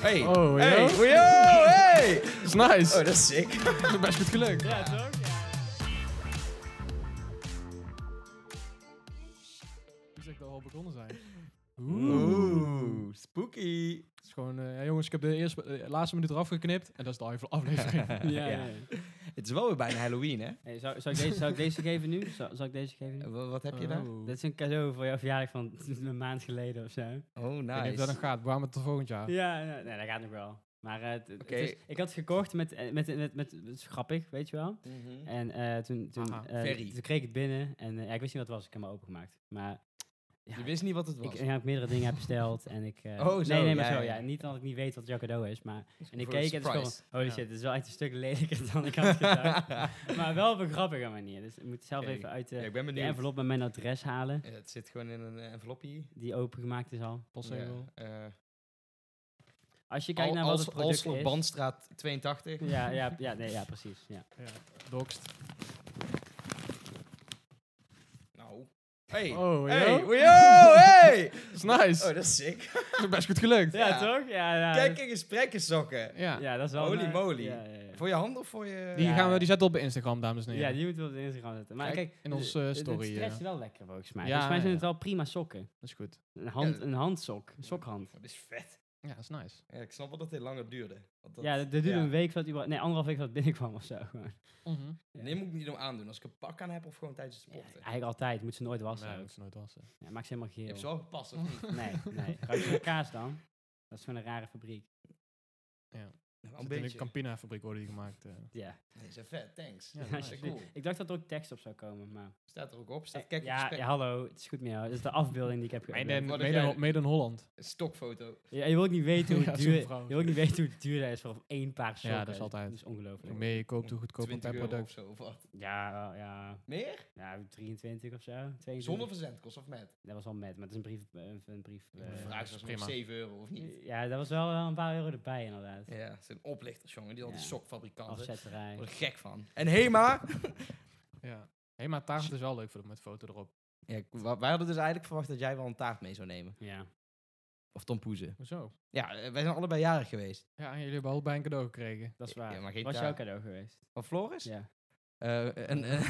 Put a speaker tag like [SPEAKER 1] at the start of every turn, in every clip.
[SPEAKER 1] Hey.
[SPEAKER 2] Oh, ja?
[SPEAKER 1] Hey. Yo, hey.
[SPEAKER 2] is nice.
[SPEAKER 1] Oh, dat is sick.
[SPEAKER 2] dat is best goed gelukt.
[SPEAKER 3] Ja, toch? Ja.
[SPEAKER 2] Ik zeg dat we al begonnen zijn.
[SPEAKER 1] Oeh, spooky.
[SPEAKER 2] Het is gewoon, eh, ja, jongens, ik heb de eerste, eh, laatste minuut eraf geknipt. En dat is de af- aflevering.
[SPEAKER 3] Ja,
[SPEAKER 1] Ja.
[SPEAKER 3] ja, ja.
[SPEAKER 1] Het is wel weer bijna Halloween, hè?
[SPEAKER 3] Hey, zou, zou, ik deze, zou ik deze geven nu? Zou, zal ik deze geven nu?
[SPEAKER 1] Wa- Wat, heb je daar?
[SPEAKER 2] Oh.
[SPEAKER 3] Dit is een cadeau voor jouw verjaardag van een maand geleden of zo.
[SPEAKER 1] Oh,
[SPEAKER 2] Ik weet niet of
[SPEAKER 1] nice.
[SPEAKER 2] dat nog gaat. Waarom het tot volgend jaar?
[SPEAKER 3] Ja, ja, nee, dat gaat nog wel. Maar eh, het- het
[SPEAKER 1] Oké.
[SPEAKER 3] is- ik had het gekocht met, eh, met, met, met, het is grappig, weet je wel.
[SPEAKER 1] Mhm.
[SPEAKER 3] En eh, toen, toen,
[SPEAKER 2] Aha,
[SPEAKER 3] eh,
[SPEAKER 1] Ferry.
[SPEAKER 3] toen kreeg ik het binnen en eh, ja, ik wist niet wat het was, ik heb hem opengemaakt. Maar ja,
[SPEAKER 1] Je wist niet wat het
[SPEAKER 3] ik, eh,
[SPEAKER 1] was.
[SPEAKER 3] ja, ik meerdere dingen heb besteld en ik... eh,
[SPEAKER 1] Oh, zo,
[SPEAKER 3] Nee, nee, maar
[SPEAKER 1] ja,
[SPEAKER 3] zo,
[SPEAKER 1] ja.
[SPEAKER 3] ja. Niet dat ik niet weet wat jouw cadeau is, maar... En ik
[SPEAKER 1] Voor een
[SPEAKER 3] keek en het is
[SPEAKER 1] surprise.
[SPEAKER 3] gewoon, holy
[SPEAKER 2] Ja.
[SPEAKER 3] shit, dit is wel echt een stuk lelijker dan ik had gedacht. maar wel op een grappige manier, dus ik moet zelf
[SPEAKER 1] Oké.
[SPEAKER 3] even uit de,
[SPEAKER 1] Ja, ik ben
[SPEAKER 3] de
[SPEAKER 1] benieuwd.
[SPEAKER 3] envelop met mijn adres halen,
[SPEAKER 1] Ja, het zit gewoon in een eh, envelopje.
[SPEAKER 3] die opengemaakt is al.
[SPEAKER 2] Postzegel.
[SPEAKER 1] Ja, eh,
[SPEAKER 3] Als je kijkt
[SPEAKER 1] Al-
[SPEAKER 3] naar wat
[SPEAKER 1] Als-
[SPEAKER 3] het product
[SPEAKER 1] Alsler
[SPEAKER 3] is... Hm.
[SPEAKER 1] Bandstraat 82.
[SPEAKER 3] Ja, ja, ja, nee, ja, precies, ja.
[SPEAKER 2] Ja. Dokst.
[SPEAKER 1] Nou. Hey.
[SPEAKER 2] Oh, ja?
[SPEAKER 1] hey. Yo, hey.
[SPEAKER 2] Dat is nice.
[SPEAKER 1] Oh, dat is sick.
[SPEAKER 2] Dat is best goed gelukt.
[SPEAKER 3] Ja,
[SPEAKER 1] Ja.
[SPEAKER 3] toch? Ja, ja.
[SPEAKER 1] Kijk in gesprekken sokken.
[SPEAKER 2] Ja.
[SPEAKER 3] Ja, dat is wel...
[SPEAKER 1] Holy
[SPEAKER 3] een, eh,
[SPEAKER 1] moly.
[SPEAKER 3] ja, ja, ja.
[SPEAKER 1] Voor je hand of voor je...
[SPEAKER 2] Die,
[SPEAKER 3] Ja.
[SPEAKER 2] gaan we, die zetten we op Instagram, dames en heren.
[SPEAKER 3] Ja, die moeten we op de Instagram zetten. Maar
[SPEAKER 2] Kijk,
[SPEAKER 3] kijk,
[SPEAKER 2] in onze,
[SPEAKER 3] de-
[SPEAKER 2] eh,
[SPEAKER 3] de-
[SPEAKER 2] story,
[SPEAKER 3] Het
[SPEAKER 2] eh.
[SPEAKER 3] stretcht wel lekker volgens mij.
[SPEAKER 2] Ja,
[SPEAKER 3] volgens mij zijn
[SPEAKER 2] ja.
[SPEAKER 3] het wel prima sokken.
[SPEAKER 2] Dat is goed.
[SPEAKER 3] Een, hand,
[SPEAKER 1] Ja.
[SPEAKER 3] een handsok, een sokhand.
[SPEAKER 1] Oh, Dat is vet.
[SPEAKER 2] Ja, dat is nice.
[SPEAKER 1] Ja, ik snap wel dat dit langer duurde. Want dat,
[SPEAKER 3] ja, dat, dat duurde
[SPEAKER 1] ja.
[SPEAKER 3] een week voordat überhaupt, nee, anderhalf week voordat het binnenkwam of zo. gewoon.
[SPEAKER 2] Mhm.
[SPEAKER 3] Ja.
[SPEAKER 1] Nee, moet ik niet om aandoen. Als ik een pak aan heb of gewoon tijdens het
[SPEAKER 3] Ja,
[SPEAKER 1] sporten.
[SPEAKER 3] eigenlijk altijd, moet ze nooit wassen.
[SPEAKER 2] Nee,
[SPEAKER 3] ook.
[SPEAKER 2] dat is nooit wassen.
[SPEAKER 3] Ja, maakt ze helemaal
[SPEAKER 1] Je hebt ze
[SPEAKER 3] geel.
[SPEAKER 1] wel gepast, of niet?
[SPEAKER 3] Nee, nee. Ruikt ze naar kaas dan? Dat is gewoon een rare fabriek.
[SPEAKER 1] Wel
[SPEAKER 2] Zit
[SPEAKER 1] een
[SPEAKER 2] In de
[SPEAKER 1] beetje.
[SPEAKER 2] Campina-fabriek worden die gemaakt. eh.
[SPEAKER 3] Ja.
[SPEAKER 1] Nee, ze vet. Thanks.
[SPEAKER 2] Ja,
[SPEAKER 1] Ja,
[SPEAKER 2] nice.
[SPEAKER 1] cool.
[SPEAKER 3] Ik dacht dat er ook tekst op zou komen, maar...
[SPEAKER 1] Staat er ook op. Staat
[SPEAKER 3] Eh,
[SPEAKER 1] kijk in
[SPEAKER 3] ja,
[SPEAKER 1] gesprek.
[SPEAKER 3] ja, hallo, het is goed met jou. Dat is de afbeelding die ik heb
[SPEAKER 2] Made
[SPEAKER 3] geüpload.
[SPEAKER 2] in,
[SPEAKER 1] Wat
[SPEAKER 2] made,
[SPEAKER 1] heb
[SPEAKER 2] in,
[SPEAKER 1] jij-
[SPEAKER 2] made in Holland.
[SPEAKER 1] Een Stokfoto.
[SPEAKER 3] Ja, je wil ook niet weten hoe
[SPEAKER 2] Ja, zo'n
[SPEAKER 3] duur, je
[SPEAKER 2] vrouw.
[SPEAKER 3] wil ook niet weten hoe duur dat is voor één paar sokken.
[SPEAKER 2] dat is altijd.
[SPEAKER 3] Dat is ongelooflijk.
[SPEAKER 2] Hoe meer je koopt, hoe goedkoper
[SPEAKER 1] 20
[SPEAKER 2] per
[SPEAKER 1] euro of
[SPEAKER 2] product.
[SPEAKER 1] zo. Of wat.
[SPEAKER 3] Ja, wel, ja,
[SPEAKER 1] Meer?
[SPEAKER 3] ja, 23 of zo. 22.
[SPEAKER 1] Zonder verzendkost of met?
[SPEAKER 3] Dat was al met, maar het is een brief. eh, Een, een brief
[SPEAKER 1] De
[SPEAKER 3] eh,
[SPEAKER 1] vraag is
[SPEAKER 2] prima.
[SPEAKER 1] prima. 7 euro of niet.
[SPEAKER 3] ja, dat was wel, wel een paar euro erbij inderdaad.
[SPEAKER 1] Ja, het zijn oplichters, jongen. Die al die
[SPEAKER 3] Ja.
[SPEAKER 1] sokfabrikanten. Ik
[SPEAKER 3] Afzetterij.
[SPEAKER 1] word er gek van. En Hema.
[SPEAKER 2] Ja. Hé, maar taart is wel leuk voor, met foto erop.
[SPEAKER 1] Ja, ik- wa- wij hadden dus eigenlijk verwacht dat jij wel een taart mee zou nemen.
[SPEAKER 3] Ja.
[SPEAKER 1] Of Tom Poezen.
[SPEAKER 2] Hoezo?
[SPEAKER 1] Ja, eh, wij zijn allebei jarig geweest.
[SPEAKER 2] Ja, en jullie hebben allebei een cadeau
[SPEAKER 1] Oh,
[SPEAKER 2] gekregen.
[SPEAKER 3] Dat is waar.
[SPEAKER 1] Ja, maar geen
[SPEAKER 3] was
[SPEAKER 1] taart.
[SPEAKER 3] jouw cadeau geweest?
[SPEAKER 1] Van Floris?
[SPEAKER 3] Ja.
[SPEAKER 1] Eh, een eh,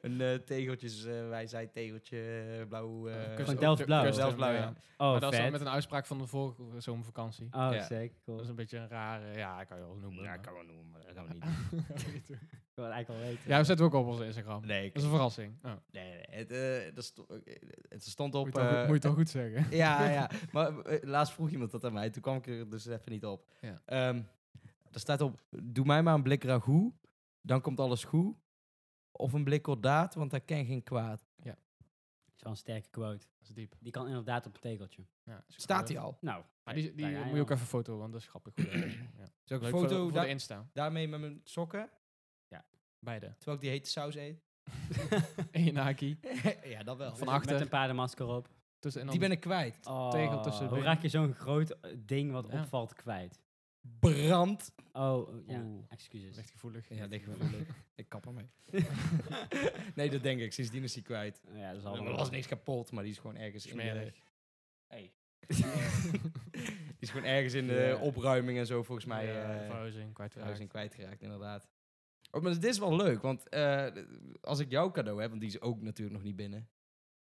[SPEAKER 1] een eh, tegeltjes, eh, wij zijn tegeltje, eh, blauw. eh,
[SPEAKER 2] Custom-
[SPEAKER 3] Van Delft Blauw.
[SPEAKER 2] custom,
[SPEAKER 1] Delft Blauw, ja.
[SPEAKER 3] Oh,
[SPEAKER 2] Maar dat is dan
[SPEAKER 3] vet.
[SPEAKER 2] met een uitspraak van de vorige zomervakantie.
[SPEAKER 3] Oh,
[SPEAKER 1] Ja.
[SPEAKER 3] sick. Cool.
[SPEAKER 2] Dat is een beetje een rare... Ja, ik kan je wel noemen.
[SPEAKER 1] Ja,
[SPEAKER 2] maar-
[SPEAKER 1] ik kan wel noemen, maar dat gaan we niet doen.
[SPEAKER 3] Ik wil het eigenlijk al weten.
[SPEAKER 2] Ja, we zetten we ook op onze Instagram.
[SPEAKER 1] Nee, ik-
[SPEAKER 2] Dat is een verrassing. Oh.
[SPEAKER 1] nee, nee, Het, eh, dat sto- eh, het stond op...
[SPEAKER 2] Moet, je het wel goed-
[SPEAKER 1] eh,
[SPEAKER 2] moet je het wel goed zeggen.
[SPEAKER 1] ja, ja. Maar eh, laatst vroeg iemand dat aan mij. Toen kwam ik er dus even niet op.
[SPEAKER 2] Ja.
[SPEAKER 1] Ehm, er staat op, doe mij maar een blik ragout, dan komt alles goed. Of een blik kordaat, want daar ken geen kwaad.
[SPEAKER 3] Dat is wel een sterke quote.
[SPEAKER 2] Dat is diep.
[SPEAKER 3] Die kan inderdaad op een tegeltje.
[SPEAKER 2] Ja, is
[SPEAKER 1] Staat
[SPEAKER 2] goed.
[SPEAKER 1] hij al?
[SPEAKER 3] Nou.
[SPEAKER 2] Maar die, die
[SPEAKER 3] daar ga je
[SPEAKER 2] moet je ook
[SPEAKER 3] al.
[SPEAKER 2] even foto, want dat is grappig. Goed, eh, ja.
[SPEAKER 1] Zal ik
[SPEAKER 2] Leuk
[SPEAKER 1] een
[SPEAKER 2] voor, de-
[SPEAKER 1] foto
[SPEAKER 2] voor de
[SPEAKER 1] da-
[SPEAKER 2] Insta.
[SPEAKER 1] daarmee met mijn sokken,
[SPEAKER 2] Beide.
[SPEAKER 1] terwijl ik die hete saus eet?
[SPEAKER 2] Eén haki.
[SPEAKER 1] ja, dat wel.
[SPEAKER 2] Van
[SPEAKER 3] met-
[SPEAKER 2] achter.
[SPEAKER 3] Met een paardenmasker op.
[SPEAKER 2] Tussen, en dan
[SPEAKER 1] Die ben ik kwijt.
[SPEAKER 3] Oh,
[SPEAKER 2] tegel tussen de
[SPEAKER 3] Hoe
[SPEAKER 2] benen.
[SPEAKER 3] raak je zo'n groot eh, ding wat
[SPEAKER 2] Ja.
[SPEAKER 3] opvalt kwijt?
[SPEAKER 1] Brand.
[SPEAKER 3] Oh, eh, ja.
[SPEAKER 2] Oeh.
[SPEAKER 3] Excuses.
[SPEAKER 2] Licht gevoelig.
[SPEAKER 1] Ja, ligt gevoelig. ik kap ermee. nee, dat denk ik. Sindsdien is hij kwijt.
[SPEAKER 3] Oh Ja, dat is
[SPEAKER 1] Er
[SPEAKER 3] allemaal.
[SPEAKER 1] was niks kapot, maar die is gewoon ergens in
[SPEAKER 2] Smerig.
[SPEAKER 1] de... Hey. die is gewoon ergens in de
[SPEAKER 3] Ja.
[SPEAKER 1] opruiming en zo volgens mij
[SPEAKER 2] Ja,
[SPEAKER 1] eh,
[SPEAKER 2] verhuizing, kwijtgeraakt.
[SPEAKER 1] verhuizing kwijtgeraakt, inderdaad. Oh, maar dit is wel leuk, want eh, als ik jouw cadeau heb, want die is ook natuurlijk nog niet binnen.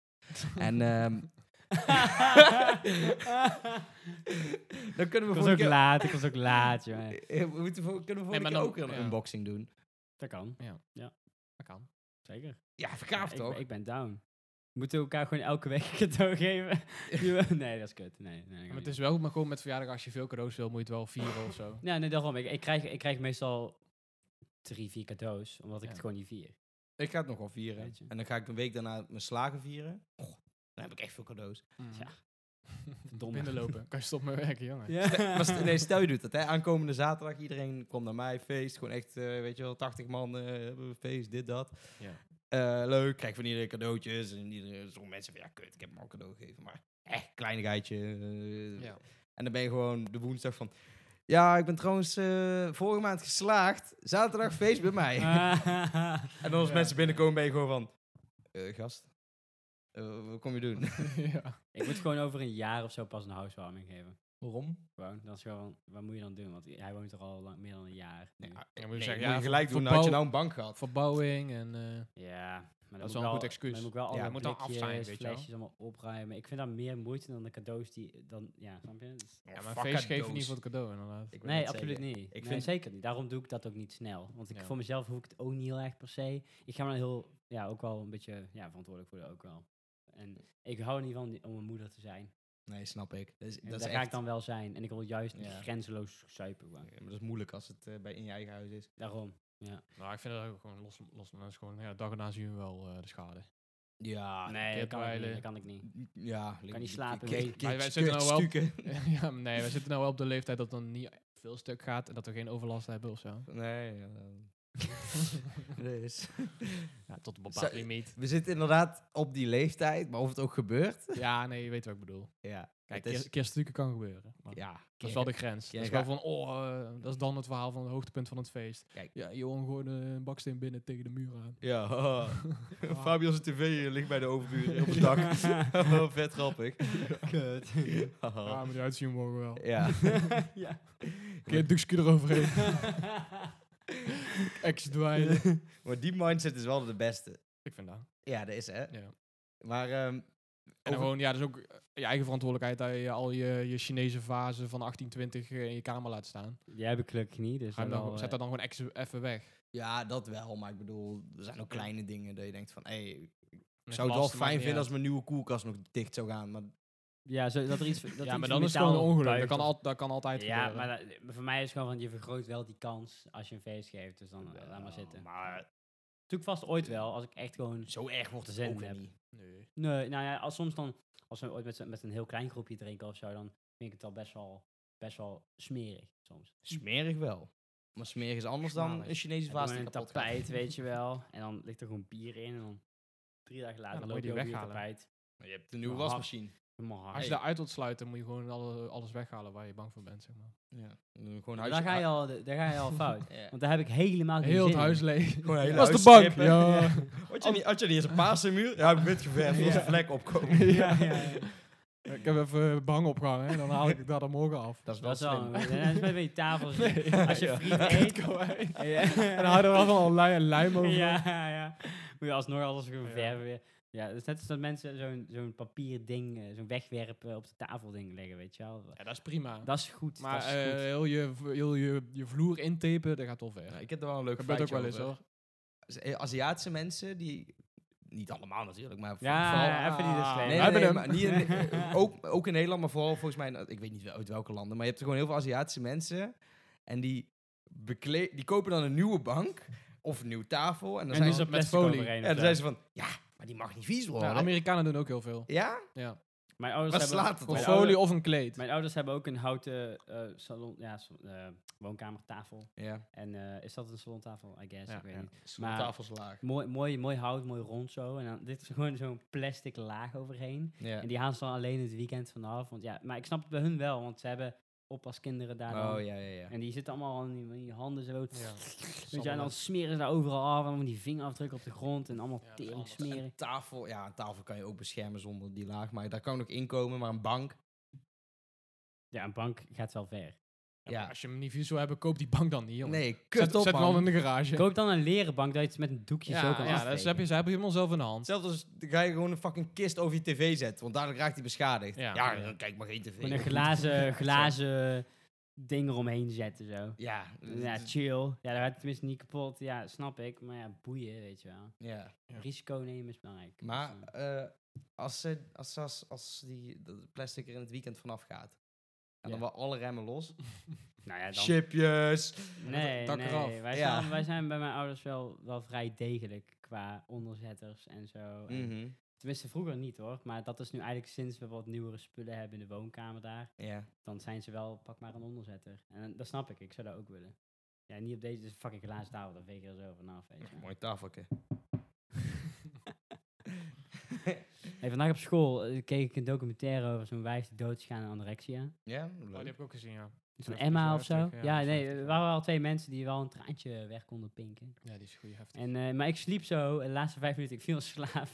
[SPEAKER 1] en ehm, dan kunnen we
[SPEAKER 3] Ik was
[SPEAKER 1] volgende
[SPEAKER 3] ook
[SPEAKER 1] keer-
[SPEAKER 3] laat, ik was ook laat, jongen.
[SPEAKER 1] Eh, We moeten vol- kunnen we volgende
[SPEAKER 2] Nee, maar
[SPEAKER 1] keer
[SPEAKER 2] dan-
[SPEAKER 1] ook een
[SPEAKER 2] ja.
[SPEAKER 1] unboxing doen.
[SPEAKER 3] Dat kan,
[SPEAKER 2] Dat kan.
[SPEAKER 3] zeker.
[SPEAKER 1] Ja, gaaf
[SPEAKER 3] Ja, ik,
[SPEAKER 1] toch?
[SPEAKER 3] ben- Ik ben down. Moeten we elkaar gewoon elke week een cadeau geven? nee, dat is kut. Nee, nee, dat
[SPEAKER 2] Ja,
[SPEAKER 3] gaan
[SPEAKER 2] maar
[SPEAKER 3] we
[SPEAKER 2] het
[SPEAKER 3] niet
[SPEAKER 2] is wel goed, maar gewoon met verjaardag, als je veel cadeaus wil, moet je het wel vieren of zo.
[SPEAKER 3] doen. Ja, nee, daarom. Ik, ik, krijg, ik krijg meestal drie, vier cadeaus, omdat ik
[SPEAKER 2] Ja.
[SPEAKER 3] het gewoon niet vier.
[SPEAKER 1] Ik ga het nog wel vieren.
[SPEAKER 3] Weet je.
[SPEAKER 1] En dan ga ik een week daarna mijn slagen vieren. Och, dan heb ik echt veel cadeaus.
[SPEAKER 2] Mm.
[SPEAKER 3] Ja. Verdomme.
[SPEAKER 2] Binnenlopen. Kan je stop met werken, jongen.
[SPEAKER 1] Maar st- nee, stel je doet dat. Hè. Aankomende zaterdag, iedereen komt naar mij, feest. Gewoon echt, eh, weet je wel, 80 man, eh, hebben we feest, dit, dat.
[SPEAKER 2] Ja.
[SPEAKER 1] Eh, leuk, krijg van iedereen cadeautjes. En iedereen, sommige mensen van, ja, kut, ik heb hem al cadeau gegeven. Maar echt, kleinigheidje. eh.
[SPEAKER 2] Ja.
[SPEAKER 1] En dan ben je gewoon de woensdag van... Ja, ik ben trouwens eh, vorige maand geslaagd. Zaterdag feest bij mij. En dan als
[SPEAKER 2] Ja.
[SPEAKER 1] mensen binnenkomen ben je gewoon van... eh, gast, eh, wat kom je doen?
[SPEAKER 2] ja.
[SPEAKER 3] ik moet gewoon over een jaar of zo pas een housewarming geven.
[SPEAKER 1] Waarom?
[SPEAKER 3] Gewoon, dat is gewoon, wat moet je dan doen? Want hij woont er al lang, meer dan een jaar. nu.
[SPEAKER 1] Ja,
[SPEAKER 2] Ja, moet je
[SPEAKER 1] nee,
[SPEAKER 2] zeggen,
[SPEAKER 1] moet
[SPEAKER 2] ja,
[SPEAKER 1] je gelijk
[SPEAKER 2] voor-
[SPEAKER 1] doen,
[SPEAKER 2] voor
[SPEAKER 1] dan had je
[SPEAKER 2] bouw-
[SPEAKER 1] nou een bank gehad.
[SPEAKER 2] Verbouwing en... eh,
[SPEAKER 3] Ja, maar
[SPEAKER 2] Dat is
[SPEAKER 3] moet
[SPEAKER 2] wel een
[SPEAKER 3] wel-
[SPEAKER 2] goed excuus.
[SPEAKER 3] Maar dan moet ik wel alle
[SPEAKER 2] Ja, moet dan af
[SPEAKER 3] blikjes,
[SPEAKER 2] zijn, weet je wel.
[SPEAKER 3] flesjes allemaal opruimen. Ik vind dat meer moeite dan de cadeaus die dan, ja, snap je? Dus-
[SPEAKER 2] ja, maar een feest geef je niet voor het cadeau, inderdaad.
[SPEAKER 1] Ik wil
[SPEAKER 3] nee,
[SPEAKER 1] net
[SPEAKER 3] absoluut
[SPEAKER 1] zeggen,
[SPEAKER 3] niet.
[SPEAKER 1] ik
[SPEAKER 3] Ik
[SPEAKER 1] vind-
[SPEAKER 3] vind zeker niet. Daarom doe ik dat ook niet snel. Want ik
[SPEAKER 2] Ja.
[SPEAKER 3] voor mezelf hoef ik het ook niet heel erg per se. Ik ga me dan heel, ja, ook wel een beetje ja, verantwoordelijk voelen ook wel. En ik hou er niet van die- om een moeder te zijn.
[SPEAKER 1] Nee, snap ik. Dat is,
[SPEAKER 3] En
[SPEAKER 1] dat is
[SPEAKER 3] daar ga
[SPEAKER 1] echt...
[SPEAKER 3] ik dan wel zijn. En ik wil juist niet
[SPEAKER 1] Ja.
[SPEAKER 3] grenzeloos zuipen. gewoon.
[SPEAKER 1] Ja, maar dat is moeilijk als het eh, bij in je eigen huis is.
[SPEAKER 3] Daarom. Ja.
[SPEAKER 2] Nou, ik vind dat ook gewoon los, los van mensen gewoon, ja, dag en na zien we wel eh, de schade.
[SPEAKER 1] Ja.
[SPEAKER 3] nee, Ah, dat kan, ik niet,
[SPEAKER 2] kippeneilen.
[SPEAKER 3] dat kan ik niet.
[SPEAKER 1] Ja.
[SPEAKER 3] niet slapen, weet-
[SPEAKER 2] Maar wij zitten nou wel-
[SPEAKER 1] stukken.
[SPEAKER 2] ja, maar nee, we zitten nou wel op de leeftijd dat dan niet veel stuk gaat en dat we geen overlast hebben of zo.
[SPEAKER 1] Nee. ja, dus.
[SPEAKER 2] Ja, tot
[SPEAKER 1] bepaald
[SPEAKER 2] een bepaald
[SPEAKER 1] Zo-
[SPEAKER 2] limiet.
[SPEAKER 1] We zitten inderdaad op die leeftijd, maar of het ook gebeurt.
[SPEAKER 2] Ja, nee, je weet wat ik bedoel.
[SPEAKER 1] Ja.
[SPEAKER 2] Kijk,
[SPEAKER 1] het is-
[SPEAKER 2] keer- keerstukken kan gebeuren. Maar
[SPEAKER 1] ja.
[SPEAKER 2] dat is wel de grens. Dat is
[SPEAKER 1] keer-
[SPEAKER 2] wel van, oh, eh, dat is dan het verhaal van het hoogtepunt van het feest.
[SPEAKER 1] Kijk.
[SPEAKER 2] Ja, Johan gooide een baksteen binnen tegen de muur aan.
[SPEAKER 1] Ja.
[SPEAKER 2] Oh.
[SPEAKER 1] Fabio's tv eh, ligt bij de overbuur op het dak. Vet grappig.
[SPEAKER 3] Kut.
[SPEAKER 1] Oh.
[SPEAKER 2] Ja, maar die uitzien mogen we wel. Een
[SPEAKER 1] Ja.
[SPEAKER 3] ja.
[SPEAKER 2] keer een doekje eroverheen. Ex dweilen.
[SPEAKER 1] Maar die mindset is wel de beste.
[SPEAKER 2] Ik vind dat.
[SPEAKER 1] Ja, dat is hè.
[SPEAKER 2] Ja.
[SPEAKER 1] Maar ehm,
[SPEAKER 2] En
[SPEAKER 1] Over-
[SPEAKER 2] gewoon, ja, dus ook eh, je eigen verantwoordelijkheid dat je al je, je Chinese fase van 1820 in je kamer laat staan.
[SPEAKER 3] Jij hebt ik gelukkig niet. Dus
[SPEAKER 2] Ga hem dan,
[SPEAKER 3] dat wel,
[SPEAKER 2] gewoon- zet
[SPEAKER 3] eh,
[SPEAKER 2] dat dan gewoon ex- even weg.
[SPEAKER 1] ja, dat wel. Maar ik bedoel, er zijn ook kleine dingen dat je denkt van... Hey, ik
[SPEAKER 2] En
[SPEAKER 1] zou het wel
[SPEAKER 2] last maakt
[SPEAKER 1] fijn
[SPEAKER 2] niet
[SPEAKER 1] vinden
[SPEAKER 2] uit.
[SPEAKER 1] als mijn nieuwe koelkast nog dicht zou gaan. Maar
[SPEAKER 3] eh, Ja, zo, dat er iets. Dat er
[SPEAKER 2] ja,
[SPEAKER 3] iets
[SPEAKER 2] maar
[SPEAKER 3] van
[SPEAKER 2] dan is het
[SPEAKER 3] metaal
[SPEAKER 2] gewoon een ongeluk. Dat
[SPEAKER 3] buigt
[SPEAKER 2] kan,
[SPEAKER 3] of-
[SPEAKER 2] al, dat kan altijd
[SPEAKER 3] Ja,
[SPEAKER 2] gebeuren.
[SPEAKER 3] maar dat- maar voor mij is het gewoon van je vergroot wel die kans als je een feest geeft. Dus dan eh, laat maar zitten.
[SPEAKER 1] Maar
[SPEAKER 3] Doe ik vast ooit wel, als ik echt gewoon.
[SPEAKER 1] zo erg wordt het
[SPEAKER 3] Zin
[SPEAKER 1] ook weer
[SPEAKER 3] heb.
[SPEAKER 1] niet.
[SPEAKER 2] Nee.
[SPEAKER 3] Nee, nou ja, als soms dan. Als we ooit met, z'n- met een heel klein groepje drinken of zo, dan vind ik het al best wel, best wel smerig soms.
[SPEAKER 1] Smerig wel. Maar smerig is anders dan
[SPEAKER 3] Smalig.
[SPEAKER 1] een Chinese
[SPEAKER 3] En dan
[SPEAKER 1] vaas die
[SPEAKER 3] een
[SPEAKER 1] kapot gaat.
[SPEAKER 3] tapijt, weet je wel. En dan ligt er gewoon bier in. En dan drie dagen later
[SPEAKER 2] dan
[SPEAKER 3] loop
[SPEAKER 2] moet je
[SPEAKER 3] je
[SPEAKER 2] die
[SPEAKER 3] over je
[SPEAKER 2] weghalen.
[SPEAKER 3] tapijt.
[SPEAKER 1] Maar je hebt een nieuwe
[SPEAKER 2] Maar hard-
[SPEAKER 1] wasmachine.
[SPEAKER 3] Helemaal hard.
[SPEAKER 2] Als je daaruit wilt sluiten, moet je gewoon alle, alles weghalen waar je bang voor bent, zeg maar.
[SPEAKER 1] Ja. Gewoon
[SPEAKER 3] daar, ga je al, daar ga je al fout.
[SPEAKER 1] Ja.
[SPEAKER 3] Want daar heb ik helemaal geen
[SPEAKER 2] Heel het
[SPEAKER 3] zin in.
[SPEAKER 2] huis leeg.
[SPEAKER 1] Gewoon een hele
[SPEAKER 2] Was
[SPEAKER 1] huis
[SPEAKER 2] de bank?
[SPEAKER 1] strippen.
[SPEAKER 2] Ja.
[SPEAKER 1] Had je, niet, had je niet eens een paarse muur? Ja, ik wit geverfd. Er was een vlek opkomen.
[SPEAKER 3] Ja, ja, ja.
[SPEAKER 2] Ik heb even behang opgehangen en dan haal ik dat er morgen af.
[SPEAKER 1] Dat is wel
[SPEAKER 3] Dat is wel.
[SPEAKER 1] slim.
[SPEAKER 3] een- Dat is bij die tafels. Als je
[SPEAKER 1] ja.
[SPEAKER 3] friet eet.
[SPEAKER 2] En dan houden we er wel van lijn en lijm over.
[SPEAKER 3] ja, ja, ja. Moet je alsnog alles gaan
[SPEAKER 2] Ja.
[SPEAKER 3] verven weer. Ja, het is net als dat mensen zo'n zo'n papier ding, eh, zo'n wegwerpen op de tafel ding leggen, weet je wel.
[SPEAKER 2] Ja, dat is prima.
[SPEAKER 3] Dat is goed.
[SPEAKER 2] maar
[SPEAKER 3] dat is
[SPEAKER 2] eh,
[SPEAKER 3] goed.
[SPEAKER 2] heel, je, heel je, je vloer intapen, dat gaat wel ver.
[SPEAKER 1] Ja, ik heb er wel een leuk
[SPEAKER 2] dat gebeurt ook
[SPEAKER 1] feitje
[SPEAKER 2] wel eens
[SPEAKER 1] over.
[SPEAKER 2] hoor.
[SPEAKER 1] Z- Aziatische mensen die... Niet allemaal natuurlijk, maar
[SPEAKER 3] ja,
[SPEAKER 1] vooral...
[SPEAKER 3] ja, even die dus
[SPEAKER 2] Ah,
[SPEAKER 1] Nee,
[SPEAKER 3] slecht.
[SPEAKER 1] nee,
[SPEAKER 2] We hebben
[SPEAKER 1] nee,
[SPEAKER 2] hem.
[SPEAKER 1] maar niet in- eh, ook, ook in Nederland, maar vooral volgens mij... in- Ik weet niet wel- uit welke landen, maar je hebt gewoon heel veel Aziatische mensen. En die, bekle- die kopen dan een nieuwe bank of een nieuwe tafel. En dan,
[SPEAKER 3] en
[SPEAKER 1] zijn,
[SPEAKER 3] nu
[SPEAKER 1] ze,
[SPEAKER 3] is er
[SPEAKER 2] met
[SPEAKER 3] plastic
[SPEAKER 2] folie.
[SPEAKER 3] overheen.
[SPEAKER 1] en dan
[SPEAKER 3] of zo.
[SPEAKER 1] zijn ze van... Ja, maar die mag niet vies
[SPEAKER 2] Ja,
[SPEAKER 1] worden.
[SPEAKER 2] Amerikanen doen ook heel veel.
[SPEAKER 1] ja?
[SPEAKER 2] Ja.
[SPEAKER 3] Mijn ouders
[SPEAKER 1] Waar
[SPEAKER 3] hebben,
[SPEAKER 1] slaat het
[SPEAKER 2] Of
[SPEAKER 1] op?
[SPEAKER 3] mijn
[SPEAKER 2] folie
[SPEAKER 3] ouder-
[SPEAKER 2] of een kleed.
[SPEAKER 3] Mijn ouders hebben ook een houten eh, salon, ja, sal- eh, woonkamertafel.
[SPEAKER 1] Ja.
[SPEAKER 3] En eh, is dat een salontafel? I guess,
[SPEAKER 2] Ja,
[SPEAKER 3] Dus ik weet
[SPEAKER 2] ja.
[SPEAKER 3] niet. Maar-
[SPEAKER 1] Tafelslaag.
[SPEAKER 3] Mooi, mooi, mooi hout, mooi rond zo. En dan, dit is gewoon zo'n plastic laag overheen.
[SPEAKER 1] Ja.
[SPEAKER 3] En die halen ze dan alleen het weekend vanaf. Want ja, maar ik snap het bij hun wel, want ze hebben oppaskinderen daar dan.
[SPEAKER 1] Oh, ja, ja, ja.
[SPEAKER 3] En die zitten allemaal aan die, aan die handen zo.
[SPEAKER 2] Ja.
[SPEAKER 3] Weet je, en dan smeren ze daar overal af. En dan die vingerafdrukken op de grond. En allemaal
[SPEAKER 2] Ja, dat is
[SPEAKER 3] tering
[SPEAKER 2] anders.
[SPEAKER 3] smeren.
[SPEAKER 1] tafel, ja, een tafel kan je ook beschermen zonder die laag, maar daar kan ook inkomen, maar een bank.
[SPEAKER 3] Ja, een bank gaat wel ver.
[SPEAKER 2] Ja,
[SPEAKER 1] Ja.
[SPEAKER 2] maar Als je hem niet vies wil hebben, koop die bank dan niet, jongen.
[SPEAKER 1] Nee, kut
[SPEAKER 2] zet,
[SPEAKER 1] op,
[SPEAKER 2] zet hem
[SPEAKER 1] man.
[SPEAKER 2] al in de garage.
[SPEAKER 3] Koop dan een leren bank dat je het met een doekje zo
[SPEAKER 2] ja,
[SPEAKER 3] kan
[SPEAKER 2] ja dat heb je, ze hebben helemaal zelf in de hand.
[SPEAKER 1] Hetzelfde als ga je gewoon een fucking kist over je tv zetten, want daardoor raakt hij beschadigd. Ja,
[SPEAKER 2] Ja.
[SPEAKER 1] dan kijk maar geen tv.
[SPEAKER 3] Met een glazen, glazen ding eromheen zetten zo.
[SPEAKER 1] Ja.
[SPEAKER 3] Ja,
[SPEAKER 1] d-
[SPEAKER 3] chill. Ja, dat gaat tenminste niet kapot. Ja, snap ik. Maar ja, boeien, weet je wel.
[SPEAKER 1] ja.
[SPEAKER 2] Ja.
[SPEAKER 3] Risico nemen is belangrijk.
[SPEAKER 1] Maar
[SPEAKER 3] Dus, eh,
[SPEAKER 1] eh, als, ze, als, als, als die dat plastic er in het weekend vanaf gaat, en dan
[SPEAKER 3] Ja.
[SPEAKER 1] wel alle remmen los.
[SPEAKER 3] nou ja, dan,
[SPEAKER 1] Chipjes!
[SPEAKER 3] Nee,
[SPEAKER 2] dak
[SPEAKER 3] nee.
[SPEAKER 2] eraf.
[SPEAKER 3] Wij,
[SPEAKER 1] Ja.
[SPEAKER 3] zijn, wij zijn bij mijn ouders wel, wel vrij degelijk qua onderzetters en zo. En
[SPEAKER 1] Mhm,
[SPEAKER 3] Tenminste, vroeger niet hoor. Maar dat is nu eigenlijk sinds we wat nieuwere spullen hebben in de woonkamer daar.
[SPEAKER 1] Ja.
[SPEAKER 3] Dan zijn ze wel, pak maar een onderzetter. En dat snap ik, ik zou dat ook willen. Ja, niet op deze dit is een fucking glazen tafel, dan veeg je er zo vanaf. Weet je. wel.
[SPEAKER 1] Mooi tafeltje.
[SPEAKER 3] Hey, vandaag op school eh, keek ik een documentaire over zo'n wijf die dood is gegaan aan anorexia.
[SPEAKER 1] ja,
[SPEAKER 2] Oh, die
[SPEAKER 1] leuk.
[SPEAKER 2] heb ik ook gezien, ja.
[SPEAKER 3] Van
[SPEAKER 2] Dat is wel
[SPEAKER 3] Emma of zo.
[SPEAKER 2] heftig,
[SPEAKER 3] Ja,
[SPEAKER 2] ja, dat is
[SPEAKER 3] nee,
[SPEAKER 2] heftig,
[SPEAKER 3] er
[SPEAKER 2] ja.
[SPEAKER 3] waren wel twee mensen die wel een traantje weg konden pinken.
[SPEAKER 2] Ja, die is goed heftig.
[SPEAKER 3] En, eh, maar ik sliep zo, en de laatste vijf minuten, ik viel in slaap.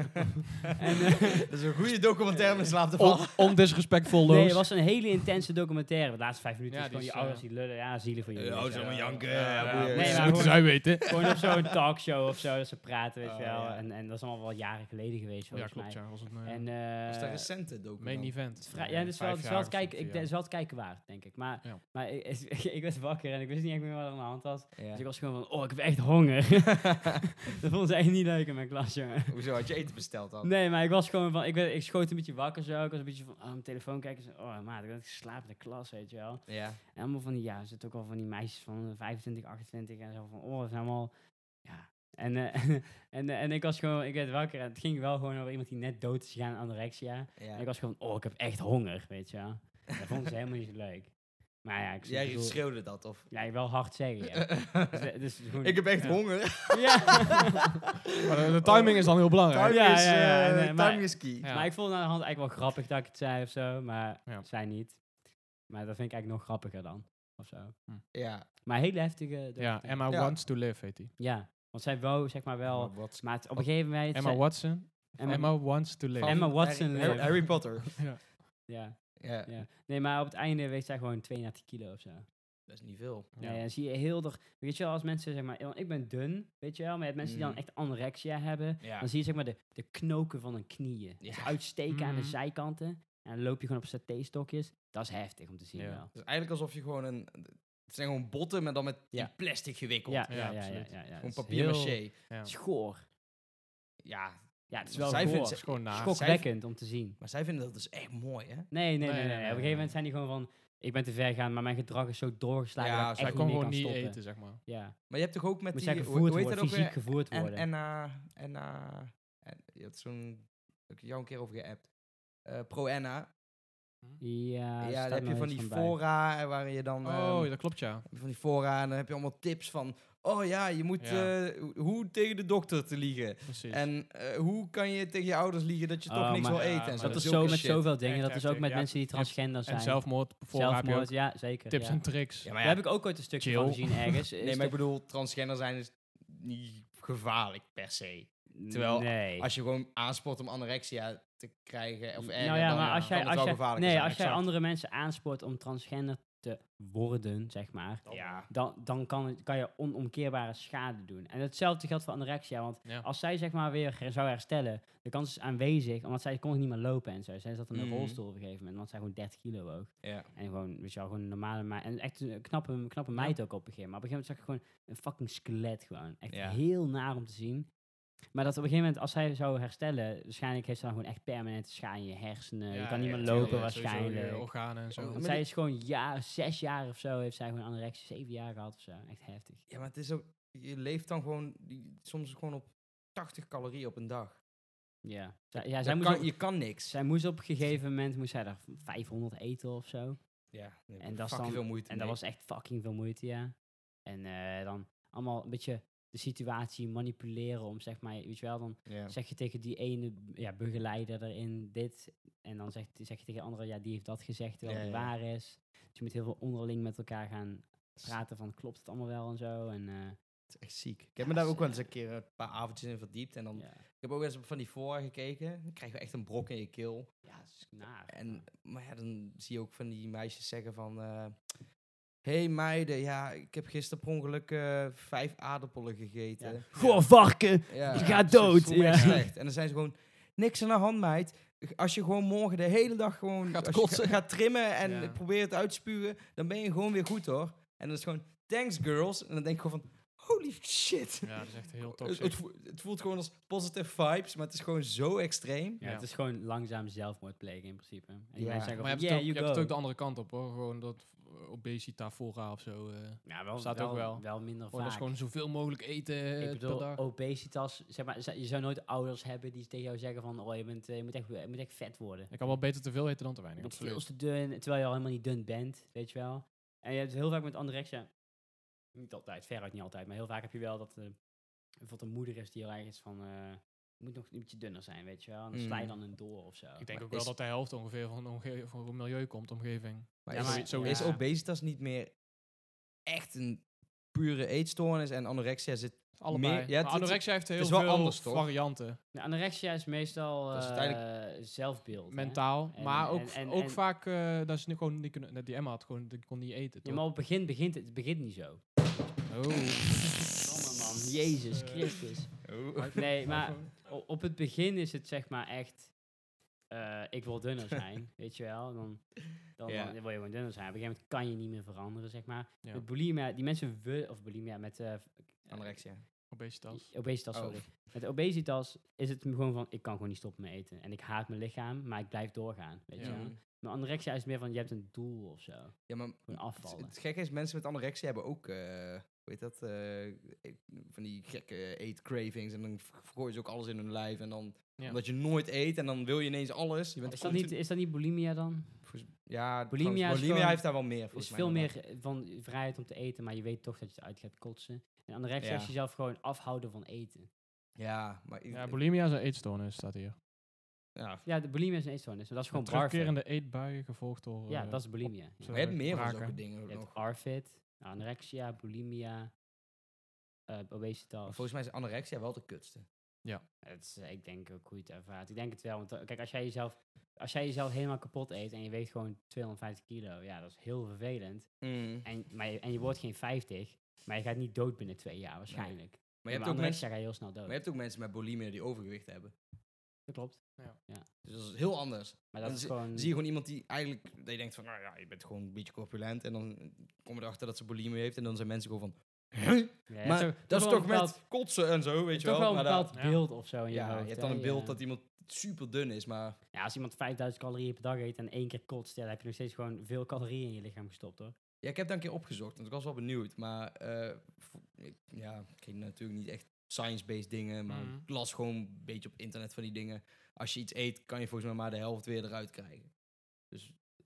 [SPEAKER 3] En, eh,
[SPEAKER 1] dat is een goede documentaire om in slaap te vallen.
[SPEAKER 2] On, ondisrespectful
[SPEAKER 3] nee,
[SPEAKER 2] loos.
[SPEAKER 3] het was een hele intense documentaire. De laatste vijf minuten
[SPEAKER 2] Ja,
[SPEAKER 3] is gewoon
[SPEAKER 2] die
[SPEAKER 3] die
[SPEAKER 2] is, eh,
[SPEAKER 3] ouders die lullen. Ja, zielig voor je.
[SPEAKER 1] Ja,
[SPEAKER 3] jongens,
[SPEAKER 1] ze allemaal
[SPEAKER 3] ja.
[SPEAKER 1] janken.
[SPEAKER 2] Ja,
[SPEAKER 1] ja, boeien.
[SPEAKER 3] nee,
[SPEAKER 2] dat
[SPEAKER 3] maar
[SPEAKER 2] moeten
[SPEAKER 3] gewoon-
[SPEAKER 2] zij weten.
[SPEAKER 3] Gewoon op zo'n talkshow of zo, dat ze praten, weet
[SPEAKER 2] Oh,
[SPEAKER 3] je wel.
[SPEAKER 2] ja.
[SPEAKER 3] En, en dat is allemaal wel jaren geleden geweest,
[SPEAKER 2] Ja,
[SPEAKER 3] volgens
[SPEAKER 2] klopt.
[SPEAKER 3] mij.
[SPEAKER 2] Ja, was het een eh,
[SPEAKER 3] En, eh,
[SPEAKER 1] Is dat recente
[SPEAKER 2] main
[SPEAKER 1] documentaire?
[SPEAKER 2] event.
[SPEAKER 3] Vrij- ja, dat is wel,
[SPEAKER 2] Vijf
[SPEAKER 3] het is
[SPEAKER 2] jaar
[SPEAKER 3] wel, het
[SPEAKER 2] of zo,
[SPEAKER 3] kijken, ik,
[SPEAKER 2] vier
[SPEAKER 3] het is
[SPEAKER 2] jaar.
[SPEAKER 3] wel het kijken waard, denk ik. Maar,
[SPEAKER 2] Ja.
[SPEAKER 3] maar ik, ik was wakker en ik wist niet echt meer wat er aan de hand was. Dus ik
[SPEAKER 1] Ja.
[SPEAKER 3] was gewoon van, oh, ik heb echt honger. dat vonden ze echt niet leuk in mijn klas, jongen.
[SPEAKER 1] Hoezo had je eten besteld dan?
[SPEAKER 3] Nee, maar ik was gewoon van, ik, ben, ik schoot een beetje wakker zo. Ik was een beetje van, oh, mijn telefoon kijken. Zo, oh, maat, ik had geslapen in de klas, weet je wel.
[SPEAKER 1] Ja.
[SPEAKER 3] En allemaal van, die- ja, er zitten ook al van die meisjes van eh, 25, 28 en zo van, oh, dat zijn allemaal, ja. En, eh, en, eh, en ik was gewoon, ik werd wakker en het ging wel gewoon over iemand die net dood is gegaan aan anorexia. En ik
[SPEAKER 1] ja.
[SPEAKER 3] was gewoon, oh, ik heb echt honger, weet je wel. Dat vonden ze helemaal niet zo leuk. Maar ja, ik
[SPEAKER 1] Jij
[SPEAKER 3] bedoel-
[SPEAKER 1] schreeuwde dat, of?
[SPEAKER 3] Ja, ik wil hard zeggen, ja. Dus, eh, dus gewoon-
[SPEAKER 1] ik heb echt
[SPEAKER 2] Ja.
[SPEAKER 1] honger.
[SPEAKER 3] Ja.
[SPEAKER 2] Maar de, de timing is dan heel belangrijk.
[SPEAKER 1] Timing
[SPEAKER 3] ja,
[SPEAKER 1] is,
[SPEAKER 3] ja, ja,
[SPEAKER 1] eh,
[SPEAKER 3] nee, maar-
[SPEAKER 1] timing is key.
[SPEAKER 2] Ja.
[SPEAKER 3] Maar ik vond het aan de hand eigenlijk wel grappig dat ik het zei of zo, maar
[SPEAKER 2] Ja.
[SPEAKER 3] het zei niet. Maar dat vind ik eigenlijk nog grappiger dan, of zo.
[SPEAKER 1] Ja.
[SPEAKER 3] Maar hele heftige...
[SPEAKER 2] Ja, Emma
[SPEAKER 1] Ja.
[SPEAKER 2] Wants to Live heet die.
[SPEAKER 3] Ja, want zij wou, zeg maar wel...
[SPEAKER 1] Maar wat-
[SPEAKER 3] Maar het- op een gegeven moment...
[SPEAKER 2] Emma
[SPEAKER 3] zei-
[SPEAKER 2] Watson.
[SPEAKER 3] Emma-
[SPEAKER 2] Emma Wants to
[SPEAKER 1] van
[SPEAKER 2] Live.
[SPEAKER 3] Emma Watson
[SPEAKER 1] Harry,
[SPEAKER 3] leeft.
[SPEAKER 1] Harry Potter.
[SPEAKER 3] Ja,
[SPEAKER 1] ja.
[SPEAKER 3] ja. Nee, maar op het einde weegt zij gewoon 32 kilo of zo.
[SPEAKER 1] Dat is niet veel.
[SPEAKER 2] Ja.
[SPEAKER 3] Ja. dan zie je heel door. Weet je wel, als mensen zeg maar, want ik ben dun, weet je wel, maar je hebt mensen die dan
[SPEAKER 1] Mm.
[SPEAKER 3] echt anorexia hebben,
[SPEAKER 1] Ja.
[SPEAKER 3] dan zie je zeg maar de, de knoken van hun knieën.
[SPEAKER 1] Ja.
[SPEAKER 3] Ze uitsteken aan de
[SPEAKER 2] Mhm.
[SPEAKER 3] zijkanten en dan loop je gewoon op satéstokjes. Dat is heftig om te zien
[SPEAKER 2] Ja.
[SPEAKER 3] wel.
[SPEAKER 1] Het is eigenlijk alsof je gewoon een... Het zijn gewoon botten, maar dan met
[SPEAKER 3] Ja.
[SPEAKER 1] in plastic gewikkeld.
[SPEAKER 3] Ja,
[SPEAKER 2] Ja,
[SPEAKER 3] ja, ja, ja,
[SPEAKER 2] absoluut.
[SPEAKER 3] ja, ja.
[SPEAKER 1] Gewoon
[SPEAKER 3] Het is
[SPEAKER 1] papier
[SPEAKER 3] heel
[SPEAKER 1] maché.
[SPEAKER 2] Ja.
[SPEAKER 3] Schoor.
[SPEAKER 1] Ja.
[SPEAKER 3] Ja, het is wel
[SPEAKER 1] Zij vindt
[SPEAKER 3] goor.
[SPEAKER 2] Dat is gewoon naar.
[SPEAKER 3] Schokwekkend om te zien.
[SPEAKER 1] Maar zij vinden dat dus echt mooi, hè?
[SPEAKER 3] Nee, nee, nee.
[SPEAKER 2] Nee, nee,
[SPEAKER 3] nee, nee. Op een
[SPEAKER 2] nee,
[SPEAKER 3] gegeven
[SPEAKER 2] nee.
[SPEAKER 3] moment zijn die gewoon van, ik ben te ver gaan, maar mijn gedrag is zo doorgeslagen
[SPEAKER 1] Ja,
[SPEAKER 3] dat ik
[SPEAKER 1] zij
[SPEAKER 2] Zij
[SPEAKER 3] echt
[SPEAKER 2] kon
[SPEAKER 3] niet meer
[SPEAKER 2] gewoon
[SPEAKER 3] kan
[SPEAKER 2] niet
[SPEAKER 3] stoppen. Ehm,
[SPEAKER 2] eten, zeg maar.
[SPEAKER 3] Ja,
[SPEAKER 1] Maar je hebt toch ook met
[SPEAKER 3] moet
[SPEAKER 1] die...
[SPEAKER 3] zij
[SPEAKER 1] hoe-
[SPEAKER 3] gevoerd
[SPEAKER 1] hoe heet dat
[SPEAKER 3] worden,
[SPEAKER 1] ook
[SPEAKER 3] fysiek
[SPEAKER 1] weer?
[SPEAKER 3] gevoerd
[SPEAKER 1] En,
[SPEAKER 3] worden.
[SPEAKER 1] en, eh, en, eh, en je had zo'n, heb ik jou een keer over geappt. Eh, Pro Enna.
[SPEAKER 3] ja,
[SPEAKER 1] ja,
[SPEAKER 3] staat
[SPEAKER 1] dan heb je
[SPEAKER 3] nooit
[SPEAKER 1] van die
[SPEAKER 3] bij.
[SPEAKER 1] fora eh, waarin je dan... ehm,
[SPEAKER 2] Oh, dat klopt ja.
[SPEAKER 1] van die fora en dan heb je allemaal tips van... Oh ja, je moet
[SPEAKER 2] Ja.
[SPEAKER 1] eh, ho- hoe tegen de dokter te liegen.
[SPEAKER 2] Precies.
[SPEAKER 1] En eh, hoe kan je tegen je ouders liegen dat je
[SPEAKER 3] Oh,
[SPEAKER 1] toch niks
[SPEAKER 3] maar-
[SPEAKER 1] wil
[SPEAKER 2] ja,
[SPEAKER 1] eten? en
[SPEAKER 2] maar
[SPEAKER 1] zo.
[SPEAKER 3] Dat is
[SPEAKER 1] Zulke
[SPEAKER 3] zo met
[SPEAKER 1] shit.
[SPEAKER 3] zoveel dingen.
[SPEAKER 2] Echt
[SPEAKER 3] Dat is ook
[SPEAKER 2] heftig,
[SPEAKER 3] met
[SPEAKER 2] ja.
[SPEAKER 3] mensen die
[SPEAKER 2] En-
[SPEAKER 3] transgender zijn.
[SPEAKER 2] en zelfmoord. Voor heb je ook
[SPEAKER 3] Zelfmoord, ja, zeker.
[SPEAKER 2] tips
[SPEAKER 3] ja.
[SPEAKER 2] en tricks.
[SPEAKER 1] Ja,
[SPEAKER 2] Ja,
[SPEAKER 1] maar
[SPEAKER 3] Daar
[SPEAKER 1] ja.
[SPEAKER 3] heb ik ook ooit een stukje
[SPEAKER 2] Chill.
[SPEAKER 3] van gezien ergens.
[SPEAKER 1] Nee, maar ik bedoel, transgender zijn is niet gevaarlijk per se. terwijl
[SPEAKER 3] nee.
[SPEAKER 1] Als je gewoon aansport om anorexia te krijgen eh, of erger,
[SPEAKER 3] nou ja,
[SPEAKER 1] dan
[SPEAKER 3] maar als
[SPEAKER 1] kan
[SPEAKER 3] jij,
[SPEAKER 1] het
[SPEAKER 3] als
[SPEAKER 1] wel
[SPEAKER 3] jij,
[SPEAKER 1] gevaarlijker
[SPEAKER 3] nee,
[SPEAKER 1] zijn,
[SPEAKER 3] als jij
[SPEAKER 1] exact.
[SPEAKER 3] andere mensen aanspoort om transgender te worden, zeg maar,
[SPEAKER 1] Ja,
[SPEAKER 3] dan, dan kan, het- kan je onomkeerbare schade doen. En hetzelfde geldt voor anorexia, want
[SPEAKER 2] Ja.
[SPEAKER 3] als zij zeg maar weer her- zou herstellen, de kans is aanwezig, omdat zij kon niet meer lopen en zo. Zij zat in een
[SPEAKER 1] Mhm.
[SPEAKER 3] rolstoel op een gegeven moment, want zij gewoon 30 kilo ook.
[SPEAKER 1] ja.
[SPEAKER 3] En gewoon, weet je wel, gewoon een normale meid. En echt een knappe, knappe meid ook op een gegeven moment. Maar op een gegeven moment zag ik gewoon een fucking skelet gewoon. Echt
[SPEAKER 1] Ja.
[SPEAKER 3] heel naar om te zien. Maar dat op een gegeven moment, als zij zou herstellen, waarschijnlijk heeft ze dan gewoon echt permanente schade in je hersenen. je kan niet
[SPEAKER 2] ja,
[SPEAKER 3] meer
[SPEAKER 2] tuurlijk,
[SPEAKER 3] lopen
[SPEAKER 2] ja, sowieso
[SPEAKER 3] waarschijnlijk.
[SPEAKER 2] Je organen en zo.
[SPEAKER 3] Want zij is gewoon jaar, zes jaar of zo, heeft zij gewoon anorexie, zeven jaar gehad of zo. Echt heftig.
[SPEAKER 1] Ja, maar het is ook... Je leeft dan gewoon die- soms gewoon op 80 calorieën op een dag.
[SPEAKER 3] Ja. Zij, ja, zij
[SPEAKER 1] Dan
[SPEAKER 3] moest,
[SPEAKER 1] kan,
[SPEAKER 3] op,
[SPEAKER 1] je kan niks.
[SPEAKER 3] zij moest op een gegeven moment, moest zij er 500 eten of zo.
[SPEAKER 1] Ja,
[SPEAKER 3] En dat is dan-
[SPEAKER 1] veel moeite
[SPEAKER 3] En dat was echt fucking veel moeite, ja. En eh, dan allemaal een beetje de situatie manipuleren om zeg maar, weet je wel, dan zeg je tegen die ene ja, begeleider erin dit. En dan zegt, zeg je tegen de andere, ja, die heeft dat gezegd, terwijl
[SPEAKER 1] Ja,
[SPEAKER 3] het
[SPEAKER 1] ja.
[SPEAKER 3] waar is. Dus je moet heel veel onderling met elkaar gaan praten van, klopt het allemaal wel en zo. En, eh,
[SPEAKER 1] echt ziek. Ik heb me daar ook wel eens een keer een paar avondjes in verdiept. En dan,
[SPEAKER 3] ja.
[SPEAKER 1] Ik heb ook eens op van die fora gekeken. Dan krijg je echt een brok in je keel.
[SPEAKER 3] ja, dat is naar.
[SPEAKER 1] En, maar ja, dan zie je ook van die meisjes zeggen van... eh, hey meiden, ja, ik heb gisteren per ongeluk eh, vijf aardappelen gegeten.
[SPEAKER 3] Ja.
[SPEAKER 1] Ja.
[SPEAKER 3] Goh, varken!
[SPEAKER 1] Ja,
[SPEAKER 3] Je
[SPEAKER 1] precies,
[SPEAKER 3] gaat dood,
[SPEAKER 1] voel me echt
[SPEAKER 3] ja.
[SPEAKER 1] slecht. En dan zijn ze gewoon, niks aan de hand, meid. Als je gewoon morgen de hele dag gewoon
[SPEAKER 2] Gaat
[SPEAKER 1] als je
[SPEAKER 2] kotsen.
[SPEAKER 1] ga- gaat trimmen en
[SPEAKER 2] Ja.
[SPEAKER 1] probeert het uit te spuwen, dan ben je gewoon weer goed hoor. En dan is het gewoon, thanks girls. En dan denk ik gewoon van, holy shit.
[SPEAKER 2] Ja, dat is echt heel
[SPEAKER 1] Het,
[SPEAKER 2] toxisch.
[SPEAKER 1] het voelt, het voelt gewoon als positive vibes, maar het is gewoon zo extreem.
[SPEAKER 3] Ja,
[SPEAKER 2] Ja.
[SPEAKER 3] Het is gewoon langzaam zelfmoord plegen in principe. En die
[SPEAKER 1] Ja.
[SPEAKER 3] mensen zeggen
[SPEAKER 2] Maar je hebt, het,
[SPEAKER 3] van, yeah,
[SPEAKER 2] ook, je
[SPEAKER 3] you
[SPEAKER 2] hebt het
[SPEAKER 3] go.
[SPEAKER 2] ook de andere kant op hoor. Gewoon dat eh, obesita fora of zo. eh.
[SPEAKER 3] Ja, wel,
[SPEAKER 2] staat ook wel.
[SPEAKER 3] wel minder
[SPEAKER 2] Gewoon dat is
[SPEAKER 3] vaak.
[SPEAKER 2] gewoon zoveel mogelijk eten eh,
[SPEAKER 3] Ik bedoel,
[SPEAKER 2] per dag.
[SPEAKER 3] obesitas, zeg maar, z- je zou nooit ouders hebben die tegen jou zeggen van, oh, je, bent, eh, je, moet, echt, je moet echt vet worden.
[SPEAKER 2] Je kan wel beter te veel eten dan te
[SPEAKER 3] Je
[SPEAKER 2] weinig.
[SPEAKER 3] bent
[SPEAKER 2] Absoluut.
[SPEAKER 3] veel te dun, terwijl je al helemaal niet dun bent, weet je wel. En je hebt heel vaak met anorexia, niet altijd, veruit niet altijd, maar heel vaak heb je wel dat eh bijvoorbeeld een moeder is die heel erg is van, eh, je moet nog een beetje dunner zijn, weet je wel. En dan sla je
[SPEAKER 1] Mm.
[SPEAKER 3] dan een door of zo.
[SPEAKER 2] Ik denk
[SPEAKER 1] Maar
[SPEAKER 2] ook wel
[SPEAKER 1] is-
[SPEAKER 2] dat de helft ongeveer van, omge van het milieu komt, omgeving.
[SPEAKER 1] Maar,
[SPEAKER 3] Ja,
[SPEAKER 1] is,
[SPEAKER 3] maar-
[SPEAKER 1] is
[SPEAKER 2] ja.
[SPEAKER 1] obesitas niet meer echt een pure eetstoornis en anorexia zit...
[SPEAKER 2] Allebei.
[SPEAKER 1] Meer- ja,
[SPEAKER 2] Maar
[SPEAKER 1] het-
[SPEAKER 2] anorexia heeft heel
[SPEAKER 1] is wel
[SPEAKER 2] veel
[SPEAKER 1] anders, toch?
[SPEAKER 2] varianten.
[SPEAKER 3] Nou, anorexia is meestal
[SPEAKER 1] Dat is
[SPEAKER 3] eh, zelfbeeld. hè?
[SPEAKER 2] Mentaal.
[SPEAKER 3] En-
[SPEAKER 2] maar ook,
[SPEAKER 3] en- en-
[SPEAKER 2] ook
[SPEAKER 3] en-
[SPEAKER 2] vaak eh, dat ze nu gewoon niet kunnen... net Die Emma had gewoon, die kon niet eten.
[SPEAKER 3] Ja,
[SPEAKER 2] toch?
[SPEAKER 3] maar op het begin begint het, het begint niet zo.
[SPEAKER 2] Oh.
[SPEAKER 3] Verdomme, man. Jezus
[SPEAKER 2] Eh,
[SPEAKER 3] Christus.
[SPEAKER 1] Oh.
[SPEAKER 3] Nee, maar o- op het begin is het zeg maar echt... eh, ik wil dunner zijn, weet je wel. Dan, dan,
[SPEAKER 1] Ja.
[SPEAKER 3] dan wil je gewoon dunner zijn. Op een gegeven moment kan je niet meer veranderen, zeg maar.
[SPEAKER 2] Ja.
[SPEAKER 3] Met bulimia, die mensen... wi- Of bulimia, met... eh, v-
[SPEAKER 1] Anorexia.
[SPEAKER 2] Obesitas.
[SPEAKER 3] Obesitas,
[SPEAKER 1] Oh.
[SPEAKER 3] sorry. Met obesitas is het gewoon van, ik kan gewoon niet stoppen met eten. En ik haat mijn lichaam, maar ik blijf doorgaan, weet je
[SPEAKER 2] Ja.
[SPEAKER 3] wel. Maar anorexia is meer van, je hebt een doel of zo.
[SPEAKER 1] Ja, maar
[SPEAKER 3] Gewoon
[SPEAKER 1] het,
[SPEAKER 3] afvallen.
[SPEAKER 1] het gekke is, mensen met anorexia hebben ook... eh, hoe heet dat? eh, e- van die gekke eetcravings. En dan v- gooien ze ook alles in hun lijf. En dan...
[SPEAKER 2] Ja.
[SPEAKER 1] Omdat je nooit eet en dan wil je ineens alles. Je bent
[SPEAKER 3] Is dat, niet,
[SPEAKER 1] continu-
[SPEAKER 3] is dat niet bulimia dan?
[SPEAKER 1] volgens- Ja,
[SPEAKER 3] bulimia
[SPEAKER 1] bulimia,
[SPEAKER 3] is
[SPEAKER 1] bulimia
[SPEAKER 3] gewoon-
[SPEAKER 1] heeft daar wel meer.
[SPEAKER 3] Het is
[SPEAKER 1] volgens mij,
[SPEAKER 3] veel
[SPEAKER 1] inderdaad.
[SPEAKER 3] meer eh, van vrijheid om te eten, maar je weet toch dat je het uit gaat kotsen. En anorexia
[SPEAKER 1] Ja.
[SPEAKER 3] is jezelf gewoon afhouden van eten.
[SPEAKER 1] Ja, maar...
[SPEAKER 2] Ja, bulimia is een eetstoornis, staat hier.
[SPEAKER 1] ja,
[SPEAKER 3] Ja, de bulimia is een eetstoornis, maar dat is
[SPEAKER 2] Een
[SPEAKER 3] gewoon barfit.
[SPEAKER 2] terugkerende eetbuien gevolgd door...
[SPEAKER 3] Ja,
[SPEAKER 2] eh,
[SPEAKER 3] dat is bulimia.
[SPEAKER 2] op-
[SPEAKER 3] Ja. nou,
[SPEAKER 1] we hebben meer van
[SPEAKER 2] braken.
[SPEAKER 1] zulke dingen
[SPEAKER 3] Je
[SPEAKER 1] nog.
[SPEAKER 3] hebt arfit, anorexia, bulimia, eh,
[SPEAKER 1] Maar
[SPEAKER 3] obesitas.
[SPEAKER 1] volgens mij is anorexia wel de kutste.
[SPEAKER 3] Mm. Het is, eh, ik denk ook hoe je het ervaart. Ik denk het wel. Want eh, kijk, als jij jezelf, als jij jezelf helemaal kapot eet en je weegt gewoon 250 kilo, ja, dat is heel vervelend. En, maar je, en je wordt geen 50, maar je gaat niet dood binnen twee jaar waarschijnlijk.
[SPEAKER 1] Maar, je hebt
[SPEAKER 3] maar
[SPEAKER 1] ook mensen,
[SPEAKER 3] anorexia ga je heel snel dood.
[SPEAKER 1] maar je hebt ook mensen met bulimia die overgewicht hebben.
[SPEAKER 3] Dat klopt.
[SPEAKER 1] Dus dat is heel anders.
[SPEAKER 3] Maar dat
[SPEAKER 1] Dan
[SPEAKER 3] is
[SPEAKER 1] zi-
[SPEAKER 3] gewoon...
[SPEAKER 1] Dan zie je gewoon iemand die eigenlijk... Dat je denkt van, nou ja, je bent gewoon een beetje corpulent. En dan kom je erachter dat ze bulimia heeft. En dan zijn mensen gewoon van... "Hè?
[SPEAKER 3] Ja,
[SPEAKER 1] maar
[SPEAKER 3] zo-
[SPEAKER 1] dat is
[SPEAKER 3] wel
[SPEAKER 1] toch
[SPEAKER 3] een bepaald-
[SPEAKER 1] met kotsen en zo, weet je
[SPEAKER 3] toch
[SPEAKER 1] wel.
[SPEAKER 3] wel een
[SPEAKER 1] Maar dat-
[SPEAKER 3] bepaald
[SPEAKER 2] ja.
[SPEAKER 3] beeld of zo in je
[SPEAKER 1] ja,
[SPEAKER 3] hoofd.
[SPEAKER 1] je hebt
[SPEAKER 3] hè, eh,
[SPEAKER 1] dan een beeld
[SPEAKER 3] ja.
[SPEAKER 1] dat iemand super dun is, maar...
[SPEAKER 3] Ja, als iemand 5000 calorieën per dag eet en één keer kotst, ja, dan heb je nog steeds gewoon veel calorieën in je lichaam gestopt, hoor.
[SPEAKER 1] Ja, ik heb dat een keer opgezocht, want ik was wel benieuwd. Maar eh, vo- ik- ja, ik ging natuurlijk niet echt science-based dingen, maar
[SPEAKER 2] Mhm.
[SPEAKER 1] ik las gewoon een beetje op internet van die dingen. Als je iets eet, kan je volgens mij maar de helft weer eruit krijgen.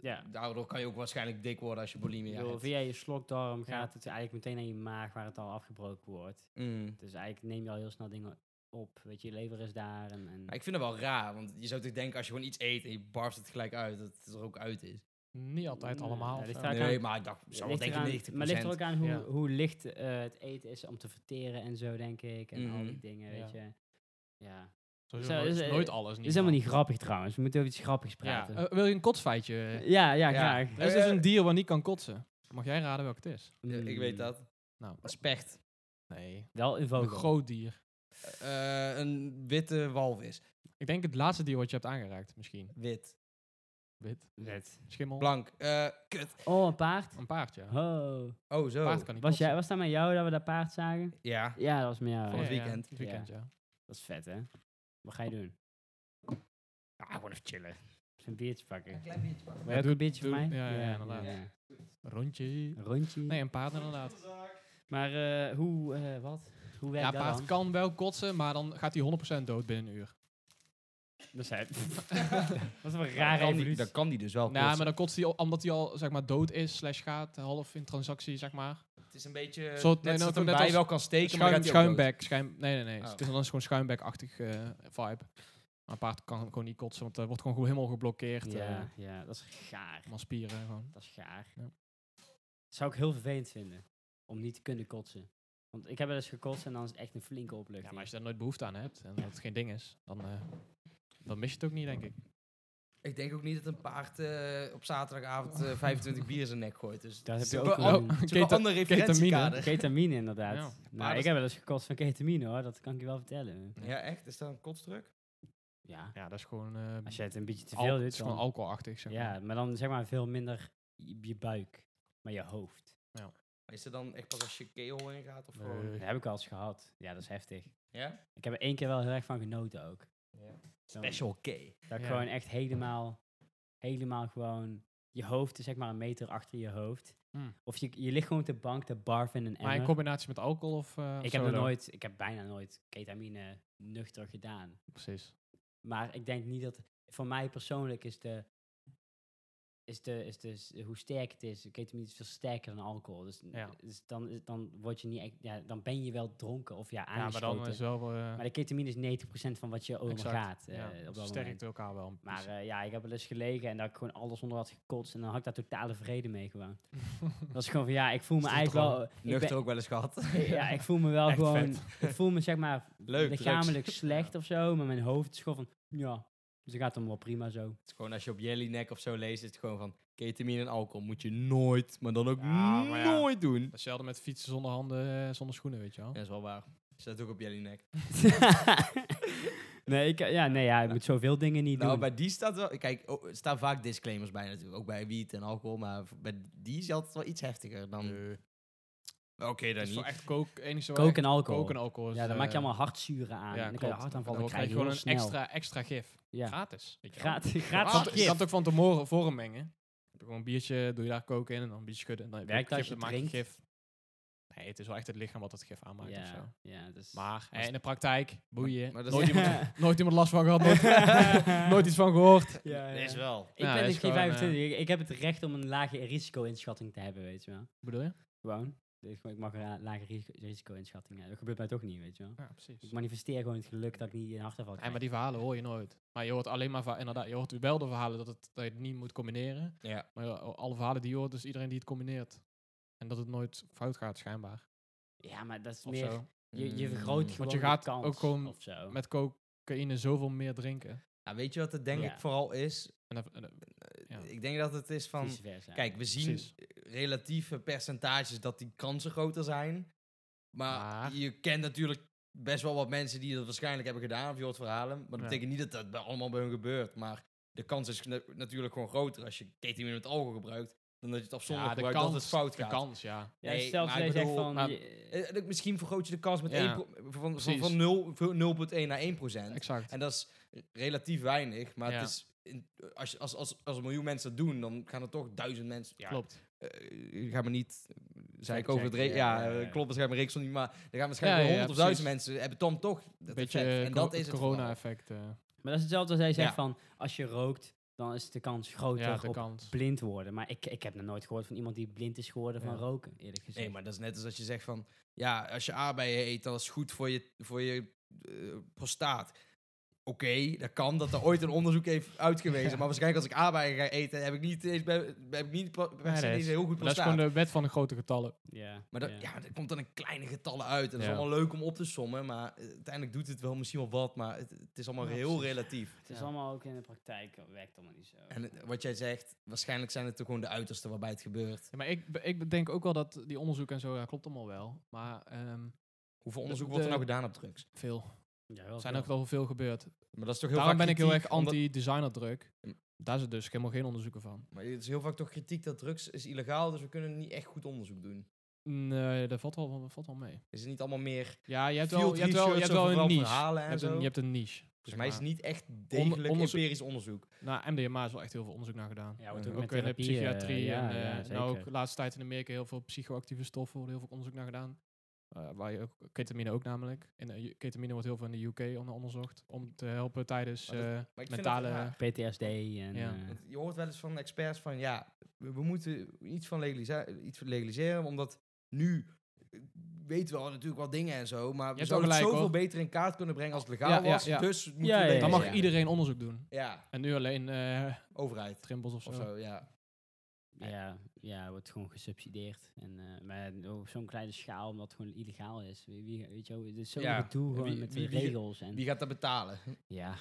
[SPEAKER 3] Ja.
[SPEAKER 1] Daardoor kan je ook waarschijnlijk dik worden als je bulimia
[SPEAKER 3] Ik bedoel,
[SPEAKER 1] hebt.
[SPEAKER 3] via je slokdarm
[SPEAKER 2] Ja.
[SPEAKER 3] gaat het eigenlijk meteen naar je maag waar het al afgebroken wordt.
[SPEAKER 1] Mm.
[SPEAKER 3] Dus eigenlijk neem je al heel snel dingen op. Weet je, je lever is daar. En, en
[SPEAKER 1] Maar ik vind het wel raar, want je zou toch denken als je gewoon iets eet en je barst het gelijk uit, dat het er ook uit is.
[SPEAKER 2] Niet altijd
[SPEAKER 3] Nee,
[SPEAKER 2] allemaal.
[SPEAKER 3] dat
[SPEAKER 2] of
[SPEAKER 3] is
[SPEAKER 2] zo.
[SPEAKER 3] vaak- Mm, Ja,
[SPEAKER 1] nee,
[SPEAKER 3] kan-
[SPEAKER 1] maar ik dacht, ik zou wel
[SPEAKER 3] Ligt
[SPEAKER 1] denken
[SPEAKER 3] eraan-
[SPEAKER 1] 90
[SPEAKER 3] Maar ligt er ook aan hoe,
[SPEAKER 2] Ja.
[SPEAKER 3] hoe licht eh, het eten is om te verteren en zo, denk ik. En al die
[SPEAKER 1] Mhm.
[SPEAKER 3] dingen, weet je. Ja.
[SPEAKER 2] Sowieso
[SPEAKER 3] Zo,
[SPEAKER 2] nooit-
[SPEAKER 3] is, eh,
[SPEAKER 2] nooit alles.
[SPEAKER 3] Het is helemaal niet grappig trouwens. We moeten over iets grappigs
[SPEAKER 2] Ja.
[SPEAKER 3] praten.
[SPEAKER 2] eh, wil je een kotsfeitje?
[SPEAKER 3] ja, ja,
[SPEAKER 1] ja.
[SPEAKER 3] graag.
[SPEAKER 2] Er is
[SPEAKER 1] Eh,
[SPEAKER 2] dus een dier wat niet kan kotsen. Mag jij raden welk het is?
[SPEAKER 1] Ja, ik weet
[SPEAKER 3] Mm,
[SPEAKER 1] dat.
[SPEAKER 2] Nou,
[SPEAKER 1] Specht.
[SPEAKER 2] nee.
[SPEAKER 3] Wel een
[SPEAKER 2] Een
[SPEAKER 3] vogel.
[SPEAKER 2] groot dier.
[SPEAKER 1] Eh, een witte walvis.
[SPEAKER 2] Ik denk het laatste dier wat je hebt aangeraakt, misschien.
[SPEAKER 1] Wit.
[SPEAKER 2] Wit,
[SPEAKER 3] Net.
[SPEAKER 2] schimmel,
[SPEAKER 1] Blank. Eh, kut.
[SPEAKER 3] Oh, een paard.
[SPEAKER 2] een paard, ja.
[SPEAKER 3] Oh.
[SPEAKER 1] Oh, zo.
[SPEAKER 2] paard kan niet
[SPEAKER 3] Was, jij,
[SPEAKER 2] kotsen.
[SPEAKER 3] was dat met jou dat we dat paard zagen?
[SPEAKER 1] Ja.
[SPEAKER 3] Ja, dat was met jou.
[SPEAKER 1] Van
[SPEAKER 3] ja.
[SPEAKER 1] het weekend.
[SPEAKER 2] Ja, het weekend, ja.
[SPEAKER 3] Dat is vet, hè? Wat ga je doen?
[SPEAKER 1] Ah, gewoon even chillen.
[SPEAKER 3] Een biertje pakken.
[SPEAKER 1] klein biertje pakken.
[SPEAKER 3] Wil je ook
[SPEAKER 2] doe-
[SPEAKER 3] een biertje voor
[SPEAKER 2] doe-
[SPEAKER 3] mij?
[SPEAKER 2] ja, ja, inderdaad.
[SPEAKER 3] ja.
[SPEAKER 2] Rondje.
[SPEAKER 3] Een rondje.
[SPEAKER 2] Nee, een paard inderdaad.
[SPEAKER 3] Maar eh, hoe, eh, wat? Hoe werkt
[SPEAKER 2] Ja,
[SPEAKER 3] dat
[SPEAKER 2] paard
[SPEAKER 3] dan?
[SPEAKER 2] kan wel kotsen, maar dan gaat hij 100% dood binnen een uur.
[SPEAKER 3] Dat is hij. Wat een rare
[SPEAKER 1] kan die,
[SPEAKER 3] evolutie.
[SPEAKER 1] dan kan die dus wel.
[SPEAKER 2] Nou, maar dan kotst hij al- omdat hij al zeg maar, dood is, slash gaat, half in transactie, zeg maar.
[SPEAKER 1] het is een beetje.
[SPEAKER 2] Zo-
[SPEAKER 1] net
[SPEAKER 2] nee,
[SPEAKER 1] als
[SPEAKER 2] nou,
[SPEAKER 1] dat een
[SPEAKER 2] net
[SPEAKER 1] bij
[SPEAKER 2] als
[SPEAKER 1] wel kan steken. maar dan
[SPEAKER 2] Schuim,
[SPEAKER 1] gaat hij ook dood.
[SPEAKER 2] schuimback, schuim, nee, nee, nee.
[SPEAKER 1] Oh.
[SPEAKER 2] Het is dan is het gewoon schuimback-achtig eh, vibe. Maar een paard kan gewoon niet kotsen, want dat wordt gewoon helemaal geblokkeerd. eh,
[SPEAKER 3] Ja, ja, dat is gaar.
[SPEAKER 2] allemaal spieren gewoon.
[SPEAKER 3] Dat is gaar.
[SPEAKER 2] Ja.
[SPEAKER 3] Dat zou ik heel vervelend vinden. Om niet te kunnen kotsen. Want ik heb wel eens gekotst en dan is het echt een flinke
[SPEAKER 2] Ja,
[SPEAKER 3] opluchting.
[SPEAKER 2] maar als je daar nooit behoefte aan hebt en dat het geen ding is, dan, eh, dan mis je het ook niet, denk ik.
[SPEAKER 1] Ik denk ook niet dat een paard eh, op zaterdagavond eh, 25 bier in zijn nek gooit. Dus
[SPEAKER 3] Daar heb
[SPEAKER 1] het
[SPEAKER 3] je
[SPEAKER 1] is
[SPEAKER 3] ook
[SPEAKER 1] wel
[SPEAKER 3] een-
[SPEAKER 1] an-
[SPEAKER 3] Oh,
[SPEAKER 1] het is wel een
[SPEAKER 2] keta-
[SPEAKER 1] ander
[SPEAKER 2] ketamine.
[SPEAKER 1] referentiekader.
[SPEAKER 3] Ketamine inderdaad.
[SPEAKER 2] Ja.
[SPEAKER 1] Maar
[SPEAKER 3] Nou,
[SPEAKER 1] dat
[SPEAKER 3] ik
[SPEAKER 1] is-
[SPEAKER 3] heb wel eens gekotst van ketamine hoor, dat kan ik je wel vertellen.
[SPEAKER 1] Ja, echt? Is dat een kotsdruk?
[SPEAKER 3] Ja,
[SPEAKER 2] Ja, dat is gewoon... eh,
[SPEAKER 3] als je het een beetje te
[SPEAKER 2] al-
[SPEAKER 3] veel
[SPEAKER 2] het
[SPEAKER 3] doet
[SPEAKER 2] is gewoon
[SPEAKER 3] dan...
[SPEAKER 2] alcoholachtig, zeg maar.
[SPEAKER 3] Ja, maar dan zeg maar veel minder je je buik, maar je hoofd.
[SPEAKER 1] Is er dan echt pas als je keel in gaat? Of
[SPEAKER 2] Nee.
[SPEAKER 1] gewoon?
[SPEAKER 3] Dat heb ik al eens gehad. Ja, dat is heftig.
[SPEAKER 1] Ja?
[SPEAKER 3] Ik heb er één keer wel heel erg van genoten ook. Dan-
[SPEAKER 1] Special K. Ja,
[SPEAKER 3] Dat ik
[SPEAKER 2] Ja.
[SPEAKER 3] gewoon echt helemaal, helemaal gewoon, je hoofd is zeg maar een meter achter je hoofd.
[SPEAKER 2] Hmm.
[SPEAKER 3] Of je, je ligt gewoon op de bank te barven in een
[SPEAKER 2] Maar in
[SPEAKER 3] emmer.
[SPEAKER 2] combinatie met alcohol of eh,
[SPEAKER 3] ik heb nog
[SPEAKER 2] solo?
[SPEAKER 3] nooit, ik heb bijna nooit ketamine nuchter gedaan.
[SPEAKER 2] Precies.
[SPEAKER 3] Maar ik denk niet dat. Voor mij persoonlijk is de is, de, is dus hoe sterk het is. Ketamine is veel sterker dan alcohol. Dus,
[SPEAKER 2] Ja.
[SPEAKER 3] dus dan, is- dan word je niet echt, ja, dan ben je wel dronken of ja,
[SPEAKER 2] Ja, maar
[SPEAKER 3] aangeschoten.
[SPEAKER 2] dan is wel... eh,
[SPEAKER 3] Maar de ketamine is 90% van wat je over
[SPEAKER 2] exact,
[SPEAKER 3] gaat eh,
[SPEAKER 2] ja,
[SPEAKER 3] op dat
[SPEAKER 2] het
[SPEAKER 3] moment.
[SPEAKER 2] sterkt elkaar wel. een
[SPEAKER 3] Maar
[SPEAKER 2] beetje.
[SPEAKER 3] eh, ja, ik heb wel eens gelegen en dat ik gewoon alles onder had gekotst. En dan had ik daar totale vrede mee gewoon. dat was gewoon van, ja, ik voel me
[SPEAKER 2] Is dat
[SPEAKER 3] eigenlijk wel...
[SPEAKER 2] gewoon
[SPEAKER 3] ik ben-
[SPEAKER 1] Nuchter ook wel eens gehad.
[SPEAKER 3] ja, ik voel me wel
[SPEAKER 2] Echt
[SPEAKER 3] gewoon...
[SPEAKER 2] vet.
[SPEAKER 3] Ik voel me zeg maar
[SPEAKER 1] Leuk,
[SPEAKER 3] lichamelijk slecht of zo. Maar mijn hoofd is gewoon van, ja, dus dat gaat dan wel prima zo.
[SPEAKER 1] Het is gewoon als je op Jellyneck of zo leest, is het gewoon van ketamine en alcohol moet je nooit, maar dan ook
[SPEAKER 2] Ja, maar ja.
[SPEAKER 1] nooit doen.
[SPEAKER 2] Hetzelfde met fietsen zonder handen, eh, zonder schoenen, weet je wel.
[SPEAKER 1] Ja, Dus dat is wel waar. Zet ook op Jellyneck.
[SPEAKER 3] nee, ik, ja, nee, ja, ik moet zoveel dingen niet
[SPEAKER 1] Nou,
[SPEAKER 3] doen.
[SPEAKER 1] bij die staat wel... Kijk, oh, er staan vaak disclaimers bij natuurlijk. Ook bij wiet en alcohol. Maar v- bij die is altijd wel iets heftiger dan...
[SPEAKER 2] Nee.
[SPEAKER 1] Oké, dan
[SPEAKER 2] Dat is
[SPEAKER 1] niet.
[SPEAKER 2] wel echt coke. enige waar
[SPEAKER 3] Koken
[SPEAKER 2] echt-
[SPEAKER 3] en alcohol.
[SPEAKER 2] coke en alcohol. is,
[SPEAKER 3] ja, dan
[SPEAKER 2] eh,
[SPEAKER 3] maak je allemaal hartzuren aan.
[SPEAKER 2] ja,
[SPEAKER 3] en dan kan je
[SPEAKER 2] klopt.
[SPEAKER 3] hartaanvallen
[SPEAKER 2] Dan krijg je gewoon een
[SPEAKER 3] heel snel.
[SPEAKER 2] extra, extra gif.
[SPEAKER 3] Ja.
[SPEAKER 2] Gratis. Ah, weet je wel.
[SPEAKER 3] Gratis,
[SPEAKER 2] Je kan
[SPEAKER 3] gratis
[SPEAKER 2] het- Je kan
[SPEAKER 3] gif.
[SPEAKER 2] het ook van tevoren voor mengen. Heb je gewoon een biertje, doe je daar koken in en dan een biertje schudden. En dan heb je
[SPEAKER 3] Werkt
[SPEAKER 2] ook
[SPEAKER 3] als
[SPEAKER 2] gif,
[SPEAKER 3] je
[SPEAKER 2] dan maak je
[SPEAKER 3] drinkt?
[SPEAKER 2] gif. Nee, het is wel echt het lichaam wat dat gif aanmaakt of zo.
[SPEAKER 3] Ja, ja, dus...
[SPEAKER 2] Maar hè, in de praktijk, boeien.
[SPEAKER 1] maar dat is-
[SPEAKER 2] nooit, iemand, nooit iemand last van gehad, nooit, nooit iets van gehoord.
[SPEAKER 3] Ja,
[SPEAKER 1] Dat
[SPEAKER 3] ja.
[SPEAKER 1] is wel.
[SPEAKER 3] Ik
[SPEAKER 2] Ja,
[SPEAKER 3] ben
[SPEAKER 2] dat is
[SPEAKER 3] dus geen
[SPEAKER 2] gewoon, eh,
[SPEAKER 3] 25. Ik- Ik heb het recht om een lage risico-inschatting te hebben, weet je wel.
[SPEAKER 2] Bedoel je?
[SPEAKER 3] Gewoon. Ik ik mag een la- lage risico- risico-inschatting hebben. Dat gebeurt mij toch niet, weet je wel.
[SPEAKER 2] Ja,
[SPEAKER 3] Ik
[SPEAKER 2] precies.
[SPEAKER 3] manifesteer gewoon het geluk dat ik niet een hartaanval
[SPEAKER 2] Ja,
[SPEAKER 3] krijg.
[SPEAKER 2] maar die verhalen hoor je nooit. Maar je hoort alleen maar, va- inderdaad, je hoort wel de verhalen dat, het, dat je het niet moet combineren.
[SPEAKER 1] Ja.
[SPEAKER 2] Maar ja, alle verhalen die je hoort, dus iedereen die het combineert. En dat het nooit fout gaat, schijnbaar.
[SPEAKER 3] Ja, maar dat is
[SPEAKER 2] Of
[SPEAKER 3] meer...
[SPEAKER 2] zo.
[SPEAKER 3] Je, je vergroot Mm.
[SPEAKER 1] Mm.
[SPEAKER 3] gewoon
[SPEAKER 2] Want je
[SPEAKER 3] de
[SPEAKER 2] gaat
[SPEAKER 3] kans
[SPEAKER 2] ook gewoon
[SPEAKER 3] of zo.
[SPEAKER 2] Met cocaïne zoveel meer drinken.
[SPEAKER 1] Ja, weet je wat het denk
[SPEAKER 3] Ja.
[SPEAKER 1] ik vooral is?
[SPEAKER 2] En dat- en dat- Ja.
[SPEAKER 1] Ik denk dat het is van...
[SPEAKER 3] Vice versa.
[SPEAKER 1] Kijk, we zien
[SPEAKER 2] Precies.
[SPEAKER 1] relatieve percentages dat die kansen groter zijn. Maar
[SPEAKER 2] Maar-
[SPEAKER 1] je kent natuurlijk best wel wat mensen die dat waarschijnlijk hebben gedaan, of je hoort verhalen. Maar dat
[SPEAKER 2] Ja.
[SPEAKER 1] betekent niet dat dat bij- allemaal bij hun gebeurt. Maar de kans is na- natuurlijk gewoon groter als je ketamine met alcohol gebruikt, dan dat je het afzonderlijk gebruikt dat het fout
[SPEAKER 2] de
[SPEAKER 1] gaat.
[SPEAKER 2] kans, ja.
[SPEAKER 3] Ja,
[SPEAKER 1] nee,
[SPEAKER 3] stel dat
[SPEAKER 1] maar ik
[SPEAKER 3] jij zegt
[SPEAKER 1] bedoel,
[SPEAKER 3] van...
[SPEAKER 2] maar-
[SPEAKER 3] je-
[SPEAKER 1] Eh, eh, misschien vergroot je de kans met
[SPEAKER 2] Ja,
[SPEAKER 1] 1 pro- van, van,
[SPEAKER 2] precies.
[SPEAKER 1] van 0 van 0,1 naar 1 procent.
[SPEAKER 2] Exact.
[SPEAKER 1] En dat is relatief weinig, maar
[SPEAKER 2] Ja.
[SPEAKER 1] het is... in- als, je- als, als, als een miljoen mensen dat doen, dan gaan er toch duizend mensen... Ja,
[SPEAKER 2] Klopt.
[SPEAKER 1] eh, ik ga me niet, zei ik
[SPEAKER 3] Fact
[SPEAKER 1] over het
[SPEAKER 3] checken, ja,
[SPEAKER 1] ja,
[SPEAKER 3] ja,
[SPEAKER 1] eh,
[SPEAKER 3] ja.
[SPEAKER 1] klopt waarschijnlijk reeks niet, maar er gaan waarschijnlijk
[SPEAKER 2] Ja, ja,
[SPEAKER 1] honderd of
[SPEAKER 2] ja,
[SPEAKER 1] duizend mensen hebben dan toch
[SPEAKER 2] Een
[SPEAKER 1] dat
[SPEAKER 2] beetje
[SPEAKER 1] effect.
[SPEAKER 2] eh,
[SPEAKER 1] En
[SPEAKER 2] co-
[SPEAKER 1] dat is
[SPEAKER 2] het
[SPEAKER 1] het vooral.
[SPEAKER 2] corona-effect. eh.
[SPEAKER 3] Maar dat is hetzelfde als jij zegt
[SPEAKER 1] Ja.
[SPEAKER 3] van... Als je rookt, dan is de kans
[SPEAKER 1] Oh,
[SPEAKER 3] groter
[SPEAKER 2] ja, de
[SPEAKER 3] op
[SPEAKER 2] kans.
[SPEAKER 3] blind worden. Maar ik, ik heb nog nooit gehoord van iemand die blind is geworden van
[SPEAKER 2] Ja.
[SPEAKER 3] roken, eerlijk gezegd.
[SPEAKER 1] Nee, maar dat is net als als je zegt van, ja, als je aardbeien eet, dat is goed voor je, voor je eh, prostaat. Oké, dat kan, dat er ooit een onderzoek heeft uitgewezen, maar waarschijnlijk als ik aardbeien ga eten, heb ik niet eens, bij- heb ik niet pa- per se
[SPEAKER 2] dat
[SPEAKER 1] eens
[SPEAKER 2] is-
[SPEAKER 1] heel goed
[SPEAKER 2] Maar dat is
[SPEAKER 1] prostaat.
[SPEAKER 2] gewoon de wet van de grote getallen.
[SPEAKER 3] Ja,
[SPEAKER 1] Maar dat, ja. er komt dan een kleine getallen uit. En dat
[SPEAKER 2] Ja.
[SPEAKER 1] is allemaal leuk om op te sommen. Maar eh, uiteindelijk doet het wel misschien wel wat. Maar het, het is allemaal
[SPEAKER 2] Ja,
[SPEAKER 1] heel
[SPEAKER 2] precies.
[SPEAKER 1] relatief.
[SPEAKER 3] Het is
[SPEAKER 2] Ja.
[SPEAKER 3] allemaal ook in de praktijk, eh, werkt allemaal niet zo.
[SPEAKER 1] En het- wat jij zegt, waarschijnlijk zijn het toch gewoon de uitersten waarbij het gebeurt.
[SPEAKER 2] Ja, maar ik, be- ik denk ook wel dat die onderzoek en zo, ja, klopt allemaal wel. Maar ehm,
[SPEAKER 1] Hoeveel onderzoek wordt er
[SPEAKER 2] de-
[SPEAKER 1] nou gedaan op drugs?
[SPEAKER 2] veel.
[SPEAKER 3] ja, wel
[SPEAKER 2] Er zijn
[SPEAKER 3] veel.
[SPEAKER 2] ook wel veel gebeurd.
[SPEAKER 1] Maar dat is toch heel
[SPEAKER 2] Daarom
[SPEAKER 1] vaak
[SPEAKER 2] ben ik heel erg
[SPEAKER 1] kritiek, omdat-
[SPEAKER 2] anti-designerdruk.
[SPEAKER 1] Hm.
[SPEAKER 2] Daar zit dus helemaal geen onderzoeken van.
[SPEAKER 1] Maar het is heel vaak toch kritiek dat drugs is illegaal, dus we kunnen niet echt goed onderzoek doen.
[SPEAKER 2] Nee, dat valt wel, dat valt wel mee.
[SPEAKER 1] Is het niet allemaal meer
[SPEAKER 2] Ja, je hebt wel,
[SPEAKER 1] field
[SPEAKER 2] je hebt wel, je
[SPEAKER 1] research
[SPEAKER 2] hebt
[SPEAKER 1] over
[SPEAKER 2] wel een
[SPEAKER 1] vooral
[SPEAKER 2] niche.
[SPEAKER 1] verhalen en
[SPEAKER 2] je, hebt
[SPEAKER 1] zo?
[SPEAKER 2] een, je hebt een niche. zeg
[SPEAKER 1] Volgens mij is
[SPEAKER 2] maar.
[SPEAKER 1] het niet echt degelijk
[SPEAKER 2] onderzoek-
[SPEAKER 1] empirisch onderzoek.
[SPEAKER 2] Nou, MDMA is wel echt heel veel onderzoek naar gedaan.
[SPEAKER 3] Ja, wordt
[SPEAKER 1] Ja.
[SPEAKER 3] ook,
[SPEAKER 2] Ook
[SPEAKER 3] met
[SPEAKER 2] in de
[SPEAKER 3] therapie, eh,
[SPEAKER 2] psychiatrie.
[SPEAKER 3] ja,
[SPEAKER 2] en, eh,
[SPEAKER 3] ja,
[SPEAKER 2] nou, ook
[SPEAKER 3] zeker.
[SPEAKER 2] de laatste tijd in Amerika heel veel psychoactieve stoffen worden heel veel onderzoek naar gedaan. Eh, waar je ook, ketamine ook namelijk. En eh, ketamine wordt heel veel in de UK onder- onderzocht. Om te helpen tijdens
[SPEAKER 1] Maar dat-
[SPEAKER 2] eh,
[SPEAKER 1] Maar ik vind dat
[SPEAKER 2] mentale...
[SPEAKER 1] raar.
[SPEAKER 3] PTSD en...
[SPEAKER 2] Ja.
[SPEAKER 3] eh,
[SPEAKER 1] Want je hoort wel eens van experts van ja, we, we moeten iets van legalisa- iets van legaliseren, omdat nu eh, weten we al natuurlijk wel dingen en zo, maar we
[SPEAKER 2] hebt
[SPEAKER 1] zouden
[SPEAKER 2] wel
[SPEAKER 1] het
[SPEAKER 2] gelijk,
[SPEAKER 1] zoveel
[SPEAKER 2] hoor.
[SPEAKER 1] beter in kaart kunnen brengen als het legaal
[SPEAKER 2] Ja, ja,
[SPEAKER 1] was,
[SPEAKER 2] ja.
[SPEAKER 1] dus moeten
[SPEAKER 3] Ja,
[SPEAKER 1] we
[SPEAKER 3] ja, ja.
[SPEAKER 2] dan
[SPEAKER 1] legaliseren.
[SPEAKER 2] mag iedereen onderzoek doen.
[SPEAKER 1] Ja,
[SPEAKER 2] En nu alleen eh
[SPEAKER 1] overheid
[SPEAKER 2] trimbels of zo.
[SPEAKER 1] of zo, ja.
[SPEAKER 3] ja, ja, wordt gewoon gesubsidieerd. En, eh, maar op zo'n kleine schaal, omdat het gewoon illegaal is. Wie, wie- weet je wel, het is zo'n
[SPEAKER 1] Ja.
[SPEAKER 3] gedoe gewoon
[SPEAKER 1] Wie-
[SPEAKER 3] met
[SPEAKER 1] wie-
[SPEAKER 3] de
[SPEAKER 1] wie-
[SPEAKER 3] regels. En,
[SPEAKER 1] Wie gaat dat betalen?
[SPEAKER 3] ja.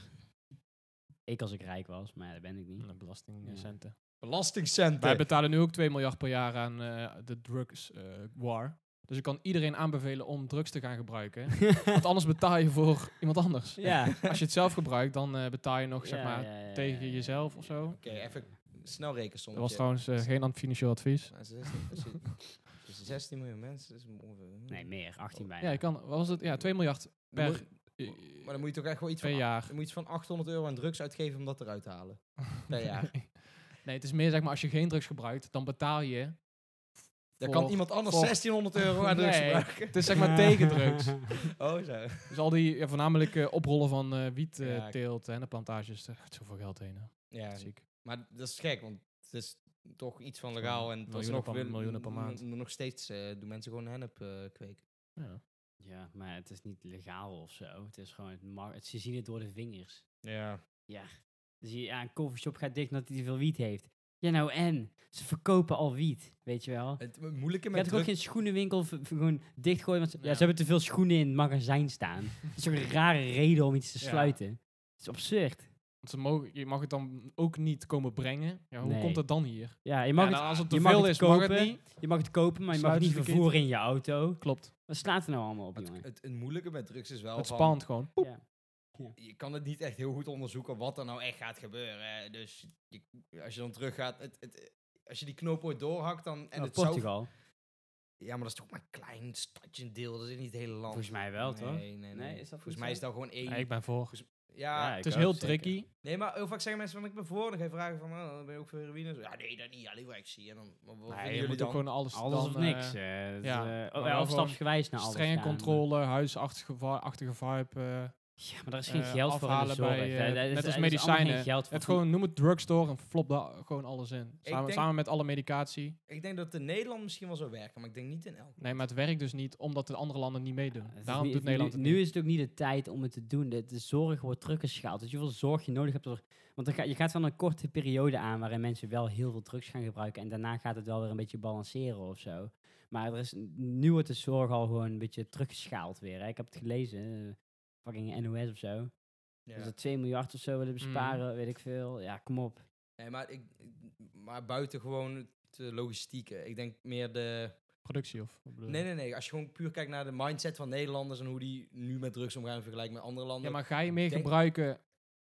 [SPEAKER 3] Ik als ik rijk was, maar dat ben ik niet.
[SPEAKER 2] En de Belastingcenten. Wij
[SPEAKER 1] Belastingcenten.
[SPEAKER 2] betalen nu ook 2 miljard per jaar aan eh, de drugs eh, war. Dus ik kan iedereen aanbevelen om drugs te gaan gebruiken. want anders betaal je voor iemand anders.
[SPEAKER 3] ja.
[SPEAKER 2] Als je het zelf gebruikt, dan eh, betaal je nog zeg
[SPEAKER 3] Ja,
[SPEAKER 2] maar
[SPEAKER 3] ja, ja,
[SPEAKER 2] tegen
[SPEAKER 3] ja, ja,
[SPEAKER 2] jezelf
[SPEAKER 3] ja,
[SPEAKER 2] of
[SPEAKER 3] ja.
[SPEAKER 2] zo.
[SPEAKER 1] Oké, even snel
[SPEAKER 2] Dat
[SPEAKER 1] rekensommetje.
[SPEAKER 2] was trouwens eh, geen financieel advies.
[SPEAKER 1] Maar 16, precies. Dus 16 miljoen mensen, dat is ongeveer...
[SPEAKER 3] Nee, meer. 18 bijna.
[SPEAKER 2] Ja, je kan, wat was het? Ja, 2 miljard
[SPEAKER 1] Dan
[SPEAKER 2] per
[SPEAKER 1] moet-
[SPEAKER 2] eh,
[SPEAKER 1] Maar dan moet je toch echt wel iets
[SPEAKER 2] per
[SPEAKER 1] van...
[SPEAKER 2] jaar.
[SPEAKER 1] Dan moet je iets van 800 euro aan drugs uitgeven om dat eruit te halen. Per jaar.
[SPEAKER 2] Nee, het is meer zeg maar als je geen drugs gebruikt, dan betaal je.
[SPEAKER 1] Dan
[SPEAKER 2] Voor-
[SPEAKER 1] kan iemand anders
[SPEAKER 2] voor-
[SPEAKER 1] 1600 euro aan drugs
[SPEAKER 2] Nee.
[SPEAKER 1] gebruiken.
[SPEAKER 2] Het is zeg maar tegen drugs.
[SPEAKER 1] Oh, zo.
[SPEAKER 2] Dus al die ja, voornamelijk eh, oprollen van eh wiet eh,
[SPEAKER 1] Ja, ik-
[SPEAKER 2] teelt en de plantages, daar gaat zoveel geld heen. Hè.
[SPEAKER 1] Ja,
[SPEAKER 2] Ziek.
[SPEAKER 1] maar dat is gek, want het is toch iets van legaal. En
[SPEAKER 2] Miljoenen
[SPEAKER 1] nog
[SPEAKER 2] per- miljoenen per maand.
[SPEAKER 1] Nog steeds eh, doen mensen gewoon hennep eh, kweken.
[SPEAKER 2] Ja.
[SPEAKER 3] Ja, maar het is niet legaal of zo. Het is gewoon, het mar- het, ze zien het door de vingers.
[SPEAKER 1] Ja.
[SPEAKER 3] Dus je, ja, een coffeeshop gaat dicht omdat hij veel wiet heeft. Ja, nou en? Ze verkopen al wiet, weet je wel.
[SPEAKER 1] Het moeilijke
[SPEAKER 3] Je
[SPEAKER 1] met
[SPEAKER 3] gaat toch ook
[SPEAKER 1] druk...
[SPEAKER 3] geen schoenenwinkel v- v- gewoon dichtgooien, want ze, ja.
[SPEAKER 2] Ja.
[SPEAKER 3] ze hebben te veel schoenen in het magazijn staan. dat is ook een rare reden om iets te
[SPEAKER 2] Ja.
[SPEAKER 3] sluiten. Het is absurd.
[SPEAKER 2] Want ze mogen, je mag het dan ook niet komen brengen. Ja, hoe
[SPEAKER 3] Nee.
[SPEAKER 2] komt dat dan hier?
[SPEAKER 3] Ja, je mag,
[SPEAKER 2] Ja,
[SPEAKER 3] het,
[SPEAKER 2] nou, als het
[SPEAKER 3] je
[SPEAKER 2] te
[SPEAKER 3] mag
[SPEAKER 2] veel
[SPEAKER 3] het
[SPEAKER 2] is, mag het
[SPEAKER 3] kopen.
[SPEAKER 2] niet.
[SPEAKER 3] je mag het kopen, maar je mag het
[SPEAKER 2] Sluiten
[SPEAKER 3] niet
[SPEAKER 2] ze verkeerd.
[SPEAKER 3] vervoeren in je auto.
[SPEAKER 2] Klopt.
[SPEAKER 3] Wat slaat er nou allemaal op, jongen?
[SPEAKER 1] Het, het, het moeilijke met drugs is wel
[SPEAKER 2] Het
[SPEAKER 1] van-
[SPEAKER 2] spant gewoon. Poep.
[SPEAKER 3] Ja.
[SPEAKER 1] je kan het niet echt heel goed onderzoeken wat er nou echt gaat gebeuren. hè. Dus je, als je dan teruggaat, het, het, als je die knoop ooit doorhakt, dan... En
[SPEAKER 3] Nou,
[SPEAKER 1] het zou-
[SPEAKER 3] Portugal.
[SPEAKER 1] ja, maar dat is toch maar een klein stadje deel, dat is niet het hele land.
[SPEAKER 3] Volgens mij wel,
[SPEAKER 1] nee,
[SPEAKER 3] toch?
[SPEAKER 1] Nee, nee,
[SPEAKER 3] Nee, is dat
[SPEAKER 1] Volgens
[SPEAKER 3] goed
[SPEAKER 1] mij
[SPEAKER 3] zo?
[SPEAKER 1] is dat gewoon één...
[SPEAKER 2] Ja, ik ben voor.
[SPEAKER 1] ja,
[SPEAKER 3] ik
[SPEAKER 2] Het is
[SPEAKER 3] ook,
[SPEAKER 2] heel
[SPEAKER 3] zeker.
[SPEAKER 2] tricky.
[SPEAKER 1] nee, maar heel vaak zeggen mensen van, ik ben voor. Dan ga je vragen van, oh, ben je ook voor heroïne? Zo, ja, nee, dat niet. Alleen zie. En dan, maar wat
[SPEAKER 2] Nee,
[SPEAKER 1] vinden
[SPEAKER 2] je
[SPEAKER 1] jullie
[SPEAKER 2] moet ook
[SPEAKER 1] dan?
[SPEAKER 2] gewoon alles
[SPEAKER 3] Alles
[SPEAKER 2] dan,
[SPEAKER 3] of
[SPEAKER 2] eh,
[SPEAKER 3] niks. eh, dat is,
[SPEAKER 2] ja.
[SPEAKER 3] eh,
[SPEAKER 2] Maar
[SPEAKER 3] oh,
[SPEAKER 2] wel
[SPEAKER 3] ja, of
[SPEAKER 2] gewoon
[SPEAKER 3] stapsgewijs naar alles.
[SPEAKER 2] Strenge
[SPEAKER 3] gaan, eh, maar-
[SPEAKER 2] controle, huisachtige vibe. eh,
[SPEAKER 3] Ja, maar daar is geen
[SPEAKER 2] eh,
[SPEAKER 3] geld voor in de
[SPEAKER 2] afhalen
[SPEAKER 3] zorg.
[SPEAKER 2] bij, eh,
[SPEAKER 3] Daar- daar is-
[SPEAKER 2] net als
[SPEAKER 3] daar is allemaal geen
[SPEAKER 2] medicijnen.
[SPEAKER 3] geld voor
[SPEAKER 2] het
[SPEAKER 3] voed-
[SPEAKER 2] gewoon, noem het drugstore en flop daar gewoon alles in. Samen,
[SPEAKER 1] denk-
[SPEAKER 2] samen met alle medicatie.
[SPEAKER 1] Ik denk dat het in Nederland misschien wel zou werken, maar ik denk niet in elk.
[SPEAKER 2] Nee, maar het werkt dus niet omdat de andere landen niet meedoen.
[SPEAKER 3] Het is
[SPEAKER 2] Daarom
[SPEAKER 3] niet-
[SPEAKER 2] doet
[SPEAKER 3] nu-
[SPEAKER 2] Nederland het
[SPEAKER 3] Dus nu,
[SPEAKER 2] niet.
[SPEAKER 3] is het ook niet de tijd om het te doen. De, de zorg wordt teruggeschaald. Dus hoeveel zorg je nodig hebt. door- want dan ga, je gaat wel een korte periode aan waarin mensen wel heel veel drugs gaan gebruiken. En daarna gaat het wel weer een beetje balanceren of zo. Maar er is, nu wordt de zorg al gewoon een beetje teruggeschaald weer. Hè. Ik heb het gelezen. eh, fucking NOS of zo.
[SPEAKER 1] Ja.
[SPEAKER 3] Dus dat 2 miljard of
[SPEAKER 2] Mm.
[SPEAKER 3] zo willen besparen, weet ik veel. Ja, kom op.
[SPEAKER 1] Nee, maar, ik, ik- maar buiten gewoon het eh, logistieke. Ik denk meer de...
[SPEAKER 2] Productie of? wat bedoel
[SPEAKER 1] Nee,
[SPEAKER 2] je?
[SPEAKER 1] nee, nee. Als je gewoon puur kijkt naar de mindset van Nederlanders en hoe die nu met drugs omgaan in vergelijking met andere
[SPEAKER 2] Ja,
[SPEAKER 1] landen.
[SPEAKER 2] maar ga je mee
[SPEAKER 1] denk-
[SPEAKER 2] gebruiken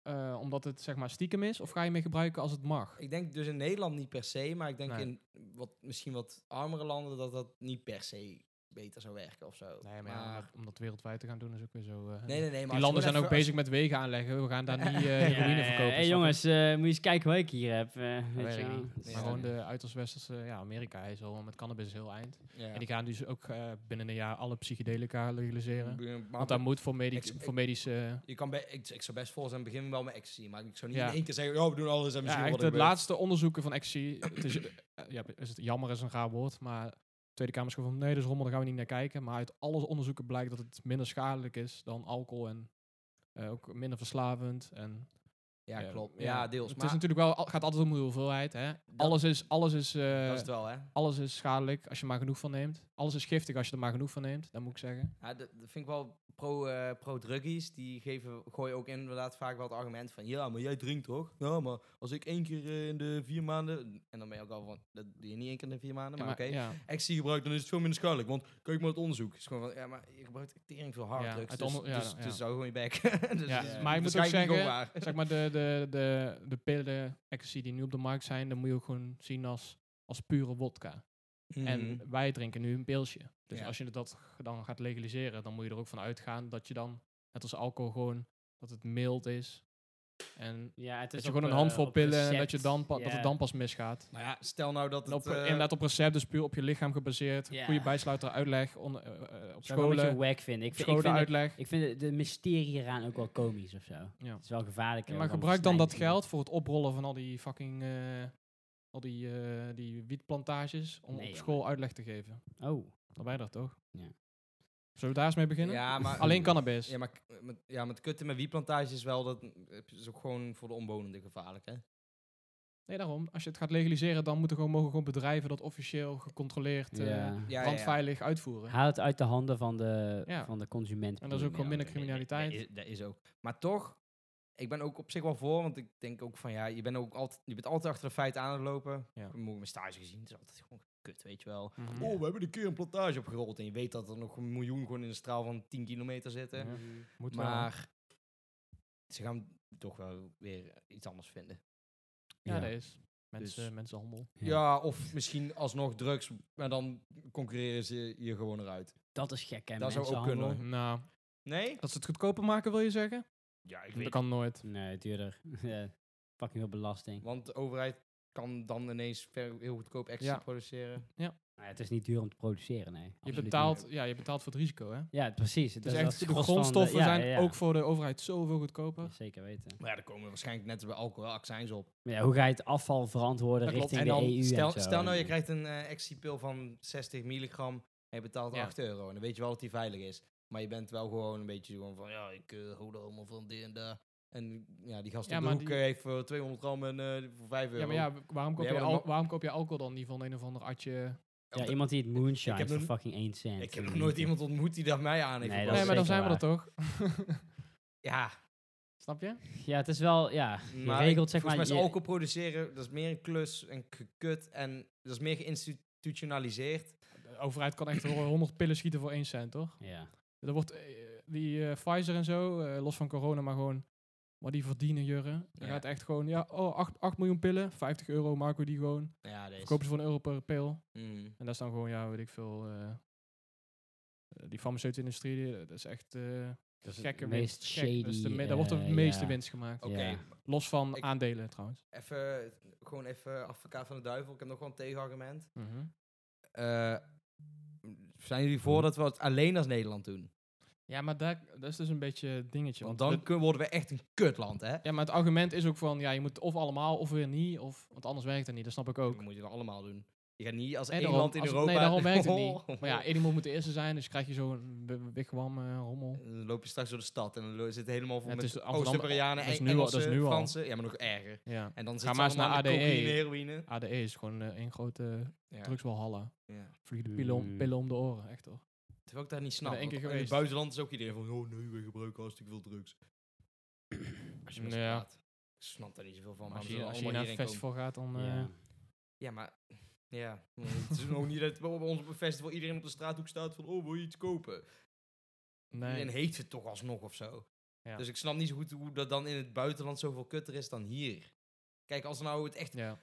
[SPEAKER 2] eh, omdat het zeg maar stiekem is? Of ga je mee gebruiken als het mag?
[SPEAKER 1] Ik denk dus in Nederland niet per se, maar ik denk
[SPEAKER 2] Nee.
[SPEAKER 1] in wat, misschien wat armere landen dat dat niet per se beter zou werken of zo.
[SPEAKER 2] Nee, maar ja, om dat- om dat wereldwijd te gaan doen is ook weer zo... eh,
[SPEAKER 1] nee, nee, nee. Maar als
[SPEAKER 2] die
[SPEAKER 1] je
[SPEAKER 2] landen
[SPEAKER 1] gewoon
[SPEAKER 2] zijn ook
[SPEAKER 1] even- als-
[SPEAKER 2] bezig met wegen aanleggen. We gaan daar niet eh heroïne verkopen.
[SPEAKER 3] Ja, eh, hey,
[SPEAKER 2] snap je?
[SPEAKER 3] jongens, eh, moet je eens kijken wat ik hier heb.
[SPEAKER 2] Dat
[SPEAKER 3] eh, weet je
[SPEAKER 2] werkt
[SPEAKER 3] wel.
[SPEAKER 2] niet.
[SPEAKER 3] Dat is,
[SPEAKER 2] Maar
[SPEAKER 1] Ja.
[SPEAKER 2] gewoon
[SPEAKER 3] eh,
[SPEAKER 2] de uiterst westerse... Ja, Amerika is al met cannabis heel eind.
[SPEAKER 1] Ja.
[SPEAKER 2] En die gaan dus ook eh, binnen een jaar alle psychedelica legaliseren.
[SPEAKER 1] Maar
[SPEAKER 2] Want dat moet voor, medic-
[SPEAKER 1] ex- ik-
[SPEAKER 2] voor medische...
[SPEAKER 1] je kan bij, ik, ik zou best vol zijn begin wel met ecstasy, maar ik zou niet
[SPEAKER 2] Ja.
[SPEAKER 1] in één keer zeggen, oh, we doen alles en
[SPEAKER 2] Ja,
[SPEAKER 1] misschien
[SPEAKER 2] eigenlijk
[SPEAKER 1] wat
[SPEAKER 2] de
[SPEAKER 1] er gebeurt.
[SPEAKER 2] laatste onderzoeken van ecstasy... het is, eh, ja, is het, jammer is een raar woord, maar... de Tweede Kamer is gewoon van, nee, dat is rommel, daar gaan we niet naar kijken. Maar uit alle onderzoeken blijkt dat het minder schadelijk is dan alcohol en eh, ook minder verslavend. En,
[SPEAKER 1] Ja,
[SPEAKER 2] eh,
[SPEAKER 1] klopt. Ja, deels.
[SPEAKER 2] Het
[SPEAKER 1] maar
[SPEAKER 2] is natuurlijk wel, al- gaat altijd om de hoeveelheid. Hè? Alles is, alles is, eh,
[SPEAKER 1] dat is het wel, hè?
[SPEAKER 2] alles is schadelijk als je er maar genoeg van neemt. Alles is giftig als je er maar genoeg van neemt, dat moet ik zeggen.
[SPEAKER 1] Ja, dat, dat vind ik wel pro, eh, pro-druggies. die geven, gooien ook inderdaad vaak wel het argument van... Ja, maar jij drinkt toch? Nou, maar als ik één keer eh, in de vier maanden... En dan ben je ook al van... Dat doe je niet één keer in de vier maanden,
[SPEAKER 2] Ja,
[SPEAKER 1] maar Nou, oké.
[SPEAKER 2] ja.
[SPEAKER 1] Ecstasy gebruikt, dan is het veel minder schadelijk. Want kijk maar het onderzoek. Het is gewoon van... Ja, maar je gebruikt tering veel harddrugs.
[SPEAKER 2] uit
[SPEAKER 1] dus,
[SPEAKER 2] onder- ja,
[SPEAKER 1] dus,
[SPEAKER 2] ja.
[SPEAKER 1] dus hou gewoon je bek. dus,
[SPEAKER 2] Ja,
[SPEAKER 1] het is
[SPEAKER 2] maar je moet ook
[SPEAKER 1] waarschijnlijk niet
[SPEAKER 2] zeggen,
[SPEAKER 1] waar.
[SPEAKER 2] zeg maar de, de, de, de pillen ecstasy die nu op de markt zijn, dan moet je ook gewoon zien als, als pure wodka.
[SPEAKER 1] Mhm.
[SPEAKER 2] En wij drinken nu een pilsje. Dus
[SPEAKER 1] Ja.
[SPEAKER 2] als je dat g- dan gaat legaliseren, dan moet je er ook van uitgaan dat je dan, net als alcohol, gewoon dat het mild is. En
[SPEAKER 3] ja, het
[SPEAKER 2] dat
[SPEAKER 3] is
[SPEAKER 2] je
[SPEAKER 3] op,
[SPEAKER 2] gewoon een
[SPEAKER 3] eh,
[SPEAKER 2] handvol
[SPEAKER 3] op
[SPEAKER 2] pillen en
[SPEAKER 3] recept.
[SPEAKER 2] dat, je dan pa- dat
[SPEAKER 3] Ja.
[SPEAKER 2] het dan pas misgaat.
[SPEAKER 1] Maar ja, stel nou dat
[SPEAKER 2] En
[SPEAKER 1] het...
[SPEAKER 2] op,
[SPEAKER 1] eh,
[SPEAKER 2] inderdaad op recept, dus puur op je lichaam gebaseerd.
[SPEAKER 3] Ja.
[SPEAKER 2] Goede bijsluiter, uitleg. On, eh, eh, op
[SPEAKER 3] Zou ik wel een
[SPEAKER 2] scholen,
[SPEAKER 3] beetje wack vinden. Ik vind, ik
[SPEAKER 2] scholen
[SPEAKER 3] vind, het-
[SPEAKER 2] uitleg.
[SPEAKER 3] ik vind het- de mysterie hieraan ook wel komisch of zo.
[SPEAKER 2] Ja.
[SPEAKER 3] Het is wel gevaarlijk.
[SPEAKER 2] Ja,
[SPEAKER 3] eh,
[SPEAKER 2] maar
[SPEAKER 3] om
[SPEAKER 2] gebruik dan dat
[SPEAKER 3] versnijden.
[SPEAKER 2] geld voor het oprollen van al die fucking. eh, al die, eh, die wietplantages. om
[SPEAKER 3] Nee,
[SPEAKER 2] op
[SPEAKER 3] jongen.
[SPEAKER 2] school uitleg te geven.
[SPEAKER 3] Oh,
[SPEAKER 2] Dan wij dat toch?
[SPEAKER 3] Ja.
[SPEAKER 2] Zullen we daar eens mee beginnen?
[SPEAKER 1] ja, maar,
[SPEAKER 2] Alleen cannabis.
[SPEAKER 1] Ja, maar k- met, ja, met kutten met wietplantages is wel... Dat is ook gewoon voor de omwonenden gevaarlijk, hè?
[SPEAKER 2] Nee, daarom. Als je het gaat legaliseren, dan moeten gewoon, mogen gewoon bedrijven dat officieel gecontroleerd. eh,
[SPEAKER 3] ja.
[SPEAKER 1] Ja, ja, ja.
[SPEAKER 2] brandveilig uitvoeren.
[SPEAKER 3] Haal het uit de handen van de,
[SPEAKER 2] Ja.
[SPEAKER 3] van de consument.
[SPEAKER 2] En dat is ook gewoon minder criminaliteit.
[SPEAKER 1] Eh, Dat is, dat is ook. Maar toch, ik ben ook op zich wel voor, want ik denk ook van ja, je bent ook altijd, je bent altijd achter de feiten aan het lopen.
[SPEAKER 2] Ja.
[SPEAKER 1] Ik heb mijn stage gezien, het is altijd gewoon kut, weet je wel.
[SPEAKER 2] Mhm.
[SPEAKER 1] Oh, we hebben een keer een plantage opgerold en je weet dat er nog een miljoen gewoon in een straal van 10 kilometer zitten.
[SPEAKER 2] Ja, Moet wel.
[SPEAKER 1] maar ze gaan toch wel weer iets anders vinden.
[SPEAKER 2] Ja,
[SPEAKER 3] Ja.
[SPEAKER 2] dat is. Mensen,
[SPEAKER 1] Dus-
[SPEAKER 2] mensenhandel.
[SPEAKER 1] Ja.
[SPEAKER 3] Ja.
[SPEAKER 1] of misschien alsnog drugs, maar dan concurreren ze je gewoon eruit.
[SPEAKER 3] Dat is gek, hè?
[SPEAKER 1] Dat zou ook
[SPEAKER 3] mensenhandel.
[SPEAKER 1] kunnen.
[SPEAKER 2] Nou,
[SPEAKER 1] Nee?
[SPEAKER 2] dat ze het goedkoper maken, wil je zeggen?
[SPEAKER 1] Ja, ik
[SPEAKER 2] Dat kan nooit.
[SPEAKER 3] Nee, duurder. Ja, Fucking veel belasting.
[SPEAKER 1] Want de overheid kan dan ineens ver- heel goedkoop extra
[SPEAKER 2] Ja.
[SPEAKER 1] produceren.
[SPEAKER 3] Nou ja, het is niet duur om te produceren, nee.
[SPEAKER 2] Je
[SPEAKER 3] Absoluut niet.
[SPEAKER 2] betaalt, ja, je betaalt voor het risico, hè?
[SPEAKER 3] Ja, precies. Het
[SPEAKER 2] Dus
[SPEAKER 3] is
[SPEAKER 2] echt,
[SPEAKER 3] als
[SPEAKER 2] de
[SPEAKER 3] gros van
[SPEAKER 2] grondstoffen
[SPEAKER 3] ja,
[SPEAKER 2] zijn
[SPEAKER 3] ja, ja.
[SPEAKER 2] ook voor de overheid zoveel goedkoper.
[SPEAKER 3] Zeker weten.
[SPEAKER 1] Maar ja, daar komen waarschijnlijk net als bij alcohol wel accijns op.
[SPEAKER 3] Maar ja, hoe ga je het afval verantwoorden
[SPEAKER 1] Dat klopt.
[SPEAKER 3] richting
[SPEAKER 1] En dan
[SPEAKER 3] de EU?
[SPEAKER 1] stel,
[SPEAKER 3] en zo?
[SPEAKER 1] stel nou, je
[SPEAKER 3] En-
[SPEAKER 1] krijgt een eh XC-pil van 60 milligram en je betaalt
[SPEAKER 2] Ja.
[SPEAKER 1] 8 euro. En dan weet je wel dat die veilig is. Maar je bent wel gewoon een beetje gewoon van, ja, ik eh hou er allemaal van dit en dat. En ja, die gast
[SPEAKER 2] Ja,
[SPEAKER 1] op de
[SPEAKER 2] maar
[SPEAKER 1] hoek
[SPEAKER 2] die-
[SPEAKER 1] eh, heeft voor 200 gram en eh, voor 5 euro.
[SPEAKER 2] Ja, maar ja, w- waarom koop,
[SPEAKER 1] Ja,
[SPEAKER 2] je,
[SPEAKER 1] maar dan
[SPEAKER 2] al-
[SPEAKER 1] ma-
[SPEAKER 2] waarom koop je alcohol dan niet van een of ander atje?
[SPEAKER 3] Ja, iemand die het moonshine
[SPEAKER 1] heb
[SPEAKER 3] voor
[SPEAKER 1] nog-
[SPEAKER 3] fucking 1 cent.
[SPEAKER 1] ik heb nog nooit iemand ontmoet die dat mij aan heeft
[SPEAKER 3] Nee,
[SPEAKER 1] gepast.
[SPEAKER 2] Nee, maar dan zijn
[SPEAKER 3] zeker
[SPEAKER 2] we
[SPEAKER 3] waar.
[SPEAKER 2] dat toch?
[SPEAKER 1] Ja,
[SPEAKER 2] Snap je?
[SPEAKER 3] Ja, het is wel, ja, je
[SPEAKER 1] maar
[SPEAKER 3] regelt zeg
[SPEAKER 1] volgens
[SPEAKER 3] maar...
[SPEAKER 1] mij is
[SPEAKER 3] je-
[SPEAKER 1] alcohol produceren, dat is meer een klus en gekut en dat is meer geïnstitutionaliseerd.
[SPEAKER 2] De overheid kan echt wel 100 pillen schieten voor 1 cent, toch?
[SPEAKER 3] Ja,
[SPEAKER 2] Er wordt eh, die eh, Pfizer en zo, eh, los van corona, maar gewoon. Maar die verdienen jurren. Dan
[SPEAKER 1] Ja.
[SPEAKER 2] gaat echt gewoon, ja, oh, 8, 8 miljoen pillen, 50 euro maken we die gewoon.
[SPEAKER 1] Ja, dat is...
[SPEAKER 2] Verkopen ze voor een euro per pil.
[SPEAKER 1] Mm.
[SPEAKER 2] En dat is dan gewoon, ja, weet ik veel. eh, eh, die farmaceutische industrie, die- dat is echt eh
[SPEAKER 3] dat is het
[SPEAKER 2] gekke
[SPEAKER 3] meest
[SPEAKER 2] winst. Gek, dat is de
[SPEAKER 3] shady,
[SPEAKER 2] me- daar wordt de
[SPEAKER 3] eh,
[SPEAKER 2] meeste
[SPEAKER 3] ja.
[SPEAKER 2] winst gemaakt.
[SPEAKER 1] Oké,
[SPEAKER 3] Ja.
[SPEAKER 2] Los van
[SPEAKER 1] Ik-
[SPEAKER 2] aandelen trouwens.
[SPEAKER 1] Even, gewoon even advocaat van de duivel. Ik heb nog wel een tegenargument.
[SPEAKER 2] Mhm.
[SPEAKER 1] Eh, zijn jullie voor dat we het alleen als Nederland doen?
[SPEAKER 2] Ja, maar dat, dat is dus een beetje het dingetje.
[SPEAKER 1] Want
[SPEAKER 2] Want,
[SPEAKER 1] dan
[SPEAKER 2] het-
[SPEAKER 1] kun- worden we echt een kutland, hè?
[SPEAKER 2] ja, maar het argument is ook van, ja, je moet of allemaal of weer niet. Of, want anders werkt het niet, dat snap ik ook.
[SPEAKER 1] Dat moet je dan allemaal doen. Je gaat niet als
[SPEAKER 2] Nee,
[SPEAKER 1] één
[SPEAKER 2] daarom,
[SPEAKER 1] land in
[SPEAKER 2] als het-
[SPEAKER 1] Europa...
[SPEAKER 2] Nee, daarom werkt het niet. Maar ja, één iemand moet de eerste zijn, dus krijg je zo'n wi- wigwam eh, rommel.
[SPEAKER 1] Dan loop je straks door de stad en dan lo- zit het helemaal vol
[SPEAKER 2] Ja, het
[SPEAKER 1] met
[SPEAKER 2] is Amsterdam-
[SPEAKER 1] Oost-Koreanen,
[SPEAKER 2] dat is
[SPEAKER 1] en
[SPEAKER 2] nu al- dat
[SPEAKER 1] Engelsen,
[SPEAKER 2] is nu al.
[SPEAKER 1] Fransen. Ja, maar nog erger.
[SPEAKER 2] Ja.
[SPEAKER 1] En dan zitten
[SPEAKER 2] Ga
[SPEAKER 1] ze
[SPEAKER 2] maar eens
[SPEAKER 1] allemaal aan
[SPEAKER 2] naar E.
[SPEAKER 1] de
[SPEAKER 2] ADE.
[SPEAKER 1] cocaïne, heroïne.
[SPEAKER 2] ADE is gewoon eh, één grote
[SPEAKER 1] Ja,
[SPEAKER 2] drugswalhalla.
[SPEAKER 1] ja.
[SPEAKER 2] Vliegen pillen om,
[SPEAKER 3] Mm.
[SPEAKER 2] pillen om de oren, echt hoor.
[SPEAKER 1] Terwijl ik daar niet
[SPEAKER 2] ben
[SPEAKER 1] snap.
[SPEAKER 2] er één
[SPEAKER 1] want
[SPEAKER 2] keer
[SPEAKER 1] In het
[SPEAKER 2] geweest.
[SPEAKER 1] buitenland is ook iedereen van... Oh nee, we gebruiken hartstikke veel drugs. Als je met ze
[SPEAKER 2] Ja.
[SPEAKER 1] praat. Ik snap daar niet zoveel van.
[SPEAKER 2] Als
[SPEAKER 1] waarom ze
[SPEAKER 2] je,
[SPEAKER 1] dan
[SPEAKER 2] als je
[SPEAKER 1] allemaal
[SPEAKER 2] naar een
[SPEAKER 1] hierheen komen.
[SPEAKER 2] festival gaat, dan... eh,
[SPEAKER 3] Ja.
[SPEAKER 1] Ja, maar... Ja, het is nog niet dat op ons festival iedereen op de straathoek staat van... Oh, wil je iets kopen?
[SPEAKER 2] nee.
[SPEAKER 1] Iedereen heeft het toch alsnog of zo.
[SPEAKER 2] Ja.
[SPEAKER 1] Dus ik snap niet zo goed hoe dat dan in het buitenland zoveel kutter is dan hier. Kijk, als nou het echt...
[SPEAKER 2] Ja.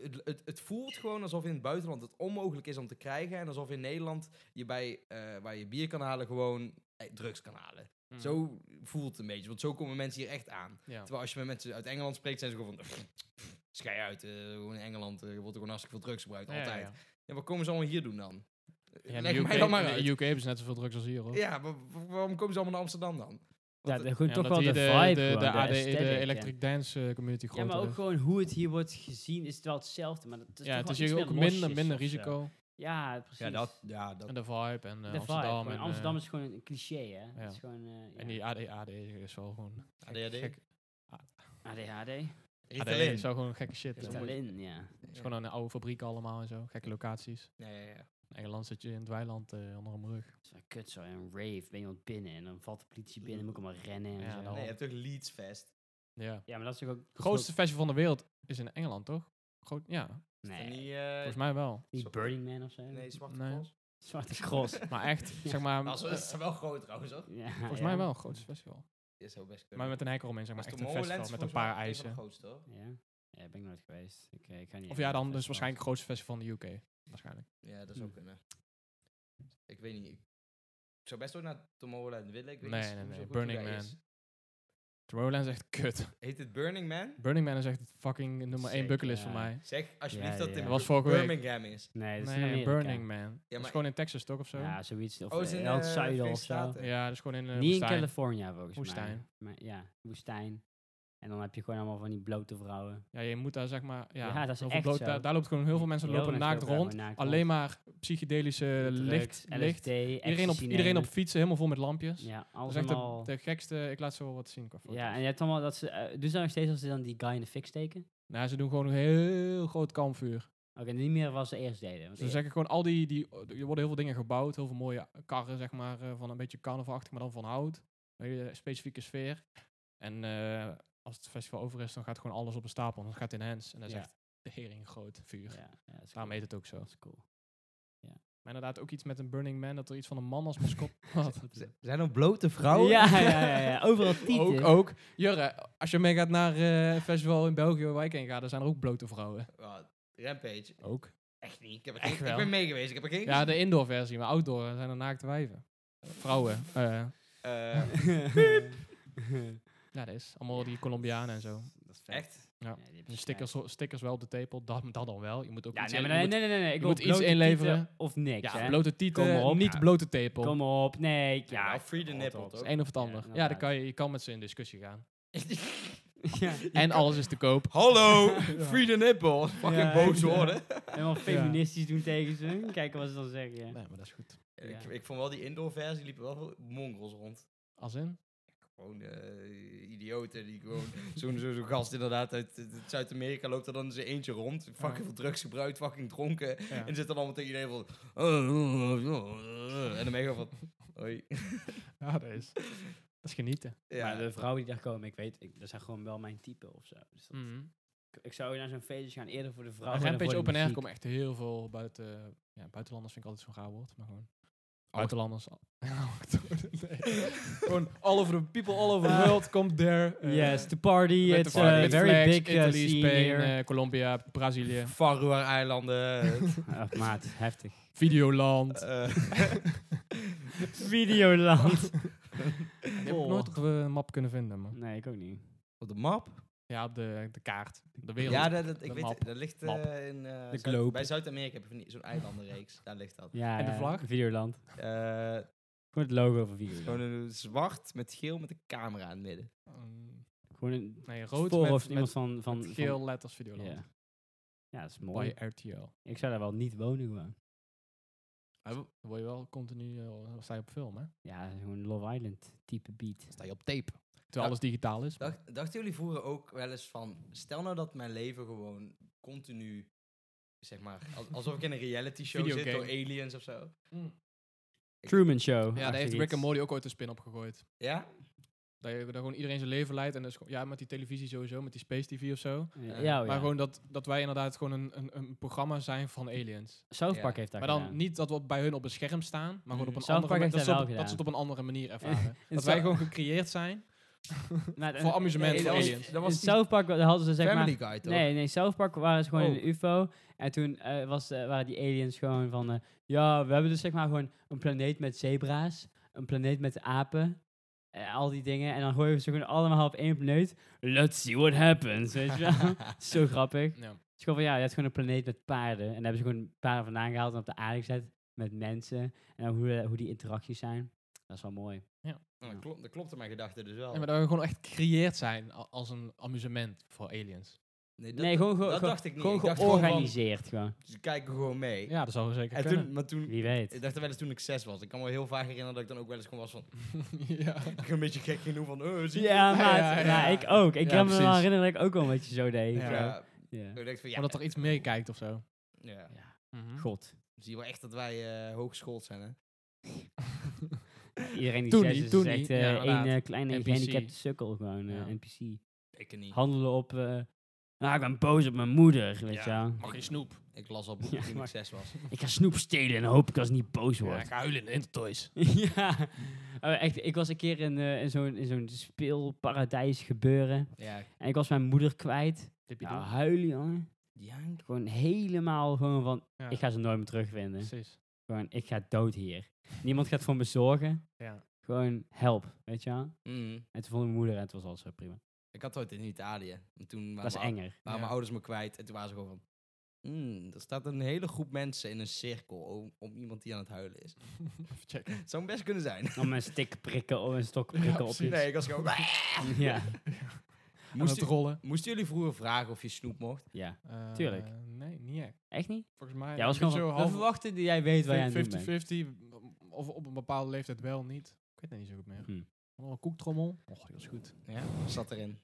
[SPEAKER 1] Het, het, het voelt gewoon alsof in het buitenland het onmogelijk is om te krijgen... en alsof in Nederland je bij... eh, waar je bier kan halen gewoon eh, drugs kan halen.
[SPEAKER 2] Mm.
[SPEAKER 1] Zo voelt het een beetje, want zo komen mensen hier echt aan.
[SPEAKER 2] Hmm. Ja.
[SPEAKER 1] Terwijl als je met mensen uit Engeland spreekt, zijn ze gewoon van... Schij uit, eh, gewoon in Engeland eh, wordt er gewoon hartstikke veel drugs gebruikt,
[SPEAKER 2] Ja, ja,
[SPEAKER 1] altijd.
[SPEAKER 2] ja.
[SPEAKER 1] Ja, wat komen ze allemaal hier doen dan?
[SPEAKER 2] Ja, in
[SPEAKER 1] Leg
[SPEAKER 2] de
[SPEAKER 1] mij
[SPEAKER 2] UK
[SPEAKER 1] dan maar
[SPEAKER 2] in de
[SPEAKER 1] uit.
[SPEAKER 2] UK hebben ze net zoveel drugs als hier hoor.
[SPEAKER 1] Ja, wa- wa- waarom komen ze allemaal naar Amsterdam dan?
[SPEAKER 3] Ja,
[SPEAKER 1] Want,
[SPEAKER 3] de- gewoon
[SPEAKER 2] Ja,
[SPEAKER 3] toch wel
[SPEAKER 2] omdat
[SPEAKER 3] de,
[SPEAKER 2] hier
[SPEAKER 3] vibe,
[SPEAKER 2] de, E,
[SPEAKER 3] gewoon,
[SPEAKER 2] de, ADE, de
[SPEAKER 3] aesthetic, ja.
[SPEAKER 2] Electric Dance eh, Community
[SPEAKER 3] Ja, maar
[SPEAKER 2] groter
[SPEAKER 3] ook
[SPEAKER 2] is.
[SPEAKER 3] gewoon hoe het hier wordt gezien is het wel hetzelfde, maar dat is
[SPEAKER 2] ja, het
[SPEAKER 3] toch wel
[SPEAKER 2] is
[SPEAKER 3] iets
[SPEAKER 2] hier ook
[SPEAKER 3] meer losjes
[SPEAKER 2] minder, minder
[SPEAKER 3] of zo.
[SPEAKER 2] risico.
[SPEAKER 3] Ja, precies.
[SPEAKER 1] ja, dat, ja, dat,
[SPEAKER 2] En de vibe en eh,
[SPEAKER 3] de vibe.
[SPEAKER 2] Amsterdam.
[SPEAKER 3] gewoon
[SPEAKER 2] en,
[SPEAKER 3] Amsterdam
[SPEAKER 2] eh,
[SPEAKER 3] is gewoon een cliché, hè. Het is gewoon, eh, ja.
[SPEAKER 2] En die E, ADE, ADE is wel gewoon... gek-
[SPEAKER 1] ADHD?
[SPEAKER 2] gek-
[SPEAKER 3] ADHD.
[SPEAKER 2] ADE
[SPEAKER 1] Ritalin.
[SPEAKER 2] E is wel gewoon gekke shit. hè.
[SPEAKER 1] Ritalin.
[SPEAKER 3] Ritalin, ja.
[SPEAKER 2] Het is gewoon een oude fabriek allemaal en zo. Gekke locaties.
[SPEAKER 1] Ja, ja, ja.
[SPEAKER 2] In Engeland zit je in het weiland eh, onder een brug.
[SPEAKER 3] Dat is wel kut zo. Een rave, ben je wat binnen en dan valt de politie binnen, moet ik allemaal rennen en
[SPEAKER 2] Ja,
[SPEAKER 3] zo.
[SPEAKER 2] dan-
[SPEAKER 1] Nee, je hebt toch Leeds Fest?
[SPEAKER 2] Ja.
[SPEAKER 3] Ja, maar dat is toch ook... dat is
[SPEAKER 2] grootste festival van de wereld is in Engeland, toch? Groot, ja,
[SPEAKER 3] ook-
[SPEAKER 1] Nee.
[SPEAKER 3] Nee,
[SPEAKER 1] Niet, eh
[SPEAKER 2] volgens mij wel.
[SPEAKER 3] die
[SPEAKER 1] Zo-
[SPEAKER 3] Burning Man of zo.
[SPEAKER 1] nee, Zwarte
[SPEAKER 2] Nee.
[SPEAKER 1] Cross?
[SPEAKER 3] Zwarte Cross.
[SPEAKER 2] Maar echt, zeg maar...
[SPEAKER 1] Maar
[SPEAKER 2] eh,
[SPEAKER 1] ze is wel groot trouwens, hoor.
[SPEAKER 3] Ja,
[SPEAKER 2] volgens
[SPEAKER 3] ja.
[SPEAKER 2] mij wel, grootste festival.
[SPEAKER 1] Is zo best
[SPEAKER 2] Maar met een hek eromheen, zeg maar. Echt een festival met een paar eisen.
[SPEAKER 1] hoor.
[SPEAKER 3] Ja, ja ben ik nooit geweest. Ik, eh, ik ga niet
[SPEAKER 2] Of
[SPEAKER 3] echt
[SPEAKER 2] ja,
[SPEAKER 3] naar
[SPEAKER 2] dan dus
[SPEAKER 3] festivals.
[SPEAKER 2] waarschijnlijk het grootste festival van de UK. Waarschijnlijk.
[SPEAKER 1] Ja, dat zou
[SPEAKER 3] Hm.
[SPEAKER 1] kunnen. Ik weet niet. Ik zou best ook naar Tomorrowland willen. Ik weet
[SPEAKER 2] Nee,
[SPEAKER 1] niet
[SPEAKER 2] nee,
[SPEAKER 1] zo
[SPEAKER 2] nee,
[SPEAKER 1] goed hoe
[SPEAKER 2] Burning
[SPEAKER 1] dat
[SPEAKER 2] Man.
[SPEAKER 1] is.
[SPEAKER 2] Tomorrowland is echt kut.
[SPEAKER 1] Heet het Burning Man?
[SPEAKER 2] Burning Man is echt fucking nummer 1
[SPEAKER 3] Zeker,
[SPEAKER 2] bucketlist voor
[SPEAKER 3] ja.
[SPEAKER 2] mij.
[SPEAKER 1] Zeg alsjeblieft dat
[SPEAKER 3] Ja, ja.
[SPEAKER 1] het in
[SPEAKER 2] Dat was
[SPEAKER 1] Bu-
[SPEAKER 2] vorige week.
[SPEAKER 1] Birmingham is.
[SPEAKER 3] Nee, dat is in
[SPEAKER 2] Nee,
[SPEAKER 3] Amerika.
[SPEAKER 2] Burning Man. dat is
[SPEAKER 1] maar-
[SPEAKER 2] gewoon in Texas toch of zo? Ja,
[SPEAKER 3] Ja, zoiets. Of
[SPEAKER 1] Oh, is
[SPEAKER 3] eh,
[SPEAKER 1] in,
[SPEAKER 3] El
[SPEAKER 1] eh,
[SPEAKER 3] Zuiden of
[SPEAKER 1] Verenigde
[SPEAKER 3] zo.
[SPEAKER 1] Staten.
[SPEAKER 2] dat is gewoon in een
[SPEAKER 3] Niet in
[SPEAKER 2] Eh, woestijn.
[SPEAKER 3] California volgens mij.
[SPEAKER 2] Woestijn.
[SPEAKER 3] Maar, ja, woestijn. En dan heb je gewoon allemaal van die blote vrouwen.
[SPEAKER 2] Ja, je moet daar zeg maar... Ja,
[SPEAKER 3] Ja, dat is
[SPEAKER 2] heel veel
[SPEAKER 3] echt
[SPEAKER 2] bloot-
[SPEAKER 3] zo.
[SPEAKER 2] daar, daar loopt gewoon heel veel mensen
[SPEAKER 3] Heel
[SPEAKER 2] lopen
[SPEAKER 3] mensen
[SPEAKER 2] naakt
[SPEAKER 3] lopen daar
[SPEAKER 2] rond.
[SPEAKER 3] gewoon naakt
[SPEAKER 2] Alleen maar psychedelische licht.
[SPEAKER 3] Drugs,
[SPEAKER 2] licht.
[SPEAKER 3] LSD,
[SPEAKER 2] Iedereen, op,
[SPEAKER 3] ecstasy
[SPEAKER 2] iedereen op
[SPEAKER 3] nemen.
[SPEAKER 2] fietsen, helemaal vol met lampjes.
[SPEAKER 3] Ja,
[SPEAKER 2] dat
[SPEAKER 3] alles
[SPEAKER 2] is echt de,
[SPEAKER 3] allemaal...
[SPEAKER 2] de gekste... Ik laat zo wel wat zien qua foto's.
[SPEAKER 3] ja, en je hebt allemaal dat ze... eh, doen ze dat nog steeds als ze dan die guy in de fik steken?
[SPEAKER 2] Nou, ze doen gewoon een heel groot kampvuur.
[SPEAKER 3] Oké, niet meer wat ze eerst deden. Want
[SPEAKER 2] Ze
[SPEAKER 3] eer-
[SPEAKER 2] zeggen gewoon al die, die, er worden heel veel dingen gebouwd, heel veel mooie karren, zeg maar, eh, van een beetje carnavalachtig, maar dan van hout. Een hele specifieke sfeer. En eh, als het festival over is, dan gaat gewoon alles op een stapel. Dan gaat het in hands. En dat is
[SPEAKER 3] Ja.
[SPEAKER 2] echt de hering groot vuur.
[SPEAKER 3] Ja, ja, dat
[SPEAKER 2] Daarom
[SPEAKER 3] is cool.
[SPEAKER 2] heet het ook zo.
[SPEAKER 3] Dat is cool.
[SPEAKER 2] Maar inderdaad ook iets met een Burning Man, dat er iets van een man als mascot had.
[SPEAKER 1] Zijn er blote vrouwen?
[SPEAKER 3] Ja, ja, ja, ja. Overal tieten.
[SPEAKER 2] ook, ook. Jurre, als je mee gaat naar eh, een festival in België waar ik heen ga, dan zijn er ook blote vrouwen.
[SPEAKER 1] Ja, Rampage.
[SPEAKER 2] Ook.
[SPEAKER 1] Echt niet. Ik, heb er
[SPEAKER 2] Echt
[SPEAKER 1] geen, ik
[SPEAKER 2] wel.
[SPEAKER 1] ben meegeweest. Ik heb er geen
[SPEAKER 2] Ja, de indoor versie, maar outdoor zijn er naakte wijven. Vrouwen. eh,
[SPEAKER 1] Eh,
[SPEAKER 2] ja, dat is. Allemaal die Colombianen en zo.
[SPEAKER 1] echt?
[SPEAKER 2] Ja.
[SPEAKER 3] dit heb je
[SPEAKER 2] En Stickers, stickers wel op de tepel, dat, dat dan wel. Je moet ook
[SPEAKER 3] Ja,
[SPEAKER 2] iets
[SPEAKER 3] nee, maar
[SPEAKER 2] in- je
[SPEAKER 3] nee,
[SPEAKER 2] moet-
[SPEAKER 3] nee, nee, nee. Ik
[SPEAKER 2] je
[SPEAKER 3] wil
[SPEAKER 2] moet iets
[SPEAKER 3] blote tieten
[SPEAKER 2] inleveren.
[SPEAKER 3] Of niks,
[SPEAKER 2] ja,
[SPEAKER 3] hè.
[SPEAKER 2] blote
[SPEAKER 3] Kom
[SPEAKER 2] tieten,
[SPEAKER 3] op.
[SPEAKER 2] niet
[SPEAKER 3] Ja.
[SPEAKER 2] blote tepel.
[SPEAKER 3] Kom op, nee.
[SPEAKER 1] Ja,
[SPEAKER 3] Ja,
[SPEAKER 1] wel free the
[SPEAKER 3] kom
[SPEAKER 1] nipple,
[SPEAKER 3] op.
[SPEAKER 1] toch?
[SPEAKER 2] Het is een of het
[SPEAKER 3] Ja,
[SPEAKER 2] ander. Ja, dan
[SPEAKER 3] inderdaad.
[SPEAKER 2] kan je, je kan met ze in discussie gaan.
[SPEAKER 3] Ja,
[SPEAKER 2] En alles is te koop.
[SPEAKER 1] Hallo, free the nipple. Fucking
[SPEAKER 3] Ja,
[SPEAKER 1] boos
[SPEAKER 3] ja.
[SPEAKER 1] worden.
[SPEAKER 3] helemaal feministisch doen tegen ze. Kijken wat ze dan zeggen. ja.
[SPEAKER 2] Nee, maar dat is goed.
[SPEAKER 1] Ik, ik vond wel die indoor versie, liepen wel veel mongols rond.
[SPEAKER 2] Als in?
[SPEAKER 1] Gewoon eh, idioten die gewoon... Zo'n zo, zo'n gast inderdaad uit, uit Zuid-Amerika loopt er dan in zijn eentje rond. Fucking
[SPEAKER 2] Ja.
[SPEAKER 1] veel drugs gebruikt, fucking dronken.
[SPEAKER 2] Ja.
[SPEAKER 1] En zit dan allemaal tegen iedereen van... "Oh, en dan ben je gewoon van... Hoi.
[SPEAKER 2] Ja, dat is, dat is genieten.
[SPEAKER 1] Ja,
[SPEAKER 3] Maar de vrouwen die daar komen, ik weet, ik, dat zijn gewoon wel mijn type of zo. Dus dat-
[SPEAKER 2] Mhm.
[SPEAKER 3] ik, ik zou naar zo'n feestje gaan eerder voor de
[SPEAKER 2] Maar
[SPEAKER 3] vrouwen.
[SPEAKER 2] Rampage Open Air
[SPEAKER 3] komen.
[SPEAKER 2] komen echt heel veel buiten... Ja, buitenlanders vind ik altijd zo'n raar woord, maar gewoon... Buitenlanders. al- Nee. Gewoon all over the people, all over the
[SPEAKER 3] Ah.
[SPEAKER 2] world, come there. eh,
[SPEAKER 3] Yes, to party.
[SPEAKER 2] met
[SPEAKER 3] It's
[SPEAKER 2] de flag,
[SPEAKER 3] a
[SPEAKER 2] met
[SPEAKER 3] very
[SPEAKER 2] flags,
[SPEAKER 3] big uh,
[SPEAKER 2] Italy,
[SPEAKER 3] scene
[SPEAKER 2] Spain,
[SPEAKER 3] here.
[SPEAKER 2] eh, Colombia, Brazilië,
[SPEAKER 1] Faroe-eilanden.
[SPEAKER 3] eh. Ach, maat, heftig.
[SPEAKER 2] Videoland.
[SPEAKER 1] eh,
[SPEAKER 3] Videoland.
[SPEAKER 2] Ik heb ik nooit op de map kunnen vinden, man.
[SPEAKER 3] Nee, ik ook niet.
[SPEAKER 1] Oh, Op de map?
[SPEAKER 2] Ja, op de, de kaart. De wereld.
[SPEAKER 1] Ja, dat, dat- ik
[SPEAKER 2] De
[SPEAKER 1] weet
[SPEAKER 2] map.
[SPEAKER 1] het. Dat ligt eh,
[SPEAKER 2] Map.
[SPEAKER 1] in... eh,
[SPEAKER 3] De
[SPEAKER 1] Zuid-
[SPEAKER 3] globe.
[SPEAKER 1] Bij Zuid-Amerika heb je van die- zo'n eilandenreeks. Daar ligt dat.
[SPEAKER 3] Ja,
[SPEAKER 2] En de
[SPEAKER 3] ja,
[SPEAKER 2] vlag?
[SPEAKER 3] Videoland.
[SPEAKER 1] Eh,
[SPEAKER 3] Gewoon het logo van
[SPEAKER 1] het is gewoon
[SPEAKER 3] Videoland.
[SPEAKER 1] een zwart met geel met een camera in het midden.
[SPEAKER 2] Mm,
[SPEAKER 3] Gewoon een
[SPEAKER 2] Nee, rood
[SPEAKER 3] spoor
[SPEAKER 2] met,
[SPEAKER 3] of
[SPEAKER 2] met-
[SPEAKER 3] iemand van... van
[SPEAKER 2] met
[SPEAKER 3] van-
[SPEAKER 2] geel letters Videoland.
[SPEAKER 3] Ja. ja, dat is mooi.
[SPEAKER 2] Bij RTL.
[SPEAKER 3] Ik zou daar wel niet wonen gewoon.
[SPEAKER 2] Dan word je wel continu eh, sta je op film, hè?
[SPEAKER 3] Ja, gewoon Love Island type beat.
[SPEAKER 1] Sta je op tape.
[SPEAKER 2] Terwijl alles digitaal is. maar-
[SPEAKER 1] Dacht, dachten jullie vroeger ook wel eens van... Stel nou dat mijn leven gewoon continu... Zeg maar, al- alsof ik in een reality show zit
[SPEAKER 2] Videogame.
[SPEAKER 1] door aliens of zo.
[SPEAKER 3] Truman Show.
[SPEAKER 2] ja, daar heeft Rick en Morty ook ooit een spin op gegooid.
[SPEAKER 1] Ja?
[SPEAKER 2] Dat, je, dat gewoon iedereen zijn leven leidt. En dus, ja, met die televisie sowieso, met die Space TV of zo.
[SPEAKER 3] Ja,
[SPEAKER 1] Eh,
[SPEAKER 3] oh ja.
[SPEAKER 2] Maar gewoon dat, dat wij inderdaad gewoon een, een, een programma zijn van aliens.
[SPEAKER 3] South Park
[SPEAKER 1] Ja.
[SPEAKER 3] heeft dat
[SPEAKER 2] maar Mm, dan
[SPEAKER 3] gedaan.
[SPEAKER 2] niet dat we bij hun op een scherm staan, maar gewoon op een
[SPEAKER 3] South
[SPEAKER 2] andere
[SPEAKER 3] Park
[SPEAKER 2] manier.
[SPEAKER 3] heeft
[SPEAKER 2] Dat, ze
[SPEAKER 3] dat
[SPEAKER 2] op-
[SPEAKER 3] wel
[SPEAKER 2] dat ze het op een andere manier ervaren.
[SPEAKER 3] In
[SPEAKER 2] dat wij
[SPEAKER 3] South-
[SPEAKER 2] gewoon gecreëerd zijn
[SPEAKER 3] Nou,
[SPEAKER 2] voor
[SPEAKER 3] eh,
[SPEAKER 2] amusement
[SPEAKER 1] nee,
[SPEAKER 2] voor
[SPEAKER 1] dat was-
[SPEAKER 2] aliens.
[SPEAKER 1] dat
[SPEAKER 3] in
[SPEAKER 1] was die
[SPEAKER 3] South Park wa- hadden ze zeg maar...
[SPEAKER 1] Family Guy, toch?
[SPEAKER 3] Nee, nee, South Park waren ze gewoon in
[SPEAKER 1] Oh.
[SPEAKER 3] een UFO. En toen eh, was, eh, waren die aliens gewoon van... eh, ja, we hebben dus zeg maar gewoon een planeet met zebra's. Een planeet met apen. eh, al die dingen. En dan gooien we ze gewoon allemaal op één planeet. Let's see what happens, weet je wel. Zo grappig.
[SPEAKER 2] Ja.
[SPEAKER 3] Het is gewoon van, ja, je hebt gewoon een planeet met paarden. En daar hebben ze gewoon paarden vandaan gehaald en op de aarde gezet met mensen. En dan hoe, eh, hoe die interacties zijn. Dat is wel mooi.
[SPEAKER 1] Oh, dat, klopt, dat klopte mijn gedachte dus wel.
[SPEAKER 2] Ja, maar dat we gewoon echt gecreëerd zijn a- als een amusement voor aliens.
[SPEAKER 1] nee,
[SPEAKER 3] nee, gewoon, ge-
[SPEAKER 1] dat
[SPEAKER 3] ge-
[SPEAKER 1] dacht ik niet.
[SPEAKER 3] gewoon
[SPEAKER 1] Ik dacht gewoon van-
[SPEAKER 3] georganiseerd gewoon.
[SPEAKER 1] Ze kijken gewoon mee.
[SPEAKER 2] Ja, dat zou zeker
[SPEAKER 1] en
[SPEAKER 2] kunnen.
[SPEAKER 1] toen, maar toen...
[SPEAKER 3] Wie weet.
[SPEAKER 1] Ik dacht er wel eens toen ik zes was. Ik kan me heel vaak herinneren dat ik dan ook wel eens gewoon was van...
[SPEAKER 2] ja.
[SPEAKER 1] Ik een beetje gek genoeg van... eh zie je?
[SPEAKER 3] Ja,
[SPEAKER 2] Ja,
[SPEAKER 3] maat.
[SPEAKER 2] ja,
[SPEAKER 3] Ja,
[SPEAKER 2] ja.
[SPEAKER 3] ik ook. Ik
[SPEAKER 2] Ja,
[SPEAKER 3] kan me wel
[SPEAKER 2] precies.
[SPEAKER 3] herinneren dat ik ook al een beetje zo deed.
[SPEAKER 2] Ja.
[SPEAKER 3] Ja.
[SPEAKER 1] Ja.
[SPEAKER 3] Ja.
[SPEAKER 1] Ik dacht van, ja,
[SPEAKER 2] Maar dat er iets meer kijkt of zo.
[SPEAKER 1] ja.
[SPEAKER 2] Mhm. Hm?
[SPEAKER 3] God.
[SPEAKER 1] Zie je wel echt dat wij eh hooggeschoold zijn, hè?
[SPEAKER 3] Iedereen die
[SPEAKER 2] Toen
[SPEAKER 3] zes
[SPEAKER 2] niet,
[SPEAKER 3] is,
[SPEAKER 2] toen
[SPEAKER 3] is echt
[SPEAKER 2] niet.
[SPEAKER 3] eh,
[SPEAKER 2] Ja,
[SPEAKER 3] één
[SPEAKER 2] inderdaad.
[SPEAKER 3] eh, kleine
[SPEAKER 2] NPC.
[SPEAKER 3] gehandicapte sukkel gewoon, eh,
[SPEAKER 2] Ja.
[SPEAKER 3] NPC.
[SPEAKER 1] Ik niet.
[SPEAKER 3] Handelen op, eh nou, ik ben boos op mijn moeder, weet je wel.
[SPEAKER 2] Mag je snoep?
[SPEAKER 1] Ik las al boeken
[SPEAKER 3] Ja,
[SPEAKER 1] toen ik
[SPEAKER 3] maar-
[SPEAKER 1] zes was.
[SPEAKER 3] Ik ga snoep stelen en dan hoop ik als ze niet boos
[SPEAKER 2] Ja,
[SPEAKER 3] wordt.
[SPEAKER 2] ik huilen in de Intertoys.
[SPEAKER 3] ja, Oh, echt. Ik was een keer in, eh, in zo'n in zo'n speelparadijs gebeuren.
[SPEAKER 1] Ja.
[SPEAKER 3] En ik was mijn moeder kwijt.
[SPEAKER 2] Dit
[SPEAKER 3] Nou, huilen, jongen. Gewoon helemaal gewoon van, ik ga ze nooit meer terugvinden.
[SPEAKER 2] Precies.
[SPEAKER 3] Gewoon, ik ga dood hier. Niemand gaat voor me zorgen.
[SPEAKER 2] Ja.
[SPEAKER 3] Gewoon, help, weet je wel.
[SPEAKER 1] Mhm.
[SPEAKER 3] En toen vond mijn moeder en het was al zo prima.
[SPEAKER 1] Ik had ooit in Italië. En toen
[SPEAKER 3] Dat
[SPEAKER 1] waren,
[SPEAKER 3] is
[SPEAKER 1] mijn, ou-
[SPEAKER 3] enger.
[SPEAKER 1] waren mijn
[SPEAKER 2] Ja.
[SPEAKER 1] ouders me kwijt. En toen waren ze gewoon van... "Hmm, er staat een hele groep mensen in een cirkel om, om iemand die aan het huilen is.
[SPEAKER 2] Even checken.
[SPEAKER 1] Het zou best kunnen zijn.
[SPEAKER 3] Om een stik prikken, om een stok prikken op
[SPEAKER 2] precies.
[SPEAKER 3] je.
[SPEAKER 1] Nee, ik was gewoon...
[SPEAKER 3] Ja.
[SPEAKER 2] Moest
[SPEAKER 1] Moest
[SPEAKER 2] het rollen?
[SPEAKER 1] moesten jullie vroeger vragen of je snoep mocht?
[SPEAKER 3] ja.
[SPEAKER 2] Eh,
[SPEAKER 3] Tuurlijk.
[SPEAKER 2] Nee, niet echt.
[SPEAKER 3] Echt niet?
[SPEAKER 2] Volgens mij...
[SPEAKER 3] Ja, was
[SPEAKER 2] een
[SPEAKER 3] gewoon
[SPEAKER 2] beetje
[SPEAKER 3] van, we
[SPEAKER 2] half-
[SPEAKER 3] verwachten dat jij weet waar jij aan het doen bent.
[SPEAKER 2] 50-50. Of op een bepaalde leeftijd wel, niet. Ik weet het niet zo goed meer.
[SPEAKER 3] Hm.
[SPEAKER 2] Oh, een koektrommel. Och, dat is goed.
[SPEAKER 1] Ja. Zat erin.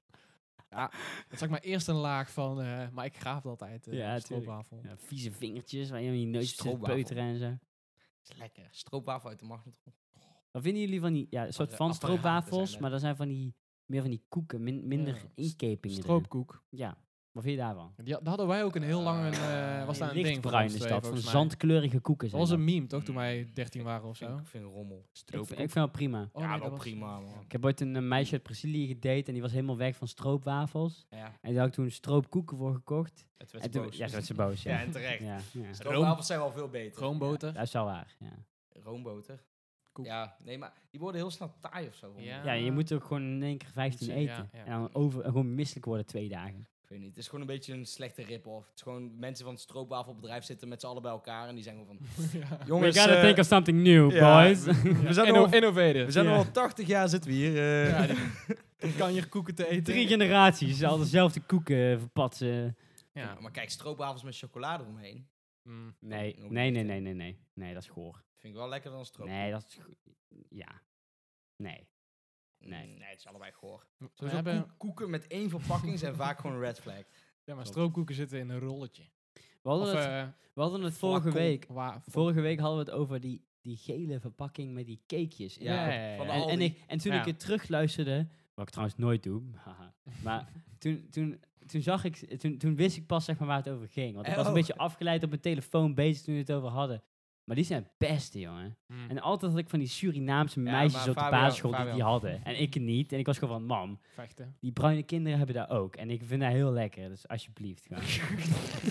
[SPEAKER 2] Dat zag maar eerst een laag van... eh, maar ik graaf het altijd. eh,
[SPEAKER 3] Ja,
[SPEAKER 2] op
[SPEAKER 3] tuurlijk.
[SPEAKER 2] stroopwafel.
[SPEAKER 3] Ja, vieze vingertjes waar je in je neus zit
[SPEAKER 1] Stroopwafel.
[SPEAKER 3] peuteren en zo.
[SPEAKER 1] Is lekker. Stroopwafel uit de magnetron.
[SPEAKER 3] Wat vinden jullie van die, ja, een soort
[SPEAKER 1] de
[SPEAKER 3] van
[SPEAKER 1] apparaten zijn
[SPEAKER 3] stroopwafels,
[SPEAKER 1] dat.
[SPEAKER 3] maar dan zijn van die, meer van die koeken, min- minder
[SPEAKER 2] Ja,
[SPEAKER 3] inkepingen erin.
[SPEAKER 2] Stroopkoek.
[SPEAKER 3] Ja, wat vind je daarvan?
[SPEAKER 2] Die, had- daar hadden wij ook een heel lange... eh, was
[SPEAKER 1] Ja,
[SPEAKER 2] daar een ding van
[SPEAKER 3] Lichtbruin
[SPEAKER 2] ons
[SPEAKER 3] is
[SPEAKER 2] twee,
[SPEAKER 3] dat, Ah, van Mm.
[SPEAKER 2] volgens mij.
[SPEAKER 3] zandkleurige
[SPEAKER 2] Dat
[SPEAKER 3] koeken. Zijn
[SPEAKER 2] was
[SPEAKER 3] dat.
[SPEAKER 2] een meme, toch? Toen wij 13 waren of zo.
[SPEAKER 1] Ik vind rommel.
[SPEAKER 3] ik, vind- ik vind dat prima.
[SPEAKER 2] Oh,
[SPEAKER 1] ja,
[SPEAKER 2] nee,
[SPEAKER 1] wel
[SPEAKER 2] dat was-
[SPEAKER 1] prima, man.
[SPEAKER 3] Ik heb ooit een eh, meisje uit Brazilië gedate en die was helemaal weg van stroopwafels.
[SPEAKER 1] Ja,
[SPEAKER 3] En daar had ik toen stroopkoeken voor gekocht.
[SPEAKER 1] het
[SPEAKER 3] En
[SPEAKER 1] werd
[SPEAKER 3] toen-
[SPEAKER 1] boos.
[SPEAKER 3] Ja, toen werd ze boos.
[SPEAKER 1] Ja,
[SPEAKER 3] Ja,
[SPEAKER 1] en terecht.
[SPEAKER 3] ja, ja.
[SPEAKER 1] Stroopwafels zijn wel veel beter.
[SPEAKER 2] Roomboter.
[SPEAKER 3] Dat is wel waar. Ja.
[SPEAKER 1] Roomboter.
[SPEAKER 2] Koek.
[SPEAKER 1] Ja, nee, maar die worden heel snel taai of zo. vond ik.
[SPEAKER 2] Ja.
[SPEAKER 3] ja, je Ehm, moet ook gewoon in één keer 15
[SPEAKER 2] Ja,
[SPEAKER 3] eten.
[SPEAKER 2] ja.
[SPEAKER 3] En dan over, en gewoon misselijk worden twee dagen.
[SPEAKER 1] Ik weet niet. Het is gewoon een beetje een slechte rip-off. Het is gewoon mensen van het stroopwafelbedrijf zitten met z'n allen bij elkaar. En die zijn gewoon van...
[SPEAKER 2] ja.
[SPEAKER 3] We
[SPEAKER 1] Jongens,
[SPEAKER 3] gotta
[SPEAKER 1] eh,
[SPEAKER 3] think of something new,
[SPEAKER 1] ja,
[SPEAKER 3] boys.
[SPEAKER 1] we- we zijn
[SPEAKER 2] Inno-
[SPEAKER 1] al-
[SPEAKER 2] innovative.
[SPEAKER 1] we zijn
[SPEAKER 3] ja.
[SPEAKER 1] al 80 jaar zitten we hier. eh.
[SPEAKER 2] Ja, die- kan je koeken te eten.
[SPEAKER 3] Drie generaties, al dezelfde koeken verpatsen.
[SPEAKER 2] Ja.
[SPEAKER 1] Maar kijk, stroopwafels met chocolade omheen.
[SPEAKER 2] Mm.
[SPEAKER 3] Nee,
[SPEAKER 1] Ook
[SPEAKER 3] nee,
[SPEAKER 1] niet,
[SPEAKER 3] nee,
[SPEAKER 1] hè?
[SPEAKER 3] nee, nee, nee. Nee, dat is goor.
[SPEAKER 1] Vind ik wel lekker dan stroop.
[SPEAKER 3] Nee, dat is... go- Ja. Nee. nee.
[SPEAKER 1] Mm, nee, het is allebei goor.
[SPEAKER 2] We
[SPEAKER 1] Sowieso
[SPEAKER 2] hebben,
[SPEAKER 1] koek- koeken met één verpakking zijn vaak gewoon een red flag.
[SPEAKER 2] ja, maar stroopkoeken zitten in een rolletje.
[SPEAKER 3] We hadden,
[SPEAKER 2] Of,
[SPEAKER 3] het,
[SPEAKER 2] eh,
[SPEAKER 3] we hadden het vorige
[SPEAKER 1] flacon.
[SPEAKER 3] week...
[SPEAKER 2] wa-
[SPEAKER 3] Vorige week hadden we het over die, die gele verpakking met die cakejes.
[SPEAKER 1] Ja,
[SPEAKER 3] Ja.
[SPEAKER 1] van de
[SPEAKER 3] En, en,
[SPEAKER 1] Aldi.
[SPEAKER 3] ik, en toen
[SPEAKER 2] Ja.
[SPEAKER 3] ik het terugluisterde, wat ik trouwens nooit doe, haha, maar toen, toen, toen zag ik, toen, toen wist ik pas zeg maar waar het over ging. Want ik was een
[SPEAKER 1] Oh.
[SPEAKER 3] beetje afgeleid op mijn telefoon bezig toen we het over hadden. Maar die zijn het beste, jongen.
[SPEAKER 2] Mm.
[SPEAKER 3] En altijd had ik van die Surinaamse
[SPEAKER 1] Ja,
[SPEAKER 3] meisjes
[SPEAKER 1] maar
[SPEAKER 3] op de
[SPEAKER 1] Fabian-
[SPEAKER 3] basisschool die
[SPEAKER 1] Fabian.
[SPEAKER 3] die hadden. En ik niet. En ik was gewoon van, mam,
[SPEAKER 2] vechten.
[SPEAKER 3] die bruine kinderen hebben daar ook. En ik vind dat heel lekker, dus alsjeblieft. gewoon.
[SPEAKER 2] ja.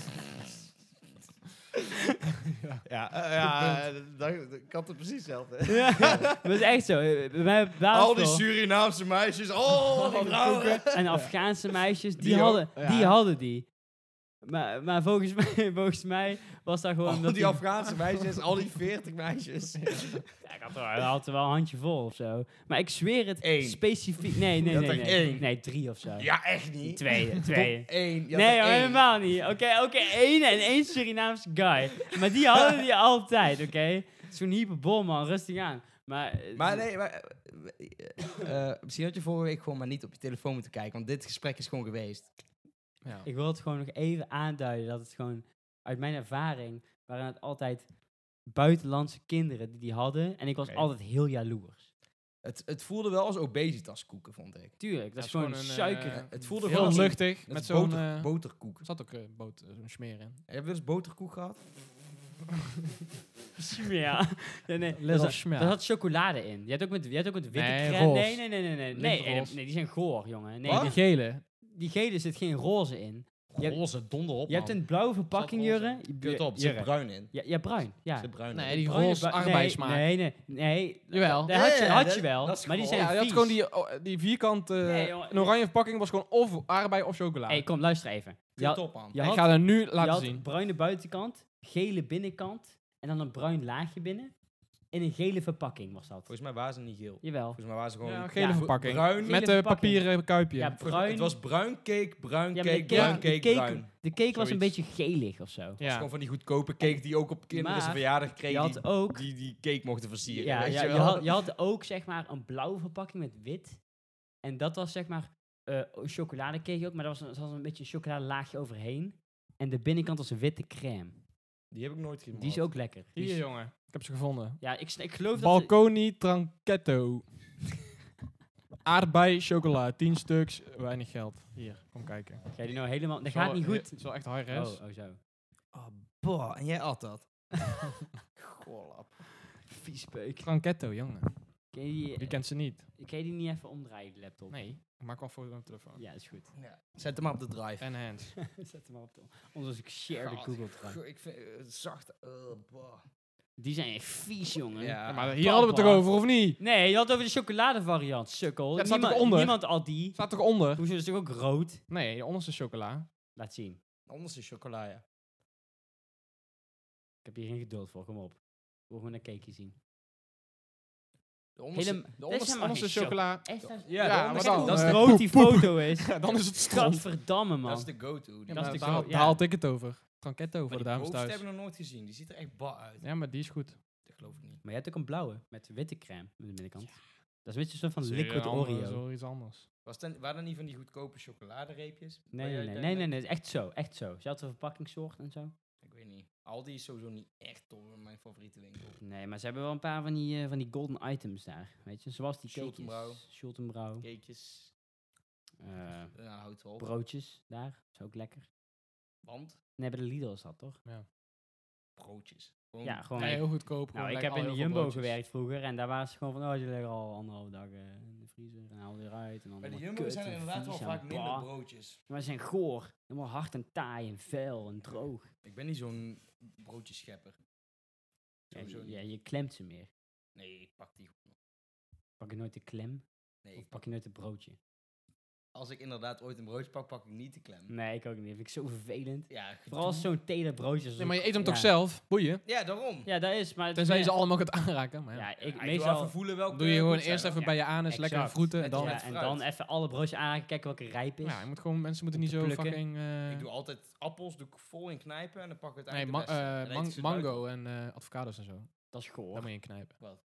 [SPEAKER 1] Ja, eh, ja dat, dat- ik had het precies hetzelfde.
[SPEAKER 3] ja, maar het is echt zo. eh, Bij mij op de
[SPEAKER 1] Al die
[SPEAKER 3] basisschool-
[SPEAKER 1] Surinaamse meisjes, al die vrouwen.
[SPEAKER 3] En Afghaanse meisjes, die,
[SPEAKER 2] Die ook,
[SPEAKER 3] hadden,
[SPEAKER 2] ja.
[SPEAKER 3] die hadden die. Maar, maar volgens, mij, volgens mij was dat gewoon...
[SPEAKER 1] Al
[SPEAKER 3] dat
[SPEAKER 1] Oh, die
[SPEAKER 3] die-
[SPEAKER 1] Afghaanse meisjes, al die 40 meisjes.
[SPEAKER 3] Ja, ik had er, hij had er wel een handje vol of zo. Maar ik zweer het
[SPEAKER 1] Eén.
[SPEAKER 3] specifiek... Nee, nee,
[SPEAKER 1] had
[SPEAKER 3] nee.
[SPEAKER 1] er
[SPEAKER 3] Nee,
[SPEAKER 1] één.
[SPEAKER 3] nee drie of zo.
[SPEAKER 1] Ja, echt niet.
[SPEAKER 3] Twee, twee.
[SPEAKER 1] Top één. Je had
[SPEAKER 3] Nee,
[SPEAKER 1] er
[SPEAKER 3] hoor,
[SPEAKER 1] één.
[SPEAKER 3] helemaal niet. Oké, oké, één en één Surinaamse guy. Maar die hadden die altijd, oké? Zo'n hyperbol, man. Rustig aan. Maar, eh,
[SPEAKER 1] Maar nee, maar, eh, eh, misschien had je vorige week gewoon maar niet op je telefoon moeten kijken, want dit gesprek is gewoon geweest.
[SPEAKER 2] Ja.
[SPEAKER 3] Ik wil het gewoon nog even aanduiden dat het gewoon uit mijn ervaring waren het altijd buitenlandse kinderen die die hadden. En ik was
[SPEAKER 1] Oké.
[SPEAKER 3] altijd heel jaloers.
[SPEAKER 1] Het, het voelde wel als obesitas koeken, vond ik.
[SPEAKER 3] Tuurlijk, dat
[SPEAKER 2] Ja,
[SPEAKER 3] is gewoon een suiker.
[SPEAKER 2] eh,
[SPEAKER 1] Het voelde
[SPEAKER 2] heel
[SPEAKER 1] gewoon als een-
[SPEAKER 2] luchtig.
[SPEAKER 1] Het
[SPEAKER 2] Met
[SPEAKER 1] is
[SPEAKER 2] zo'n...
[SPEAKER 1] boter-
[SPEAKER 2] eh,
[SPEAKER 1] boterkoek.
[SPEAKER 2] er zat ook een boot, eh, zo'n smeer in.
[SPEAKER 1] Heb je dus boterkoek gehad?
[SPEAKER 3] ja, ja, nee.
[SPEAKER 2] Les
[SPEAKER 3] Daar
[SPEAKER 2] of
[SPEAKER 3] zat-
[SPEAKER 2] smaak.
[SPEAKER 3] daar zat chocolade in. Je had ook met, je had ook met witte
[SPEAKER 2] Nee,
[SPEAKER 3] crème.
[SPEAKER 2] roze.
[SPEAKER 3] Nee, nee, nee, nee, nee. Nee,
[SPEAKER 2] Licht roze.
[SPEAKER 3] nee, die zijn goor, jongen. Nee,
[SPEAKER 1] Wat?
[SPEAKER 3] die,
[SPEAKER 2] Die gele.
[SPEAKER 3] die gele zit geen roze in. Je hebt-
[SPEAKER 1] Roze, donder op,
[SPEAKER 3] Je hebt
[SPEAKER 1] man.
[SPEAKER 3] een blauwe verpakking,
[SPEAKER 2] Oh. roze.
[SPEAKER 3] Jurre. Je-
[SPEAKER 1] Kut op, er
[SPEAKER 3] Jurre.
[SPEAKER 1] zit bruin in.
[SPEAKER 3] Ja, ja, bruin.
[SPEAKER 1] Er
[SPEAKER 3] Ja.
[SPEAKER 1] zit bruin in.
[SPEAKER 2] Nee, die
[SPEAKER 3] Bruine
[SPEAKER 2] roze
[SPEAKER 3] bui- Oh, nee,
[SPEAKER 2] arbeidsmaak.
[SPEAKER 3] Nee, nee, nee.
[SPEAKER 2] Jawel.
[SPEAKER 3] Dat had je,
[SPEAKER 1] Ja,
[SPEAKER 3] had
[SPEAKER 1] dat-
[SPEAKER 3] je wel.
[SPEAKER 1] dat is
[SPEAKER 3] Maar die
[SPEAKER 1] goor.
[SPEAKER 3] zijn
[SPEAKER 2] Ja, je had
[SPEAKER 3] vies.
[SPEAKER 2] gewoon die, oh, die vierkante...
[SPEAKER 3] Nee, jongen.
[SPEAKER 2] een oranje verpakking was gewoon of aardbei of chocola.
[SPEAKER 3] hey, kom, luister even. Je had-
[SPEAKER 1] Kut op, man.
[SPEAKER 3] je
[SPEAKER 2] ik
[SPEAKER 3] had-
[SPEAKER 2] ga dat nu
[SPEAKER 3] je
[SPEAKER 2] laten
[SPEAKER 3] had
[SPEAKER 2] zien.
[SPEAKER 3] bruine buitenkant, gele binnenkant en dan een bruin laagje binnen. In een gele verpakking was dat.
[SPEAKER 1] Volgens mij waren ze niet geel.
[SPEAKER 3] Jawel.
[SPEAKER 1] Volgens mij waren ze gewoon...
[SPEAKER 2] Ja, gele
[SPEAKER 3] Ja,
[SPEAKER 2] verpakking.
[SPEAKER 1] bruin-
[SPEAKER 2] met
[SPEAKER 3] Gele
[SPEAKER 2] een
[SPEAKER 3] verpakking.
[SPEAKER 2] papieren kuipje.
[SPEAKER 3] Ja,
[SPEAKER 1] volgens mij-
[SPEAKER 3] bruin.
[SPEAKER 1] Het was bruin cake, bruin
[SPEAKER 3] Ja, maar
[SPEAKER 1] cake,
[SPEAKER 3] de
[SPEAKER 1] bruin
[SPEAKER 3] cake, de
[SPEAKER 1] cake,
[SPEAKER 3] cake,
[SPEAKER 1] bruin. Het
[SPEAKER 3] de cake was een
[SPEAKER 2] Zoiets.
[SPEAKER 3] beetje gelig of zo.
[SPEAKER 1] was
[SPEAKER 2] Ja.
[SPEAKER 1] gewoon van die goedkope cake die ook op kinderen zijn
[SPEAKER 3] Maar
[SPEAKER 1] verjaardag
[SPEAKER 3] Je
[SPEAKER 1] kregen.
[SPEAKER 3] had ook,
[SPEAKER 1] die, die, die cake mochten versieren,
[SPEAKER 3] ja,
[SPEAKER 1] weet
[SPEAKER 3] ja,
[SPEAKER 1] je
[SPEAKER 3] je,
[SPEAKER 1] wel.
[SPEAKER 3] had, je had ook zeg maar een blauwe verpakking met wit. En dat was zeg maar eh chocoladecake ook, maar daar was, een- er was een beetje een chocoladelaagje overheen. En de binnenkant was een witte crème.
[SPEAKER 1] Die heb ik nooit gemaakt.
[SPEAKER 3] Die is ook lekker. Die
[SPEAKER 2] Hier,
[SPEAKER 3] is-
[SPEAKER 2] jongen. Ik heb ze gevonden.
[SPEAKER 3] ja, ik, sn- ik geloof dat... de-
[SPEAKER 2] Balconi Tranchetto. Aardbei, chocola. 10 stuks. Weinig geld. Hier, kom kijken.
[SPEAKER 3] Ga je die nou helemaal... Dat
[SPEAKER 2] Is wel-
[SPEAKER 3] gaat niet goed.
[SPEAKER 2] Het is wel echt high res.
[SPEAKER 3] Oh, oh zo.
[SPEAKER 1] Oh, boah. En jij at dat? Goorlap.
[SPEAKER 3] Vies peuk.
[SPEAKER 2] Tranchetto, jongen.
[SPEAKER 3] Ken je die,
[SPEAKER 2] Je kent ze niet.
[SPEAKER 3] Kan je die niet even omdraaien, de laptop?
[SPEAKER 2] Nee. Ik maak wel voor mijn telefoon.
[SPEAKER 3] Ja, is goed.
[SPEAKER 1] Ja. Zet hem maar op de drive.
[SPEAKER 2] En hands.
[SPEAKER 3] Zet hem maar op de... Anders ik share de
[SPEAKER 1] God,
[SPEAKER 3] Google Drive.
[SPEAKER 1] Ah, Goh, ik vind het zacht. eh, boah.
[SPEAKER 3] Die zijn echt vies, jongen.
[SPEAKER 1] Ja.
[SPEAKER 2] Ja, maar hier hadden we het toch over, of niet?
[SPEAKER 3] Nee, je had het over de chocoladevariant, sukkel.
[SPEAKER 2] Ja, het staat
[SPEAKER 3] niemand,
[SPEAKER 2] eronder.
[SPEAKER 3] niemand al die.
[SPEAKER 2] Staat toch onder?
[SPEAKER 3] Hoezo is het ook rood?
[SPEAKER 2] Nee, de onderste chocola.
[SPEAKER 3] Laat zien.
[SPEAKER 1] Anders is chocola, ja.
[SPEAKER 3] Ik heb hier geen geduld voor, kom op. Ik wil gewoon een cakeje zien.
[SPEAKER 1] De onderste,
[SPEAKER 3] Helem-
[SPEAKER 1] de onderste,
[SPEAKER 3] helemaal
[SPEAKER 2] Onderste
[SPEAKER 3] geen
[SPEAKER 2] chocola.
[SPEAKER 3] Echt?
[SPEAKER 1] de-
[SPEAKER 3] Ja,
[SPEAKER 1] ja, de
[SPEAKER 2] Ja, maar
[SPEAKER 1] onderste
[SPEAKER 2] dan,
[SPEAKER 1] koek.
[SPEAKER 3] als
[SPEAKER 2] eh,
[SPEAKER 3] rood die
[SPEAKER 2] poep, poep.
[SPEAKER 3] foto is.
[SPEAKER 2] Ja, dan is het stront.
[SPEAKER 3] Gadverdamme, man.
[SPEAKER 1] Dat is de go-to.
[SPEAKER 2] Ja,
[SPEAKER 1] Die
[SPEAKER 3] dat
[SPEAKER 2] maar
[SPEAKER 3] is de
[SPEAKER 2] daar,
[SPEAKER 3] gro-
[SPEAKER 2] daar
[SPEAKER 3] ja.
[SPEAKER 2] haal ik het over. Tranchetto voor
[SPEAKER 1] maar
[SPEAKER 2] de
[SPEAKER 1] die
[SPEAKER 2] dames
[SPEAKER 1] bovenste
[SPEAKER 2] thuis.
[SPEAKER 1] hebben we nog nooit gezien. Die ziet er echt bar uit.
[SPEAKER 2] Ja, maar die is goed.
[SPEAKER 1] Dat geloof ik niet.
[SPEAKER 3] Maar je hebt ook een blauwe met witte crème aan de binnenkant. Dat is een beetje een soort van
[SPEAKER 2] Zeker
[SPEAKER 3] liquid
[SPEAKER 2] een andere,
[SPEAKER 3] Oreo.
[SPEAKER 2] zo iets anders.
[SPEAKER 1] Was dan, waren dat niet van die goedkope chocoladereepjes?
[SPEAKER 3] Nee,
[SPEAKER 1] Waar
[SPEAKER 3] nee,
[SPEAKER 1] jij
[SPEAKER 3] nee,
[SPEAKER 1] dan-
[SPEAKER 3] nee, nee, nee, echt zo, echt zo. Ze had een verpakkingssoort en zo.
[SPEAKER 1] Ik weet niet. Aldi is sowieso niet echt top in mijn favoriete winkel.
[SPEAKER 3] Nee, maar ze hebben wel een paar van die, eh, van die golden items daar, weet je. Zoals die
[SPEAKER 1] Schultenbrouw.
[SPEAKER 3] cakejes, Schultenbrouw,
[SPEAKER 1] Cakejes,
[SPEAKER 3] eh,
[SPEAKER 1] nou houdt wel op.
[SPEAKER 3] broodjes daar, is ook lekker.
[SPEAKER 1] Want
[SPEAKER 3] Nee, bij de Lidl is dat toch?
[SPEAKER 1] broodjes. Gewoon
[SPEAKER 3] Ja, gewoon
[SPEAKER 2] Nee,
[SPEAKER 3] echt-
[SPEAKER 2] heel goedkoop. gewoon
[SPEAKER 3] Nou, ik
[SPEAKER 2] lekker
[SPEAKER 3] heb in
[SPEAKER 2] al
[SPEAKER 3] de
[SPEAKER 2] heel veel
[SPEAKER 3] Jumbo
[SPEAKER 2] broodjes.
[SPEAKER 3] gewerkt vroeger en daar waren ze gewoon van, oh, die leggen al anderhalve dag eh, in de vriezer en haal die eruit.
[SPEAKER 2] Oh
[SPEAKER 3] En dan
[SPEAKER 1] Bij de
[SPEAKER 3] allemaal
[SPEAKER 1] Jumbo
[SPEAKER 3] kut
[SPEAKER 1] zijn er
[SPEAKER 3] en
[SPEAKER 1] inderdaad wel
[SPEAKER 3] vies en
[SPEAKER 1] vaak minder
[SPEAKER 3] bah.
[SPEAKER 1] broodjes.
[SPEAKER 3] Maar ze zijn goor, helemaal hard en taai en vuil en droog.
[SPEAKER 1] Ik ben niet zo'n broodjeschepper.
[SPEAKER 3] Ja,
[SPEAKER 1] Sowieso
[SPEAKER 3] je,
[SPEAKER 1] niet.
[SPEAKER 3] ja, je klemt ze meer.
[SPEAKER 1] Nee, ik pak die goed.
[SPEAKER 3] Pak je nooit de klem
[SPEAKER 1] Nee,
[SPEAKER 3] of
[SPEAKER 1] ik
[SPEAKER 3] pak je nooit het broodje?
[SPEAKER 1] als ik inderdaad ooit een broodje pak, pak ik niet de klem.
[SPEAKER 3] Nee, ik ook niet. Vind ik zo vervelend.
[SPEAKER 1] Ja,
[SPEAKER 3] Vooral
[SPEAKER 1] gedoe.
[SPEAKER 3] zo'n teder broodjes.
[SPEAKER 2] Nee, maar je eet hem toch
[SPEAKER 3] Ja.
[SPEAKER 2] zelf? Boeien.
[SPEAKER 1] Ja, daarom.
[SPEAKER 3] Ja, dat is. Maar het
[SPEAKER 2] Tenzij
[SPEAKER 3] is
[SPEAKER 2] je
[SPEAKER 3] meer-
[SPEAKER 2] ze allemaal gaat aanraken. Maar ja.
[SPEAKER 3] Ja, ik
[SPEAKER 1] Ja,
[SPEAKER 3] meestal.
[SPEAKER 1] doe even voelen welke...
[SPEAKER 2] Dan doe je gewoon
[SPEAKER 1] goed zijn.
[SPEAKER 2] eerst even
[SPEAKER 3] ja,
[SPEAKER 2] bij je anus
[SPEAKER 3] exact.
[SPEAKER 2] lekker vroeten en
[SPEAKER 1] Het
[SPEAKER 2] dan...
[SPEAKER 1] is
[SPEAKER 2] Ja,
[SPEAKER 1] met
[SPEAKER 3] ja, en
[SPEAKER 1] fruit.
[SPEAKER 3] dan even alle broodjes aanraken, kijken welke rijp is.
[SPEAKER 2] je moet gewoon, mensen moeten
[SPEAKER 3] Om
[SPEAKER 2] niet
[SPEAKER 3] te
[SPEAKER 2] zo
[SPEAKER 3] plukken.
[SPEAKER 2] fucking... eh,
[SPEAKER 1] Ik doe altijd appels, doe ik vol in knijpen en dan pak ik het
[SPEAKER 2] nee,
[SPEAKER 1] eigenlijk
[SPEAKER 2] ma-
[SPEAKER 1] de beste.
[SPEAKER 2] eh,
[SPEAKER 1] Dan eet
[SPEAKER 2] man-
[SPEAKER 1] ik ze buiten.
[SPEAKER 2] mango en eh, avocados en zo.
[SPEAKER 3] Dat is
[SPEAKER 2] Daar
[SPEAKER 3] goor.
[SPEAKER 2] moet je in knijpen.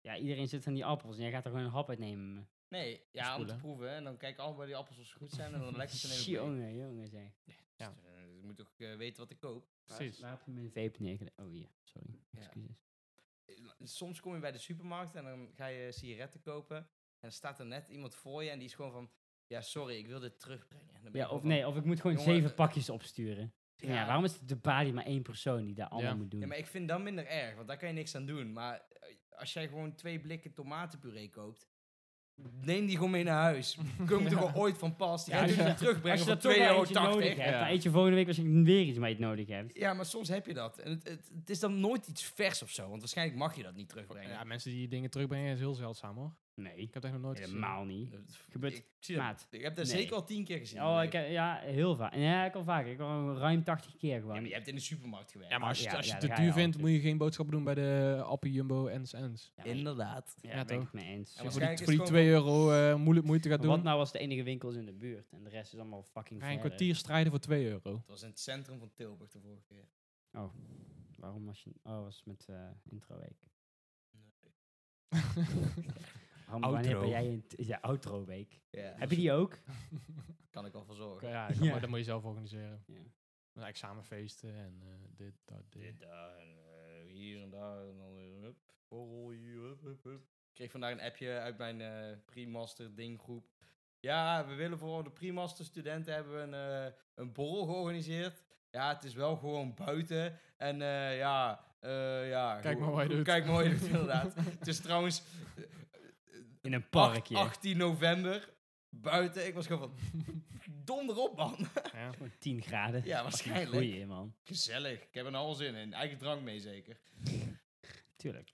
[SPEAKER 3] Ja, iedereen zit aan die appels en jij gaat er gewoon een hap uit nemen.
[SPEAKER 1] Nee, ja, om te
[SPEAKER 2] Spoelen. oh,
[SPEAKER 1] proeven. En dan kijk ik altijd bij die appels of ze goed zijn en dan lekker ze nemen.
[SPEAKER 3] Jongen, jongen zeg.
[SPEAKER 1] Ja. Je moet toch eh, weten wat ik koop.
[SPEAKER 2] Precies.
[SPEAKER 3] Waar heb je mijn vape neergelegd? Oh hier, sorry.
[SPEAKER 1] Ja.
[SPEAKER 3] Excuses.
[SPEAKER 1] soms kom je bij de supermarkt en dan ga je sigaretten kopen. En dan staat er net iemand voor je en die is gewoon van... Ja, sorry, ik wil dit terugbrengen. En dan ben
[SPEAKER 3] Ja,
[SPEAKER 1] je
[SPEAKER 3] of
[SPEAKER 1] gewoon
[SPEAKER 3] nee, of ik moet gewoon
[SPEAKER 1] Jongen,
[SPEAKER 3] zeven
[SPEAKER 1] eh,
[SPEAKER 3] pakjes opsturen.
[SPEAKER 1] van,
[SPEAKER 3] Ja. waarom is het de balie maar één persoon die daar allemaal
[SPEAKER 2] Ja.
[SPEAKER 3] moet doen?
[SPEAKER 1] Ja, maar ik vind dat minder erg, want daar kan je niks aan doen. Maar eh, als jij gewoon twee blikken tomatenpuree koopt... Neem die gewoon mee naar huis. Kom er gewoon ooit van pas. Die
[SPEAKER 3] Ja,
[SPEAKER 1] ga je dus
[SPEAKER 3] als je-
[SPEAKER 1] niet terugbrengen
[SPEAKER 3] Als je
[SPEAKER 1] voor
[SPEAKER 3] dat toch wel eentje
[SPEAKER 1] 2,80
[SPEAKER 3] nodig hebt,
[SPEAKER 2] Ja.
[SPEAKER 3] dan eet je volgende week waarschijnlijk weer iets mee je het nodig hebt.
[SPEAKER 1] Ja, maar soms heb je dat. En het, het, het is dan nooit iets vers of zo, want waarschijnlijk mag je dat niet terugbrengen.
[SPEAKER 2] Ja, mensen die dingen terugbrengen is heel zeldzaam hoor.
[SPEAKER 3] Nee,
[SPEAKER 2] Ik heb het echt nog nooit gezien.
[SPEAKER 3] helemaal niet.
[SPEAKER 1] Dat-
[SPEAKER 3] Gebeurt-
[SPEAKER 1] ik, zie dat-
[SPEAKER 3] maat,
[SPEAKER 1] ik heb dat
[SPEAKER 3] nee.
[SPEAKER 1] zeker al tien keer gezien.
[SPEAKER 3] Oh, ik, heb- ja, heel vaak. Ja, ik al vaak. Ik al ruim 80 keer
[SPEAKER 1] Ja, maar
[SPEAKER 3] gewoon.
[SPEAKER 1] je hebt in de supermarkt gewerkt.
[SPEAKER 2] Ja, maar als je,
[SPEAKER 3] Ja,
[SPEAKER 2] als je
[SPEAKER 3] ja,
[SPEAKER 2] het
[SPEAKER 3] dan
[SPEAKER 2] te
[SPEAKER 3] ga je
[SPEAKER 2] duur vindt,
[SPEAKER 3] altijd.
[SPEAKER 2] moet je geen boodschappen doen bij de Appie, Jumbo, Ens, Ens.
[SPEAKER 3] Ja, maar-
[SPEAKER 1] Inderdaad.
[SPEAKER 3] Ja,
[SPEAKER 2] Ja,
[SPEAKER 3] daar ben ik
[SPEAKER 2] toch?
[SPEAKER 3] het mee eens.
[SPEAKER 1] Ja,
[SPEAKER 3] Maar
[SPEAKER 1] maar
[SPEAKER 2] Voor
[SPEAKER 1] Waarschijnlijk
[SPEAKER 2] die,
[SPEAKER 1] is
[SPEAKER 2] voor die
[SPEAKER 1] het
[SPEAKER 2] 2 euro eh, moeilijk moeite gaat doen.
[SPEAKER 3] Wat nou als de enige winkel is in de buurt en de rest is allemaal fucking
[SPEAKER 2] Ga je een
[SPEAKER 3] verder?
[SPEAKER 2] kwartier strijden voor 2 euro.
[SPEAKER 1] Het was in het centrum van Tilburg de vorige keer.
[SPEAKER 3] Oh, waarom was je... Oh, was met eh introweek. Waarom, Wanneer
[SPEAKER 2] Outro.
[SPEAKER 3] ben jij in... t- Ja, outro week.
[SPEAKER 1] Ja,
[SPEAKER 3] Heb je die ook?
[SPEAKER 1] Dus Kan ik al voor zorgen.
[SPEAKER 2] ja,
[SPEAKER 3] kan- Ja.
[SPEAKER 2] Maar dat moet je zelf organiseren.
[SPEAKER 3] Ja.
[SPEAKER 2] Met examenfeesten en eh, dit, dat, dit.
[SPEAKER 1] Dit, daar, en, eh, hier en daar. En dan weer, hup, borrel hier, hup, hup, hup. Ik kreeg vandaag een appje uit mijn eh pre-master dinggroep. Ja, we willen voor de pre-master studenten hebben we een, eh, een borrel georganiseerd. Ja, het is wel gewoon buiten. En eh, ja, eh, ja.
[SPEAKER 2] Kijk
[SPEAKER 1] go-
[SPEAKER 2] maar wat je
[SPEAKER 1] go-
[SPEAKER 2] doet.
[SPEAKER 1] Kijk maar wat je doet, inderdaad. het is trouwens eh,
[SPEAKER 3] In een
[SPEAKER 1] acht-
[SPEAKER 3] parkje.
[SPEAKER 1] 18 november. Buiten. Ik was gewoon van, donder op man.
[SPEAKER 2] Ja.
[SPEAKER 3] Gewoon 10 graden.
[SPEAKER 1] Ja, waarschijnlijk.
[SPEAKER 3] Goeie, man.
[SPEAKER 1] Gezellig. Ik heb er nou al zin in. Eigen drank mee zeker.
[SPEAKER 3] Tuurlijk.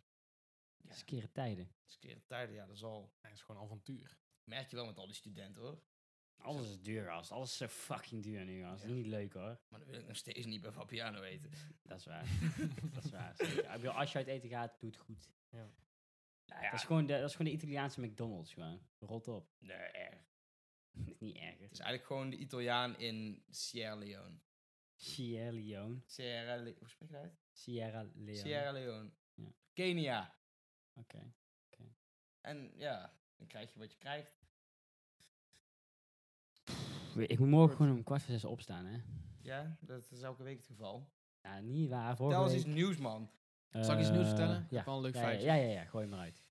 [SPEAKER 1] Ja.
[SPEAKER 3] Skere tijden.
[SPEAKER 1] Het is keer tijden, ja, dat is al.
[SPEAKER 2] Het is gewoon avontuur.
[SPEAKER 1] Merk je wel met al die studenten hoor.
[SPEAKER 3] Alles is duur, gast. Alles is zo fucking duur nu, gast.
[SPEAKER 1] Ja.
[SPEAKER 3] Niet leuk, hoor.
[SPEAKER 1] Maar dan wil ik nog steeds niet bij Vapiano eten.
[SPEAKER 3] Dat is waar. dat is waar. zeker. Ik bedoel, als je uit eten gaat, doe het goed.
[SPEAKER 2] Ja.
[SPEAKER 3] Nou ja, dat, is gewoon de, dat is gewoon de Italiaanse McDonald's, gewoon. Rot op.
[SPEAKER 1] Nee, erg.
[SPEAKER 3] Niet erger.
[SPEAKER 1] Het is eigenlijk gewoon de Italiaan in Sierra Leone.
[SPEAKER 3] Sierra Leone.
[SPEAKER 1] Sierra Leone. Hoe spreek je dat uit?
[SPEAKER 3] Sierra Leone.
[SPEAKER 1] Sierra Leone.
[SPEAKER 3] Ja.
[SPEAKER 1] Kenia.
[SPEAKER 3] Oké.
[SPEAKER 1] En ja, dan krijg je wat je krijgt.
[SPEAKER 3] Ik moet morgen gewoon om kwart voor zes opstaan, hè?
[SPEAKER 1] Ja, dat is elke week het geval.
[SPEAKER 3] Ja, niet waar. Vorige
[SPEAKER 1] Dat was iets
[SPEAKER 3] week,
[SPEAKER 1] nieuws, man.
[SPEAKER 2] Zal ik iets nieuws
[SPEAKER 3] eh,
[SPEAKER 2] vertellen? Ik
[SPEAKER 3] Ja.
[SPEAKER 2] heb wel een leuk
[SPEAKER 3] ja, ja,
[SPEAKER 2] feitje.
[SPEAKER 3] ja, ja, ja, gooi maar uit.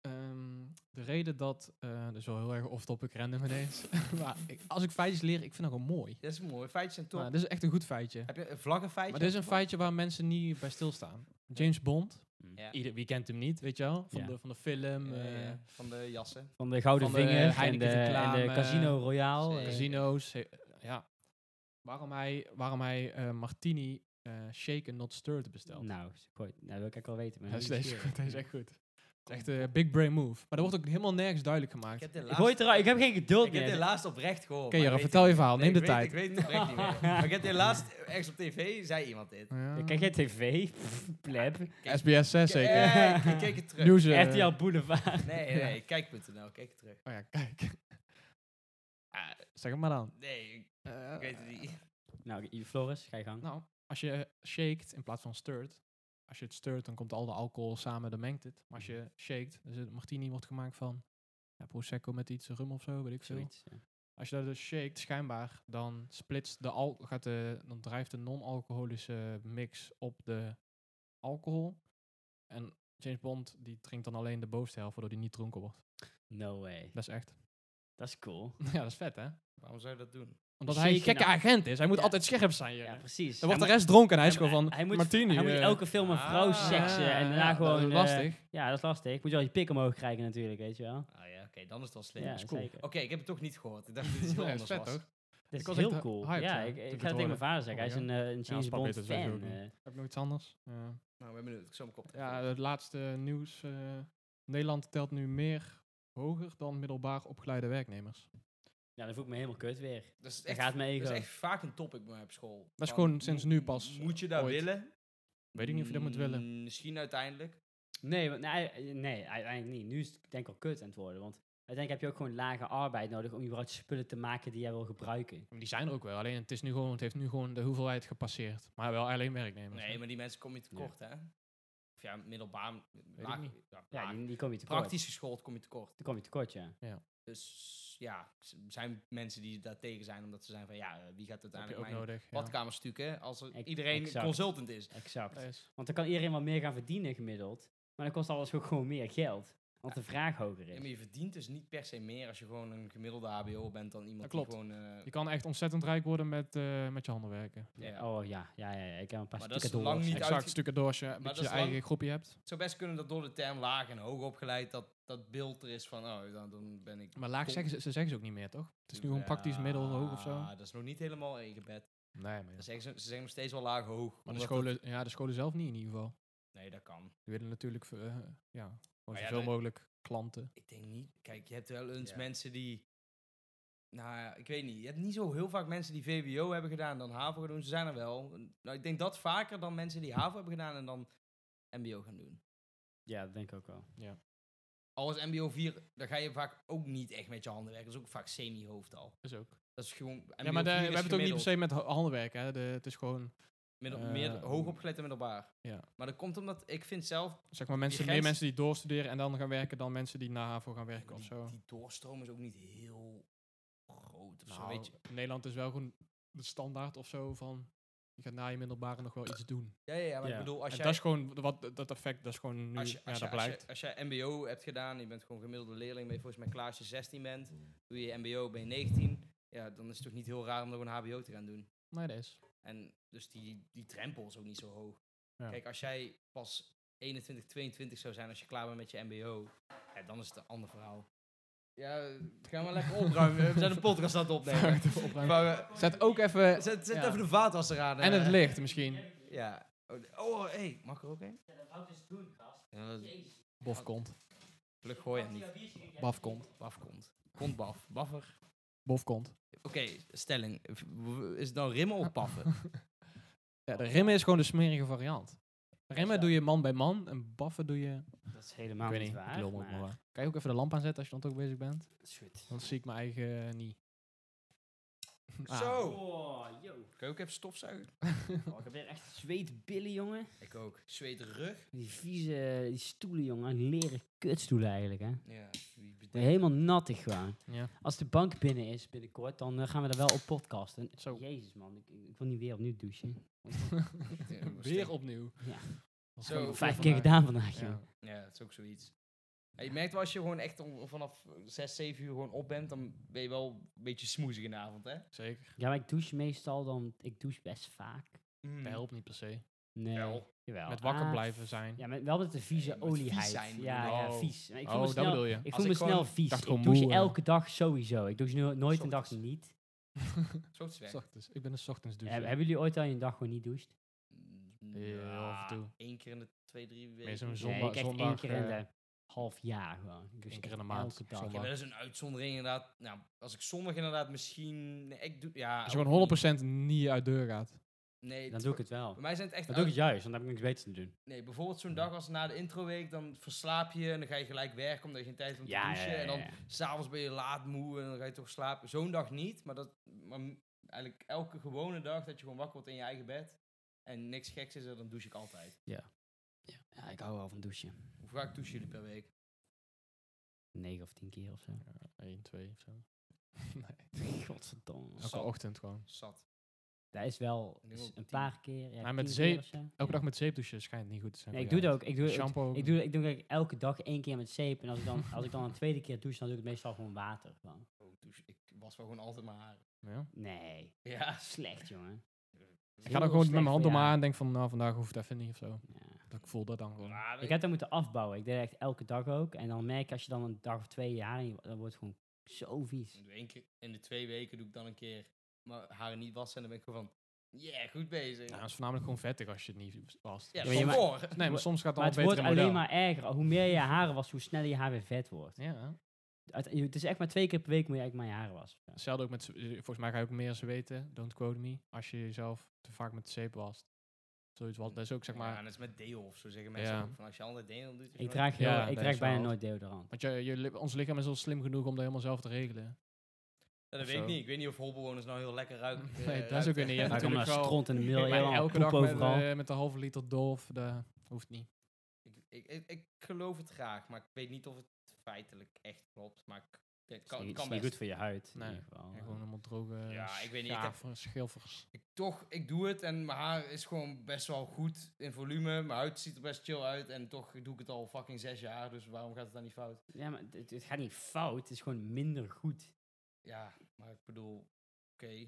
[SPEAKER 2] Ehm, de reden dat, eh dat is wel heel erg off-topic random ineens. maar ik- als ik feitjes leer, ik vind dat gewoon mooi.
[SPEAKER 1] Dat is mooi. Feitjes zijn top.
[SPEAKER 2] Maar dit is echt een goed feitje.
[SPEAKER 1] Heb je een vlaggenfeitje?
[SPEAKER 2] Maar dit is een feitje waar mensen niet bij stilstaan. James Bond,
[SPEAKER 3] Hm.
[SPEAKER 1] Ja.
[SPEAKER 2] ieder, wie kent hem niet, weet je wel? Van,
[SPEAKER 3] Ja.
[SPEAKER 2] de, van de film,
[SPEAKER 1] Ja, ja,
[SPEAKER 2] eh,
[SPEAKER 1] ja. Van de jassen.
[SPEAKER 3] Van de Gouden
[SPEAKER 2] Van de
[SPEAKER 3] Vinger en, de,
[SPEAKER 2] Heineken
[SPEAKER 3] en de
[SPEAKER 2] reclame,
[SPEAKER 3] Casino Royale.
[SPEAKER 1] zeker.
[SPEAKER 3] eh,
[SPEAKER 2] casino's. he- ja. Waarom hij, waarom hij eh, martini eh shaken not stirred bestelt.
[SPEAKER 3] nou, gooi, nou, wil ik eigenlijk wel weten. Maar
[SPEAKER 2] dat is,
[SPEAKER 3] nu
[SPEAKER 2] deze, is
[SPEAKER 3] nieuwsgierig.
[SPEAKER 2] goed, deze is echt goed. Het is echt een big brain move. Maar dat wordt ook helemaal nergens duidelijk gemaakt.
[SPEAKER 1] Ik heb dit
[SPEAKER 3] Ik gooi het eruit, ik heb geen geduld
[SPEAKER 1] Ik heb
[SPEAKER 3] meer.
[SPEAKER 1] dit laatst oprecht gehoord.
[SPEAKER 2] Oké,
[SPEAKER 1] maar
[SPEAKER 2] Jara,
[SPEAKER 1] ik weet
[SPEAKER 2] vertel
[SPEAKER 1] het niet.
[SPEAKER 2] je verhaal.
[SPEAKER 1] Nee,
[SPEAKER 2] Neem
[SPEAKER 1] ik
[SPEAKER 2] de
[SPEAKER 1] weet-
[SPEAKER 2] tijd.
[SPEAKER 1] Ik weet het oprecht niet meer. Maar ik heb dit laatst ergens op tv, zei iemand dit.
[SPEAKER 2] Ja.
[SPEAKER 3] Ja, Kijk jij tv? Pleb.
[SPEAKER 2] SBS 6 zeker.
[SPEAKER 1] Eh, ik- ik keek het terug.
[SPEAKER 2] Nieuws. eh,
[SPEAKER 3] RTL Boulevard.
[SPEAKER 1] Nee,
[SPEAKER 2] Ja.
[SPEAKER 1] nee, kijk.nl, kijk het terug.
[SPEAKER 2] Oh ja, kijk.
[SPEAKER 1] Ah,
[SPEAKER 2] Zeg het maar dan. Eh,
[SPEAKER 1] nee, ik, ik weet het niet.
[SPEAKER 3] Nou, oké, Floris, ga je gang.
[SPEAKER 2] Nou, als je shaked in plaats van stirred. Als je het stirrt, dan komt al de alcohol samen, dan mengt het. Maar als je shaked, dus een martini wordt gemaakt van ja, prosecco met iets rum of zo, weet ik veel.
[SPEAKER 3] Zoiets. ja.
[SPEAKER 2] Als je dat dus shaked, schijnbaar, dan splitst de al gaat de, dan drijft de non-alcoholische mix op de alcohol. En James Bond die drinkt dan alleen de bovenste helft, waardoor hij niet dronken wordt.
[SPEAKER 3] No way.
[SPEAKER 2] Dat is echt.
[SPEAKER 3] Dat is cool.
[SPEAKER 2] ja, dat is vet, hè?
[SPEAKER 1] Waarom zou je dat doen?
[SPEAKER 2] Omdat hij een
[SPEAKER 3] Shaken
[SPEAKER 2] gekke agent is. Hij moet
[SPEAKER 3] nou. Ja.
[SPEAKER 2] altijd scherp zijn.
[SPEAKER 3] Ja,
[SPEAKER 2] Ja,
[SPEAKER 3] precies.
[SPEAKER 2] dan wordt de
[SPEAKER 3] Hij
[SPEAKER 2] rest dronken en hij
[SPEAKER 3] moet-
[SPEAKER 2] is gewoon van
[SPEAKER 3] hij moet,
[SPEAKER 2] martini.
[SPEAKER 3] Hij moet
[SPEAKER 2] eh.
[SPEAKER 3] elke film een vrouw
[SPEAKER 1] Ah.
[SPEAKER 3] seksen en daarna
[SPEAKER 2] Ja,
[SPEAKER 3] gewoon...
[SPEAKER 2] Dat is
[SPEAKER 3] eh,
[SPEAKER 2] lastig.
[SPEAKER 3] ja, dat is lastig. Moet je wel je pik omhoog krijgen natuurlijk, weet je wel.
[SPEAKER 1] Ah ja, oké, dan is het wel slim.
[SPEAKER 3] Ja,
[SPEAKER 1] Oké,
[SPEAKER 2] cool.
[SPEAKER 3] zeker.
[SPEAKER 1] ik heb het toch niet gehoord. Ik dacht dat het iets heel
[SPEAKER 2] Ja,
[SPEAKER 1] anders
[SPEAKER 2] vet,
[SPEAKER 1] was.
[SPEAKER 2] toch?
[SPEAKER 3] Dat
[SPEAKER 2] Ik
[SPEAKER 3] is
[SPEAKER 2] was
[SPEAKER 3] heel
[SPEAKER 2] echt, eh,
[SPEAKER 3] cool.
[SPEAKER 2] hyped,
[SPEAKER 3] ja,
[SPEAKER 2] ja,
[SPEAKER 3] ik,
[SPEAKER 2] toen
[SPEAKER 3] ik
[SPEAKER 2] ik
[SPEAKER 3] ga
[SPEAKER 2] het
[SPEAKER 3] dat tegen mijn
[SPEAKER 2] hoorde.
[SPEAKER 3] vader zeggen. Hij is
[SPEAKER 2] Oh
[SPEAKER 3] een, eh, een
[SPEAKER 2] Ja, als
[SPEAKER 3] James
[SPEAKER 2] pap
[SPEAKER 3] Bond
[SPEAKER 2] weet het sowieso
[SPEAKER 3] fan.
[SPEAKER 2] ook niet.
[SPEAKER 3] eh.
[SPEAKER 2] Heb je nog iets anders? Ja.
[SPEAKER 1] Nou, ben benieuwd. Ik zal mijn kop
[SPEAKER 2] Ja, het laatste nieuws. eh, Nederland telt nu meer hoger dan middelbaar opgeleide werknemers.
[SPEAKER 3] Ja, dan voel ik me helemaal kut weer.
[SPEAKER 1] Dat is
[SPEAKER 3] Dan
[SPEAKER 1] echt,
[SPEAKER 3] gaat mijn ego.
[SPEAKER 1] dat is echt vaak een topic bij mij op school.
[SPEAKER 2] Dat is
[SPEAKER 1] Van,
[SPEAKER 2] gewoon sinds nu pas
[SPEAKER 1] Moet je dat
[SPEAKER 2] ooit.
[SPEAKER 1] willen?
[SPEAKER 2] Weet ik niet of je dat moet willen.
[SPEAKER 1] Mm, Misschien uiteindelijk.
[SPEAKER 3] Nee, want, nee, eh, nee, uiteindelijk niet. Nu is het denk ik al kut aan het worden. Want uiteindelijk heb je ook gewoon lage arbeid nodig om überhaupt spullen te maken die jij wil gebruiken.
[SPEAKER 2] Die zijn er ook wel. Alleen het, is nu gewoon, het heeft nu gewoon de hoeveelheid gepasseerd. Maar wel alleen werknemers.
[SPEAKER 1] Nee, maar die mensen kom je tekort, hè? Of ja, middelbaar. laag-
[SPEAKER 2] niet.
[SPEAKER 1] ja,
[SPEAKER 3] Ja,
[SPEAKER 1] laag.
[SPEAKER 3] die, die kom je tekort.
[SPEAKER 1] Ah, Praktisch geschoold kom je tekort.
[SPEAKER 3] Dan kom je tekort, ja.
[SPEAKER 1] Dus ja, er zijn mensen die daar tegen zijn, omdat ze zijn van ja, eh, wie gaat
[SPEAKER 2] Dat heb je
[SPEAKER 1] uiteindelijk
[SPEAKER 2] ook
[SPEAKER 1] mijn
[SPEAKER 2] nodig. ja.
[SPEAKER 1] badkamer stukken als er
[SPEAKER 3] Ex-
[SPEAKER 1] iedereen
[SPEAKER 3] exact.
[SPEAKER 1] consultant is?
[SPEAKER 3] Exact.
[SPEAKER 2] Dat is-
[SPEAKER 3] Want dan kan iedereen wel meer gaan verdienen gemiddeld. Maar dan kost alles ook gewoon meer geld. Want de vraag hoger
[SPEAKER 1] Ja,
[SPEAKER 3] is.
[SPEAKER 1] maar je verdient dus niet per se meer als je gewoon een gemiddelde HBO bent dan iemand
[SPEAKER 2] Dat
[SPEAKER 1] die
[SPEAKER 2] klopt.
[SPEAKER 1] gewoon. eh,
[SPEAKER 2] Je kan echt ontzettend rijk worden met, eh, met je handen werken.
[SPEAKER 1] ja.
[SPEAKER 3] Oh ja, ja, ja, ja, ik heb een paar
[SPEAKER 1] Maar dat is
[SPEAKER 3] stukken
[SPEAKER 1] lang
[SPEAKER 3] dollars.
[SPEAKER 1] niet
[SPEAKER 2] Exact,
[SPEAKER 1] uitge-
[SPEAKER 2] stukken doosje, een
[SPEAKER 1] dat
[SPEAKER 2] beetje
[SPEAKER 1] is
[SPEAKER 2] je eigen
[SPEAKER 1] lang-
[SPEAKER 2] groepje hebt.
[SPEAKER 1] Het zou best kunnen dat door de term laag en hoog opgeleid dat dat beeld er is van oh, dan, dan ben ik.
[SPEAKER 2] Maar laag
[SPEAKER 1] Kom.
[SPEAKER 2] zeggen ze, ze zeggen ze ook niet meer, toch? Het is nu gewoon praktisch middel, hoog of zo.
[SPEAKER 1] Ja, Dat is nog niet helemaal ingebed.
[SPEAKER 2] Nee, maar, ja.
[SPEAKER 1] Dan zeggen ze, ze zeggen nog steeds wel laag hoog.
[SPEAKER 2] maar de,
[SPEAKER 1] omdat
[SPEAKER 2] scholen, ja, de scholen zelf niet in ieder geval.
[SPEAKER 1] dat- nee, dat kan.
[SPEAKER 2] Die willen natuurlijk eh, ja, gewoon
[SPEAKER 1] ja,
[SPEAKER 2] zoveel
[SPEAKER 1] dat-
[SPEAKER 2] mogelijk klanten.
[SPEAKER 1] Ik denk niet. Kijk, je hebt wel eens
[SPEAKER 3] Ja.
[SPEAKER 1] mensen die. Nou ja, ik weet niet. Je hebt niet zo heel vaak mensen die VWO hebben gedaan dan HAVO gaan doen. Ze zijn er wel. Nou, ik denk dat vaker dan mensen die HAVO hebben gedaan en dan MBO gaan doen.
[SPEAKER 3] Ja, dat denk ik ook wel.
[SPEAKER 1] Al is MBO 4, dan ga je vaak ook niet echt met je handen werken. Dat is ook vaak semi-hoofd al.
[SPEAKER 2] Is ook.
[SPEAKER 1] Dat is gewoon.
[SPEAKER 2] ja, maar de- we hebben het ook niet per se met ha- handen werken. Hè. De, het is gewoon,
[SPEAKER 1] Middel,
[SPEAKER 2] eh,
[SPEAKER 1] meer hoogopgeleid en middelbaar.
[SPEAKER 2] Ja.
[SPEAKER 1] Maar dat komt omdat ik vind zelf.
[SPEAKER 2] zeg maar, mensen, meer
[SPEAKER 1] grens-
[SPEAKER 2] mensen die doorstuderen en dan gaan werken dan mensen die na HAVO gaan werken of
[SPEAKER 1] die,
[SPEAKER 2] zo.
[SPEAKER 1] die doorstroom is ook niet heel groot. Of zo,
[SPEAKER 2] Nou,
[SPEAKER 1] weet je.
[SPEAKER 2] in Nederland is wel gewoon de standaard of zo van... Je gaat na je middelbare nog wel iets doen.
[SPEAKER 1] Ja, ja, ja, maar
[SPEAKER 3] Ja.
[SPEAKER 1] ik bedoel, Eh, als
[SPEAKER 2] en
[SPEAKER 1] jij.
[SPEAKER 2] dat is gewoon, wat, dat effect, dat is gewoon nu,
[SPEAKER 1] Als je,
[SPEAKER 2] ja,
[SPEAKER 1] als,
[SPEAKER 2] dat
[SPEAKER 1] je, als,
[SPEAKER 2] blijkt.
[SPEAKER 1] je, als jij MBO hebt gedaan, je bent gewoon gemiddelde leerling, ben je volgens mij klaasje 16 bent, doe je MBO, ben je 19, ja, dan is het toch niet heel raar om nog een HBO te gaan doen.
[SPEAKER 2] Nee, dat is.
[SPEAKER 1] En dus die, die drempel is ook niet zo hoog.
[SPEAKER 2] Ja.
[SPEAKER 1] Kijk, als jij pas 21, 22 zou zijn als je klaar bent met je MBO, ja, dan is het een ander verhaal. Ja, het gaan we lekker opruimen. We zijn een podcast aan het opnemen.
[SPEAKER 2] Opruimen.
[SPEAKER 1] Maar we-
[SPEAKER 2] Zet ook even...
[SPEAKER 1] zet zet
[SPEAKER 2] ja.
[SPEAKER 1] even de vaatwasser aan.
[SPEAKER 2] En
[SPEAKER 1] eh.
[SPEAKER 2] het licht misschien.
[SPEAKER 1] Ja. Oh, Oh, hé, hey, mag ik er ook heen? Ja, dat
[SPEAKER 2] Bof komt.
[SPEAKER 1] Gelukkig gooi je hem niet.
[SPEAKER 2] Baf komt.
[SPEAKER 1] Baf komt. Komt baf. Baffer.
[SPEAKER 2] Bof komt.
[SPEAKER 1] Oké, stelling. V- w- Is het nou rimmen of paffen?
[SPEAKER 2] Ja, de rimmen is gewoon de smerige variant. Rimmen doe je man bij man en baffen doe
[SPEAKER 1] Nou,
[SPEAKER 2] je...
[SPEAKER 3] Dat is helemaal
[SPEAKER 2] ik weet
[SPEAKER 3] niet
[SPEAKER 2] niet,
[SPEAKER 3] waar.
[SPEAKER 2] ik lul ook
[SPEAKER 3] maar
[SPEAKER 2] maar. waar. Kan je ook even de lamp aanzetten als je dan toch bezig bent?
[SPEAKER 3] dat is goed.
[SPEAKER 2] Dan zie ik mijn eigen eh, niet. Ah.
[SPEAKER 1] Zo!
[SPEAKER 3] Oh, yo.
[SPEAKER 1] Kun je ook even stofzuigen?
[SPEAKER 3] Oh, ik heb weer echt zweetbillen, jongen.
[SPEAKER 1] Ik ook. Zweet rug.
[SPEAKER 3] Die vieze die stoelen, jongen. Leren kutstoelen eigenlijk, hè.
[SPEAKER 1] Ja, wie bedenkt
[SPEAKER 3] Weer Helemaal nattig gewoon.
[SPEAKER 2] Ja.
[SPEAKER 3] Als de bank binnen is binnenkort, dan eh, gaan we er wel op podcasten.
[SPEAKER 2] Zo.
[SPEAKER 3] Jezus, man. Ik, ik wil niet weer opnieuw douchen.
[SPEAKER 1] dat? Ja, maar
[SPEAKER 2] Weer
[SPEAKER 1] steek-
[SPEAKER 2] opnieuw.
[SPEAKER 3] Ja.
[SPEAKER 2] Dat
[SPEAKER 1] Zo,
[SPEAKER 2] gaan we
[SPEAKER 3] Vijf
[SPEAKER 2] voor
[SPEAKER 3] keer
[SPEAKER 2] vandaag.
[SPEAKER 3] gedaan vandaag, joh.
[SPEAKER 2] Ja.
[SPEAKER 1] Ja, dat is ook zoiets. Ja, je merkt wel als je gewoon echt om, vanaf 6, 7 uur gewoon op bent, dan ben je wel een beetje smoezig in de avond, hè?
[SPEAKER 2] Zeker.
[SPEAKER 3] Ja, maar ik douche meestal dan... Ik douche best vaak.
[SPEAKER 2] Dat helpt niet per se.
[SPEAKER 3] Nee.
[SPEAKER 1] Wel.
[SPEAKER 3] Jawel.
[SPEAKER 2] Met wakker
[SPEAKER 3] Ah,
[SPEAKER 2] blijven zijn.
[SPEAKER 3] Ja, met, wel met de vieze
[SPEAKER 1] Nee, met vies
[SPEAKER 3] olieheid.
[SPEAKER 1] zijn bedoel
[SPEAKER 3] ja,
[SPEAKER 1] je.
[SPEAKER 3] ja,
[SPEAKER 2] Oh.
[SPEAKER 3] vies. Maar Ik voel
[SPEAKER 2] oh,
[SPEAKER 3] me
[SPEAKER 2] dat
[SPEAKER 3] snel,
[SPEAKER 2] bedoel je.
[SPEAKER 3] ik
[SPEAKER 1] Als
[SPEAKER 3] voel me
[SPEAKER 1] ik
[SPEAKER 3] snel
[SPEAKER 1] gewoon-
[SPEAKER 3] vies.
[SPEAKER 2] dacht
[SPEAKER 3] Ik
[SPEAKER 2] gewoon
[SPEAKER 3] doe ze
[SPEAKER 2] moe, eh.
[SPEAKER 3] elke dag sowieso. Ik doe ze no- nooit een dag
[SPEAKER 1] Ochtends.
[SPEAKER 3] niet.
[SPEAKER 1] Zocht weg.
[SPEAKER 2] Ochtends. Ik ben een ochtends
[SPEAKER 3] Eh, hebben jullie ooit al je een dag gewoon niet doucht?
[SPEAKER 2] Heel af en toe.
[SPEAKER 1] Eén keer in de twee, drie weken.
[SPEAKER 2] Meer zo'n
[SPEAKER 1] Ja,
[SPEAKER 2] zondag.
[SPEAKER 3] nee, ik echt één keer in
[SPEAKER 2] eh,
[SPEAKER 3] de half jaar gewoon. Ik douche
[SPEAKER 2] één keer
[SPEAKER 3] echt
[SPEAKER 2] in de maand,
[SPEAKER 3] Elke dag.
[SPEAKER 1] maar
[SPEAKER 2] zondag.
[SPEAKER 1] dat is een uitzondering inderdaad. Nou, als ik zondag inderdaad misschien... Nee, ik doe... Ja,
[SPEAKER 2] Als
[SPEAKER 1] ook
[SPEAKER 2] je gewoon 100% niet uit deur gaat.
[SPEAKER 1] niet. Nee,
[SPEAKER 3] Dan
[SPEAKER 1] het-
[SPEAKER 3] doe ik het wel.
[SPEAKER 1] Bij mij zijn het echt
[SPEAKER 3] Dan doe ik het juist, want dan heb ik niks beters te doen.
[SPEAKER 1] Nee, bijvoorbeeld zo'n
[SPEAKER 3] Hmm.
[SPEAKER 1] dag als na de introweek, dan verslaap je en dan ga je gelijk werken omdat je geen tijd hebt om te
[SPEAKER 3] Ja, ja,
[SPEAKER 1] douchen.
[SPEAKER 3] ja,
[SPEAKER 1] En dan
[SPEAKER 3] ja.
[SPEAKER 1] s'avonds ben je laat moe en dan ga je toch slapen. Zo'n dag niet, maar, dat, maar m- eigenlijk elke gewone dag dat je gewoon wakker wordt in je eigen bed en niks geks is er, dan douche ik altijd.
[SPEAKER 3] Ja, ik hou wel van douchen.
[SPEAKER 1] Hoe vaak douchen jullie per week?
[SPEAKER 3] 9 of 10 keer of zo.
[SPEAKER 2] 1, 2 of zo. nee.
[SPEAKER 3] Godverdomme.
[SPEAKER 2] Elke
[SPEAKER 1] Zat.
[SPEAKER 2] ochtend gewoon.
[SPEAKER 1] Zat.
[SPEAKER 3] Dat is wel
[SPEAKER 1] Nu
[SPEAKER 3] s-
[SPEAKER 1] ook
[SPEAKER 3] een
[SPEAKER 1] 10.
[SPEAKER 3] paar keer. Ja,
[SPEAKER 2] Maar met
[SPEAKER 3] 10 keer
[SPEAKER 2] zeep-
[SPEAKER 3] of zo.
[SPEAKER 2] Elke dag met zeep douchen schijnt niet goed te zijn.
[SPEAKER 3] Nee, ik
[SPEAKER 2] voor
[SPEAKER 3] doe
[SPEAKER 2] je
[SPEAKER 3] dat
[SPEAKER 2] huid.
[SPEAKER 3] ook. Ik doe, ik,
[SPEAKER 2] Shampoo ook
[SPEAKER 3] ik doe, ik doe eigenlijk elke dag één keer met zeep. En als ik dan, als ik dan een tweede keer douche, dan doe ik het meestal gewoon water. Gewoon.
[SPEAKER 1] Oh, douche. Ik was wel gewoon altijd mijn haar.
[SPEAKER 2] Ja.
[SPEAKER 3] Nee,
[SPEAKER 1] Ja.
[SPEAKER 3] slecht jongen.
[SPEAKER 2] Oh, Ik ga dan gewoon met mijn hand door mijn haar en denk van, nou, vandaag hoeft het even niet of zo.
[SPEAKER 3] Ja.
[SPEAKER 2] Dat ik voel dat dan gewoon.
[SPEAKER 1] Maar
[SPEAKER 3] Ik heb dat moeten afbouwen. Ik deed echt elke dag ook. En dan merk je als je dan een dag of twee jaar, in je- dan wordt het gewoon zo vies.
[SPEAKER 1] Ik doe één keer in de twee weken doe ik dan een keer mijn haar niet wassen en dan ben ik gewoon van, yeah, goed bezig.
[SPEAKER 2] Ja, het is voornamelijk gewoon vettig als je het niet was.
[SPEAKER 1] Ja,
[SPEAKER 3] maar Nou, je
[SPEAKER 1] van
[SPEAKER 3] ma-
[SPEAKER 1] voor.
[SPEAKER 2] Nee, maar soms gaat het
[SPEAKER 3] Maar
[SPEAKER 2] al
[SPEAKER 3] het
[SPEAKER 2] beter
[SPEAKER 3] wordt
[SPEAKER 2] in
[SPEAKER 3] alleen
[SPEAKER 2] model.
[SPEAKER 3] maar erger. Hoe meer je haren was, hoe sneller je haar weer vet wordt.
[SPEAKER 2] Ja.
[SPEAKER 3] uit- je- het is echt maar twee keer per week moet je eigenlijk maar je haren wassen.
[SPEAKER 2] Hetzelfde ook met, z- eh, volgens mij ga je ook meer weten, don't quote me, als je jezelf te vaak met zeep wast. Zoiets was, dat is ook zeg maar,
[SPEAKER 1] Ja, en dat is met deel of zo zeggen mensen.
[SPEAKER 2] Ja.
[SPEAKER 1] ook, Van als je altijd deel doet... is
[SPEAKER 3] Ik
[SPEAKER 1] het
[SPEAKER 3] draag, heel,
[SPEAKER 2] Ja,
[SPEAKER 3] ik
[SPEAKER 2] dat
[SPEAKER 3] draag
[SPEAKER 2] is
[SPEAKER 3] bijna
[SPEAKER 2] wel.
[SPEAKER 3] nooit deodorant.
[SPEAKER 2] want je, je, lip- ons lichaam is al slim genoeg om dat helemaal zelf te regelen.
[SPEAKER 1] Ja, dat
[SPEAKER 2] Of
[SPEAKER 1] weet ik
[SPEAKER 2] zo.
[SPEAKER 1] niet. Ik weet niet of holbewoners nou heel lekker ruiken. eh,
[SPEAKER 2] Nee, dat is
[SPEAKER 1] ruiken.
[SPEAKER 2] ook weer niet. Je hebt
[SPEAKER 3] Daar komt
[SPEAKER 2] natuurlijk
[SPEAKER 3] maar
[SPEAKER 2] wel-
[SPEAKER 3] stront in de middel,
[SPEAKER 1] Ik ben
[SPEAKER 2] Maar
[SPEAKER 3] helemaal
[SPEAKER 2] elke
[SPEAKER 3] elke
[SPEAKER 2] dag met,
[SPEAKER 3] overal.
[SPEAKER 2] eh, met een halve liter dolf, dat hoeft niet.
[SPEAKER 1] Ik, ik, ik, ik geloof het graag, maar ik weet niet of het feitelijk echt klopt. Maar ik, het kan, het
[SPEAKER 3] het is
[SPEAKER 1] kan
[SPEAKER 3] niet goed
[SPEAKER 1] best.
[SPEAKER 3] voor je huid.
[SPEAKER 2] Nee.
[SPEAKER 3] In ieder geval.
[SPEAKER 2] Ja, gewoon helemaal droge
[SPEAKER 1] Ja, ik weet niet, ik heb-
[SPEAKER 2] schaven, schilfers.
[SPEAKER 1] Ik, toch, ik doe het en mijn haar is gewoon best wel goed in volume. Mijn huid ziet er best chill uit en toch doe ik het al fucking zes jaar. Dus waarom gaat het dan niet fout?
[SPEAKER 3] Ja, maar het, het gaat niet fout. Het is gewoon minder goed.
[SPEAKER 1] Ja, maar ik bedoel, oké.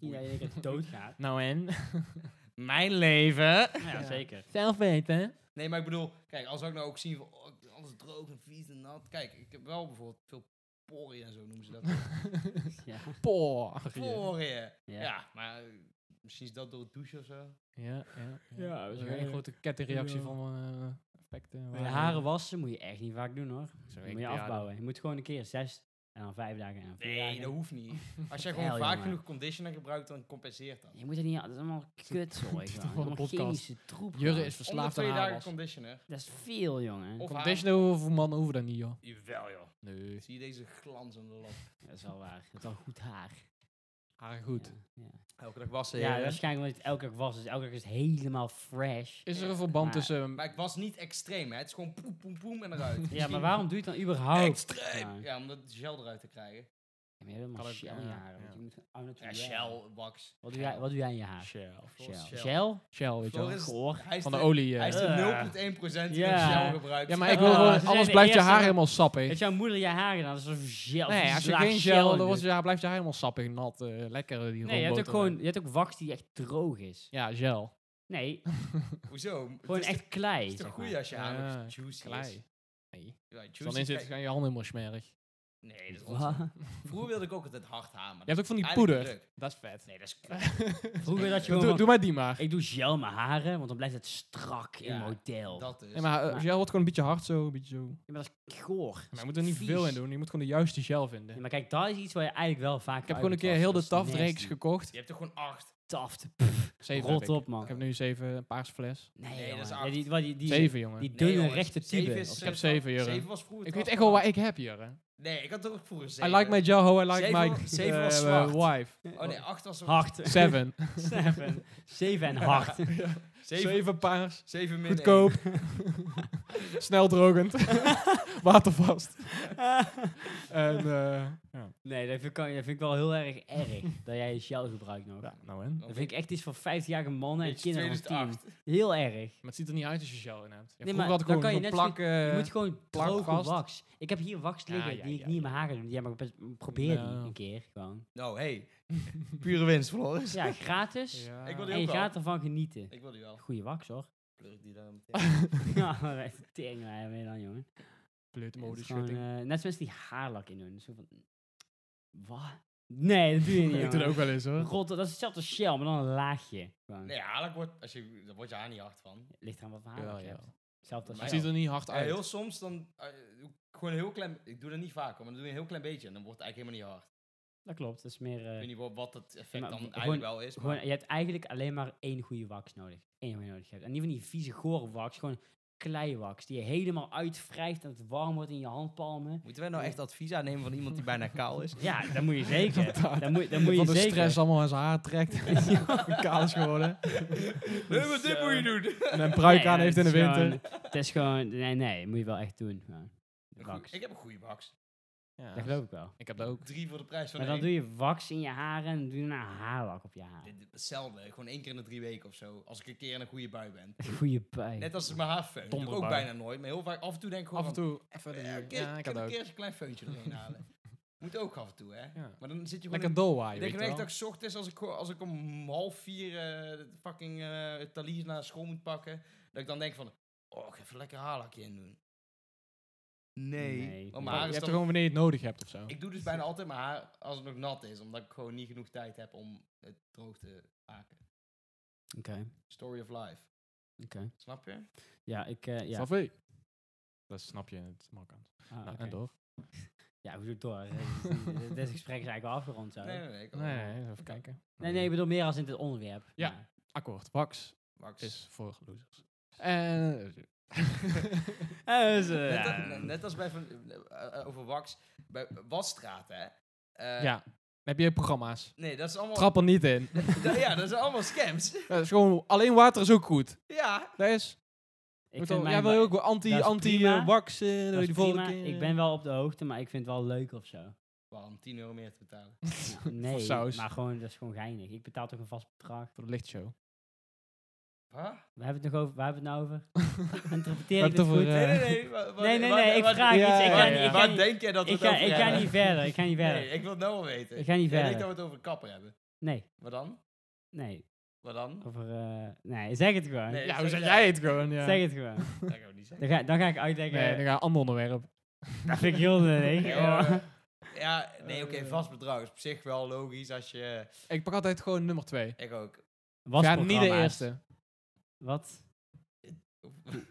[SPEAKER 3] Niet dat je in één keer doodgaat.
[SPEAKER 2] Nou en?
[SPEAKER 1] Mijn leven!
[SPEAKER 3] Nou ja, zeker.
[SPEAKER 2] Zelf weten.
[SPEAKER 1] Nee, maar ik bedoel, kijk, als ik nou ook zie van oh, ik- alles droog en vies en nat. Kijk, ik heb wel bijvoorbeeld veel poriën en zo noemen ze dat.
[SPEAKER 3] Ja.
[SPEAKER 2] Poor.
[SPEAKER 1] poriën! Ja.
[SPEAKER 3] Ja.
[SPEAKER 1] maar eh, misschien is dat door het douchen of zo.
[SPEAKER 2] Ja, ja.
[SPEAKER 3] Ja,
[SPEAKER 2] ja. Dat is
[SPEAKER 3] waarschijnlijk.
[SPEAKER 2] weer een grote kettingreactie
[SPEAKER 3] Ja.
[SPEAKER 2] van eh, effecten.
[SPEAKER 3] Maar je haren wassen moet je echt niet vaak doen hoor.
[SPEAKER 2] Zo,
[SPEAKER 3] Dat
[SPEAKER 2] ik-
[SPEAKER 3] moet je
[SPEAKER 2] ja,
[SPEAKER 3] afbouwen. Je moet gewoon een keer zes en dan vijf dagen en dan vier
[SPEAKER 1] Nee,
[SPEAKER 3] dagen.
[SPEAKER 1] dat hoeft niet. Als jij
[SPEAKER 3] Hel,
[SPEAKER 1] gewoon vaak
[SPEAKER 3] jongen.
[SPEAKER 1] genoeg conditioner gebruikt, dan compenseert dat.
[SPEAKER 3] Je moet het niet, dat is allemaal kut hoor.
[SPEAKER 2] Dit is toch wel een
[SPEAKER 3] allemaal
[SPEAKER 2] podcast.
[SPEAKER 3] chemische troep.
[SPEAKER 2] Jurre
[SPEAKER 3] gewoon.
[SPEAKER 2] is
[SPEAKER 1] Om de
[SPEAKER 2] verslaafd aan
[SPEAKER 1] twee dagen
[SPEAKER 2] haarwas.
[SPEAKER 1] conditioner.
[SPEAKER 3] Dat is veel jongen.
[SPEAKER 1] Of haar.
[SPEAKER 2] Conditioner voor mannen hoeven dat niet, joh.
[SPEAKER 1] Jawel joh.
[SPEAKER 2] Nee.
[SPEAKER 1] Zie je deze glanzende lap.
[SPEAKER 3] Dat is wel waar. Dat is wel goed haar.
[SPEAKER 2] Haar Ah, goed.
[SPEAKER 3] Ja, ja.
[SPEAKER 1] Elke dag wassen.
[SPEAKER 3] Ja, waarschijnlijk omdat het elke dag was. Dus elke dag is het helemaal fresh.
[SPEAKER 2] Is er een verband
[SPEAKER 3] Maar-
[SPEAKER 2] tussen...
[SPEAKER 1] Maar ik was niet extreem, hè. Het is gewoon poem, poem, poem en eruit.
[SPEAKER 3] Ja, maar waarom doe je het dan überhaupt?
[SPEAKER 1] Extreem!
[SPEAKER 3] Ja.
[SPEAKER 1] Ja, om dat gel eruit te krijgen.
[SPEAKER 3] Ja, maar je hebt helemaal
[SPEAKER 2] Kan ook,
[SPEAKER 3] shell
[SPEAKER 2] ja,
[SPEAKER 3] in je haren.
[SPEAKER 2] ja.
[SPEAKER 3] want je moet oh,
[SPEAKER 1] Ja,
[SPEAKER 3] natuurlijk wel.
[SPEAKER 1] gel, wax.
[SPEAKER 3] Wat doe, jij, wat doe jij in je haar?
[SPEAKER 2] Shell.
[SPEAKER 1] Floris
[SPEAKER 3] Shell.
[SPEAKER 1] Shell.
[SPEAKER 3] Shell?
[SPEAKER 2] Shell, weet je wel.
[SPEAKER 1] Floris,
[SPEAKER 3] Goor.
[SPEAKER 1] hij is
[SPEAKER 2] Van de
[SPEAKER 1] de-
[SPEAKER 2] olie. eh.
[SPEAKER 1] Hij is
[SPEAKER 3] Eh.
[SPEAKER 1] de 0,1% die
[SPEAKER 3] Ja.
[SPEAKER 1] gel gebruikt.
[SPEAKER 2] Ja, maar ik
[SPEAKER 3] Ah,
[SPEAKER 2] wil
[SPEAKER 3] ze
[SPEAKER 2] gewoon...
[SPEAKER 3] zijn
[SPEAKER 2] Anders
[SPEAKER 3] de
[SPEAKER 2] blijft je
[SPEAKER 3] eerste-
[SPEAKER 2] haar helemaal sappig.
[SPEAKER 3] Heeft jouw moeder je haar gedaan? Dat is een gel.
[SPEAKER 2] Nee, als je
[SPEAKER 3] slaag
[SPEAKER 2] geen gel,
[SPEAKER 3] in
[SPEAKER 2] dan
[SPEAKER 3] doet.
[SPEAKER 2] wordt je haar, blijft je haar helemaal sappig, nat, eh, lekker. Die
[SPEAKER 3] Nee, je hebt ook
[SPEAKER 2] roomboter.
[SPEAKER 3] gewoon... Je hebt ook wacht die echt droog is.
[SPEAKER 2] Ja, gel.
[SPEAKER 3] Nee,
[SPEAKER 1] Hoezo? Het
[SPEAKER 3] gewoon
[SPEAKER 1] is toch-
[SPEAKER 3] echt klei.
[SPEAKER 1] Het is toch
[SPEAKER 3] zeg maar.
[SPEAKER 1] goed als je haar
[SPEAKER 2] Ja,
[SPEAKER 1] nog juicy is?
[SPEAKER 2] Klei. Nee.
[SPEAKER 1] Ja, juicy
[SPEAKER 2] Dan is het
[SPEAKER 1] krijg-
[SPEAKER 2] aan je handen helemaal smerig.
[SPEAKER 1] Nee, dat is onzin.
[SPEAKER 3] Wat?
[SPEAKER 1] Vroeger wilde ik ook altijd hard haar,
[SPEAKER 2] Je
[SPEAKER 1] maar dat
[SPEAKER 2] hebt ook van die
[SPEAKER 1] is
[SPEAKER 2] poeder.
[SPEAKER 1] eigenlijk niet
[SPEAKER 2] Dat is vet.
[SPEAKER 1] leuk. Nee, dat is
[SPEAKER 3] Vroeger dat je
[SPEAKER 2] Doe,
[SPEAKER 3] gewoon...
[SPEAKER 2] doe,
[SPEAKER 3] van-
[SPEAKER 2] maar die maar.
[SPEAKER 3] Ik doe gel in mijn haren, want dan blijft het strak in
[SPEAKER 1] Ja,
[SPEAKER 3] model.
[SPEAKER 1] Dat dus. is.
[SPEAKER 2] Nee, maar eh,
[SPEAKER 3] Maar-
[SPEAKER 2] gel wordt gewoon een beetje hard zo, een beetje zo.
[SPEAKER 3] Ja, maar dat is goor.
[SPEAKER 2] Maar je moet er niet veel in doen, je moet gewoon de juiste gel vinden.
[SPEAKER 3] Ja, maar kijk, dat is iets waar je eigenlijk wel vaak
[SPEAKER 2] Ik heb gewoon een keer heel de taftreeks gekocht.
[SPEAKER 1] Je hebt toch gewoon acht?
[SPEAKER 3] Taft.
[SPEAKER 2] Zeven heb
[SPEAKER 3] Rot
[SPEAKER 2] ik.
[SPEAKER 3] op,
[SPEAKER 2] Ik
[SPEAKER 3] man.
[SPEAKER 2] heb nu zeven, een paarse fles.
[SPEAKER 3] Nee,
[SPEAKER 1] Nee, dat is
[SPEAKER 3] jongen.
[SPEAKER 1] acht.
[SPEAKER 3] Ja, die, wat die, die,
[SPEAKER 2] Zeven, jongen.
[SPEAKER 3] die
[SPEAKER 1] Nee,
[SPEAKER 3] dunne
[SPEAKER 1] jongens,
[SPEAKER 3] rechte Oh,
[SPEAKER 1] zeven
[SPEAKER 3] tube.
[SPEAKER 1] is,
[SPEAKER 2] Ik
[SPEAKER 1] eh,
[SPEAKER 2] heb zeven,
[SPEAKER 1] twaalf.
[SPEAKER 2] Jurre.
[SPEAKER 1] Zeven was vroeger.
[SPEAKER 2] Ik weet echt
[SPEAKER 1] twaalf.
[SPEAKER 2] wel waar ik heb, Jurre.
[SPEAKER 1] Nee, ik had ook vroeger
[SPEAKER 2] I
[SPEAKER 1] zeven.
[SPEAKER 2] like my Joe, I like
[SPEAKER 1] Zeven-
[SPEAKER 2] my
[SPEAKER 1] zeven
[SPEAKER 2] eh,
[SPEAKER 1] was zwart.
[SPEAKER 2] wife.
[SPEAKER 1] Oh nee, acht was
[SPEAKER 3] Hard.
[SPEAKER 2] Seven.
[SPEAKER 3] Zeven. Zeven en hard.
[SPEAKER 1] Zeven,
[SPEAKER 2] Zeven paars.
[SPEAKER 1] zeven min
[SPEAKER 2] Goedkoop. Snel drogend. Watervast. En, eh, ja.
[SPEAKER 3] nee, dat vind, ik, dat vind ik wel heel erg erg. dat jij Shell gebruikt nog.
[SPEAKER 2] nou en? Maar
[SPEAKER 3] Dat
[SPEAKER 1] Oh,
[SPEAKER 3] vind ik echt iets voor 50-jarige mannen en
[SPEAKER 1] Beetje
[SPEAKER 3] kinderen van 10.
[SPEAKER 1] 2008.
[SPEAKER 3] Heel erg.
[SPEAKER 2] het ziet er niet uit als je gel in hebt. Ja,
[SPEAKER 3] Nee,
[SPEAKER 2] vroeger
[SPEAKER 3] maar
[SPEAKER 2] had ik
[SPEAKER 3] dan
[SPEAKER 2] gewoon
[SPEAKER 3] kan je
[SPEAKER 2] zo'n
[SPEAKER 3] net zo-
[SPEAKER 2] plak... eh,
[SPEAKER 3] Je moet gewoon
[SPEAKER 2] plak
[SPEAKER 3] droge
[SPEAKER 2] vast.
[SPEAKER 3] wax. Ik heb hier wax
[SPEAKER 2] Ja,
[SPEAKER 3] liggen
[SPEAKER 2] ja,
[SPEAKER 3] die ik
[SPEAKER 2] ja,
[SPEAKER 3] niet in mijn haar ga doen. Ja, maar ik best- probeer die
[SPEAKER 2] Nou.
[SPEAKER 3] een keer gewoon.
[SPEAKER 1] Nou, hey. Pure winst, Floris.
[SPEAKER 3] Ja, gratis.
[SPEAKER 2] ja.
[SPEAKER 1] Ik wil die
[SPEAKER 3] En je
[SPEAKER 1] ook wel.
[SPEAKER 3] gaat ervan genieten.
[SPEAKER 1] Ik wil die wel.
[SPEAKER 3] Goeie wax hoor.
[SPEAKER 1] Kleur ik die daar meteen.
[SPEAKER 3] Ja, maar echt tering wij weer dan, jongen.
[SPEAKER 2] Pleute
[SPEAKER 3] Het is
[SPEAKER 2] modeschutting.
[SPEAKER 3] gewoon, eh, net zoals die haarlak in doen. Zo van, wat? Nee, dat doe je niet.
[SPEAKER 2] Ik doe dat
[SPEAKER 3] jongen.
[SPEAKER 2] ook wel eens hoor.
[SPEAKER 3] Rot, dat is hetzelfde als Shell, maar dan een laagje. Gewoon.
[SPEAKER 1] Nee, haarlijk wordt, als je, daar wordt je haar niet hard van.
[SPEAKER 3] Ligt eraan wat voor
[SPEAKER 2] Jawel,
[SPEAKER 3] haarlak je
[SPEAKER 2] jawel.
[SPEAKER 3] hebt. Hetzelfde als
[SPEAKER 1] Maar
[SPEAKER 2] Het
[SPEAKER 3] Shell.
[SPEAKER 2] ziet er niet hard
[SPEAKER 1] Ja,
[SPEAKER 2] uit.
[SPEAKER 1] Ah, heel soms dan, eh, doe ik gewoon een heel klein, ik doe dat niet vaak, hoor, maar dan doe je een heel klein beetje en dan wordt het eigenlijk helemaal niet hard.
[SPEAKER 3] Dat klopt, dat is meer... eh,
[SPEAKER 1] Ik weet niet wat, wat het effect
[SPEAKER 3] maar
[SPEAKER 1] dan
[SPEAKER 3] gewoon-
[SPEAKER 1] eigenlijk wel is.
[SPEAKER 3] gewoon,
[SPEAKER 1] Maar
[SPEAKER 3] je hebt eigenlijk alleen maar één goede wax nodig. Eén goede nodig hebt. En niet van die vieze gore wax, gewoon kleiwax. Die je helemaal uitwrijft en het warm wordt in je handpalmen.
[SPEAKER 1] Moeten wij nou echt advies aannemen van iemand die bijna kaal is?
[SPEAKER 3] Ja, dat moet je zeker. dat moet, dat moet je
[SPEAKER 2] Van de
[SPEAKER 3] zeker.
[SPEAKER 2] stress allemaal aan zijn haar trekt. Kaal is geworden.
[SPEAKER 1] Nee, maar dit moet je doen!
[SPEAKER 2] En een pruik
[SPEAKER 3] Nee,
[SPEAKER 2] aan
[SPEAKER 3] ja,
[SPEAKER 2] heeft in
[SPEAKER 3] het
[SPEAKER 2] de
[SPEAKER 3] is gewoon-
[SPEAKER 2] winter.
[SPEAKER 3] Het is gewoon... Nee, nee, moet je wel echt doen. gewoon. Wax.
[SPEAKER 1] Ik heb een goede wax.
[SPEAKER 2] Ja,
[SPEAKER 3] Dat geloof ik wel.
[SPEAKER 2] Ik heb dat ook.
[SPEAKER 1] Drie voor de prijs van
[SPEAKER 3] Maar dan
[SPEAKER 1] één.
[SPEAKER 3] doe je wax in je haren en doe je een haarlak op je haar.
[SPEAKER 1] Dit- dit- Hetzelfde, gewoon één keer in de drie weken of zo. Als ik een keer in een goede bui ben.
[SPEAKER 3] Goeie pijn.
[SPEAKER 1] Net als mijn haar feun. Doe ik ook
[SPEAKER 2] Donderbui.
[SPEAKER 1] bijna nooit, maar heel vaak af en toe denk ik gewoon
[SPEAKER 2] Af en
[SPEAKER 1] van,
[SPEAKER 2] toe. Even de-
[SPEAKER 1] eh, een keer,
[SPEAKER 2] ja, ik
[SPEAKER 1] ik
[SPEAKER 2] had
[SPEAKER 1] een
[SPEAKER 2] dat
[SPEAKER 1] keer
[SPEAKER 2] ook.
[SPEAKER 1] eens een klein feuntje erin halen. Moet ook af en toe, hè?
[SPEAKER 2] Ja.
[SPEAKER 1] Maar dan zit je gewoon
[SPEAKER 2] Lekker dolwaaien,
[SPEAKER 1] Ik denk
[SPEAKER 2] weet je
[SPEAKER 1] nou echt
[SPEAKER 2] wel.
[SPEAKER 1] dat ik 's ochtends, als ik, gewoon- als ik om half vier eh, de fucking eh talies naar school moet pakken, dat ik dan denk van, oh, ik ga even lekker haarlakje in doen. Nee.
[SPEAKER 3] Nee.
[SPEAKER 1] Want
[SPEAKER 2] Je
[SPEAKER 1] mijn haar is
[SPEAKER 2] hebt er
[SPEAKER 1] dan-
[SPEAKER 2] gewoon wanneer je het nodig hebt of zo.
[SPEAKER 1] Ik doe dus bijna altijd mijn haar als het nog nat is, omdat ik gewoon niet genoeg tijd heb om het droog te maken.
[SPEAKER 3] Oké,
[SPEAKER 1] Story of life.
[SPEAKER 3] oké.
[SPEAKER 1] Snap je?
[SPEAKER 3] Ja, ik... eh, ja.
[SPEAKER 2] Snap je? Dat snap je in het makkelijk.
[SPEAKER 3] Ah,
[SPEAKER 2] Nou,
[SPEAKER 3] oké.
[SPEAKER 2] en door.
[SPEAKER 3] Ja, we doen het door. Eh, Dit gesprek is eigenlijk wel afgerond zo.
[SPEAKER 1] Nee, nee, nee. ik kan
[SPEAKER 2] Nee,
[SPEAKER 1] wel.
[SPEAKER 2] nee, even kijken.
[SPEAKER 3] Oh. Nee, nee, ik bedoel meer als in dit onderwerp.
[SPEAKER 2] Ja.
[SPEAKER 3] Maar-
[SPEAKER 2] Akkoord. Wax
[SPEAKER 1] Max.
[SPEAKER 2] is voor losers. eh, En...
[SPEAKER 3] Eh, dus, eh,
[SPEAKER 1] Net,
[SPEAKER 3] ja.
[SPEAKER 1] als- net als bij van, eh, eh, over Wax, bij Wasstraat, hè. Eh,
[SPEAKER 2] ja. Dan heb je
[SPEAKER 3] Oh.
[SPEAKER 2] programma's.
[SPEAKER 1] Nee, dat is allemaal...
[SPEAKER 2] Trap er niet in.
[SPEAKER 1] Da- ja, dat zijn allemaal scams.
[SPEAKER 2] Dat is gewoon, alleen water is ook goed.
[SPEAKER 1] ja.
[SPEAKER 2] Dat is...
[SPEAKER 3] Ik
[SPEAKER 2] Moet
[SPEAKER 3] vind
[SPEAKER 2] al-
[SPEAKER 3] mijn
[SPEAKER 2] jij wil
[SPEAKER 3] wa-
[SPEAKER 2] ook wel anti,
[SPEAKER 3] dat is
[SPEAKER 2] anti
[SPEAKER 3] prima.
[SPEAKER 2] eh, wax eh,
[SPEAKER 3] dat is
[SPEAKER 2] die volgende
[SPEAKER 3] prima.
[SPEAKER 2] keer. eh?
[SPEAKER 3] Ik ben wel op de hoogte, maar ik vind het wel leuk of zo.
[SPEAKER 1] Waarom 10 euro meer te betalen?
[SPEAKER 3] Ja, nee,
[SPEAKER 2] saus.
[SPEAKER 3] maar gewoon, dat is gewoon geinig. Ik betaal toch een vast bedrag.
[SPEAKER 2] Voor de lichtshow.
[SPEAKER 1] Huh?
[SPEAKER 3] Waar hebben we het, nog over, waar hebben we het nou over? Interpreteer
[SPEAKER 2] Wat
[SPEAKER 3] ik dit
[SPEAKER 2] voor,
[SPEAKER 3] goed?
[SPEAKER 2] eh,
[SPEAKER 1] Nee, nee, nee. wa- wa-
[SPEAKER 3] Nee, nee,
[SPEAKER 1] wa-
[SPEAKER 3] nee, ik
[SPEAKER 1] wa-
[SPEAKER 3] vraag
[SPEAKER 2] ja,
[SPEAKER 3] iets. Ik
[SPEAKER 2] ja,
[SPEAKER 3] ga
[SPEAKER 2] ja.
[SPEAKER 3] niet- ik ga
[SPEAKER 1] Waar
[SPEAKER 3] niet-
[SPEAKER 1] denk jij dat we
[SPEAKER 3] ik
[SPEAKER 1] het
[SPEAKER 3] ga-
[SPEAKER 1] over
[SPEAKER 3] ik ga
[SPEAKER 1] hebben?
[SPEAKER 3] niet verder. Ik ga niet
[SPEAKER 1] Nee,
[SPEAKER 3] verder.
[SPEAKER 1] ik wil het nou al weten.
[SPEAKER 3] Ik ga niet
[SPEAKER 1] Jij denkt dat
[SPEAKER 3] verder.
[SPEAKER 1] we het over kapper hebben.
[SPEAKER 3] Nee,
[SPEAKER 1] Wat dan?
[SPEAKER 3] nee.
[SPEAKER 1] Wat dan?
[SPEAKER 3] Over, eh, nee, zeg het gewoon.
[SPEAKER 1] Nee,
[SPEAKER 2] Ja,
[SPEAKER 1] zeg
[SPEAKER 2] hoe zeg eh,
[SPEAKER 1] jij.
[SPEAKER 2] jij het gewoon? Ja.
[SPEAKER 3] Zeg het gewoon.
[SPEAKER 1] Dat kan ik niet zeggen.
[SPEAKER 3] Dan ga, dan ga ik uitleggen.
[SPEAKER 2] Nee, dan gaan we ander onderwerp.
[SPEAKER 3] dat vind ik heel lullig.
[SPEAKER 1] Nee,
[SPEAKER 3] Oh.
[SPEAKER 1] eh, Ja, nee, oké,
[SPEAKER 2] Eh.
[SPEAKER 1] vast bedrag is op zich wel logisch als je...
[SPEAKER 2] Ik pak altijd gewoon nummer twee.
[SPEAKER 1] Ik ook.
[SPEAKER 2] Ja,
[SPEAKER 3] Wasprogramma's.
[SPEAKER 2] niet de eerste.
[SPEAKER 3] Wat?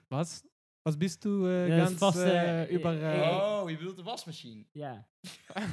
[SPEAKER 2] Wat? Wat bist du uh,
[SPEAKER 3] Ja, dat is
[SPEAKER 2] ganz
[SPEAKER 3] vast, eh,
[SPEAKER 2] eh, über...
[SPEAKER 3] eh,
[SPEAKER 2] eh,
[SPEAKER 1] Oh, je bedoelt de wasmachine.
[SPEAKER 3] Ja.
[SPEAKER 2] Hij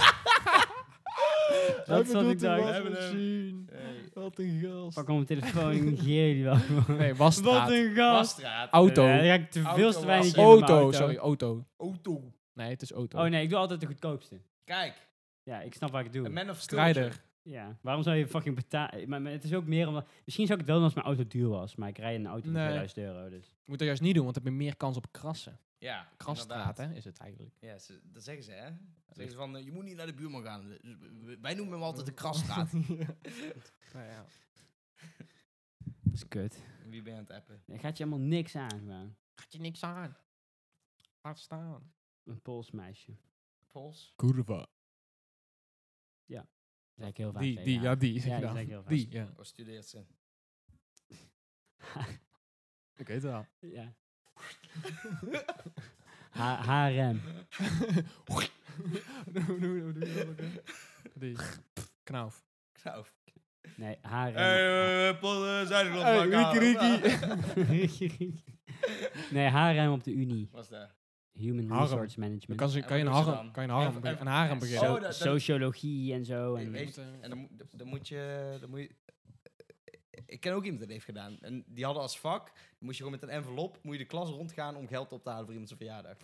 [SPEAKER 3] zat ik
[SPEAKER 2] bedoelt de
[SPEAKER 3] daar.
[SPEAKER 2] wasmachine.
[SPEAKER 3] Oh.
[SPEAKER 1] Nee.
[SPEAKER 2] Wat een gast.
[SPEAKER 3] Pak op mijn telefoon en geer jullie wel gewoon.
[SPEAKER 2] Nee, wasstraat.
[SPEAKER 3] Wat een gast.
[SPEAKER 1] Wasstraat.
[SPEAKER 2] Auto.
[SPEAKER 3] Ja, dan ga ik te
[SPEAKER 1] Auto
[SPEAKER 3] veel te weinig
[SPEAKER 1] wassen.
[SPEAKER 3] in mijn
[SPEAKER 2] auto, sorry, auto.
[SPEAKER 1] Auto.
[SPEAKER 2] Nee, het is auto.
[SPEAKER 3] Oh nee, ik doe altijd de goedkoopste.
[SPEAKER 1] Kijk,
[SPEAKER 3] Ja, ik snap wat ik doe.
[SPEAKER 1] een man of steel.
[SPEAKER 2] Strijder.
[SPEAKER 3] Ja, waarom zou je fucking betalen? Maar, maar het is ook meer omdat... Misschien zou ik het wel doen als mijn auto duur was, maar ik rijd in een auto
[SPEAKER 2] Nee.
[SPEAKER 3] van 2000 euro, dus...
[SPEAKER 2] Moet dat juist niet doen, want dan heb je meer kans op krassen.
[SPEAKER 1] Ja,
[SPEAKER 2] Krasstraat,
[SPEAKER 1] inderdaad.
[SPEAKER 2] hè, is het eigenlijk.
[SPEAKER 1] Ja, ze- dat zeggen ze, hè? Dat zeggen ze van, eh, je moet niet naar de buurman gaan. Dus w- Wij noemen hem altijd de krasstraat.
[SPEAKER 2] Nou ja.
[SPEAKER 3] Dat is kut.
[SPEAKER 1] Wie ben je aan het appen?
[SPEAKER 3] Daar gaat je helemaal niks aan, man.
[SPEAKER 2] Gaat je niks aan. Laat staan.
[SPEAKER 3] Een Pools meisje.
[SPEAKER 1] Pols?
[SPEAKER 2] Kurva.
[SPEAKER 3] Dat zeg ik heel vaak
[SPEAKER 2] Die,
[SPEAKER 3] tegen
[SPEAKER 2] die,
[SPEAKER 3] haar.
[SPEAKER 2] ja, die.
[SPEAKER 3] Ja,
[SPEAKER 2] Zeg
[SPEAKER 3] die
[SPEAKER 2] ja,
[SPEAKER 3] zeg ik heel vaak.
[SPEAKER 2] die, ja.
[SPEAKER 1] Of studeert ze?
[SPEAKER 2] Ik weet het al.
[SPEAKER 3] Ja. H- HRM.
[SPEAKER 1] Nou,
[SPEAKER 2] Doe, doe, doe, doe, doe, doe. Die. Knauf.
[SPEAKER 1] Nou,
[SPEAKER 3] Nee, HRM.
[SPEAKER 1] eh,
[SPEAKER 2] Hey, Ricky,
[SPEAKER 3] nee, HRM op de Unie.
[SPEAKER 1] Was daar.
[SPEAKER 3] Human
[SPEAKER 2] Harem.
[SPEAKER 3] Resource Management.
[SPEAKER 2] Kan, ze,
[SPEAKER 1] En
[SPEAKER 2] kan je een
[SPEAKER 1] wat doen ze dan?
[SPEAKER 2] harem, kan je een harem,
[SPEAKER 1] En-
[SPEAKER 2] beg-
[SPEAKER 1] en-
[SPEAKER 2] een harem
[SPEAKER 1] en-
[SPEAKER 2] beginnen?
[SPEAKER 3] So-
[SPEAKER 1] Oh, dat-
[SPEAKER 3] sociologie en zo.
[SPEAKER 1] Ik
[SPEAKER 3] En
[SPEAKER 1] weet-
[SPEAKER 2] Moet, eh,
[SPEAKER 1] En dan, moet- dan moet je, dan moet je... eh, Ik ken ook iemand dat heeft gedaan. En die hadden als vak, dan moest je gewoon met een envelop, moet je de klas rondgaan om geld op te halen voor iemand zijn verjaardag.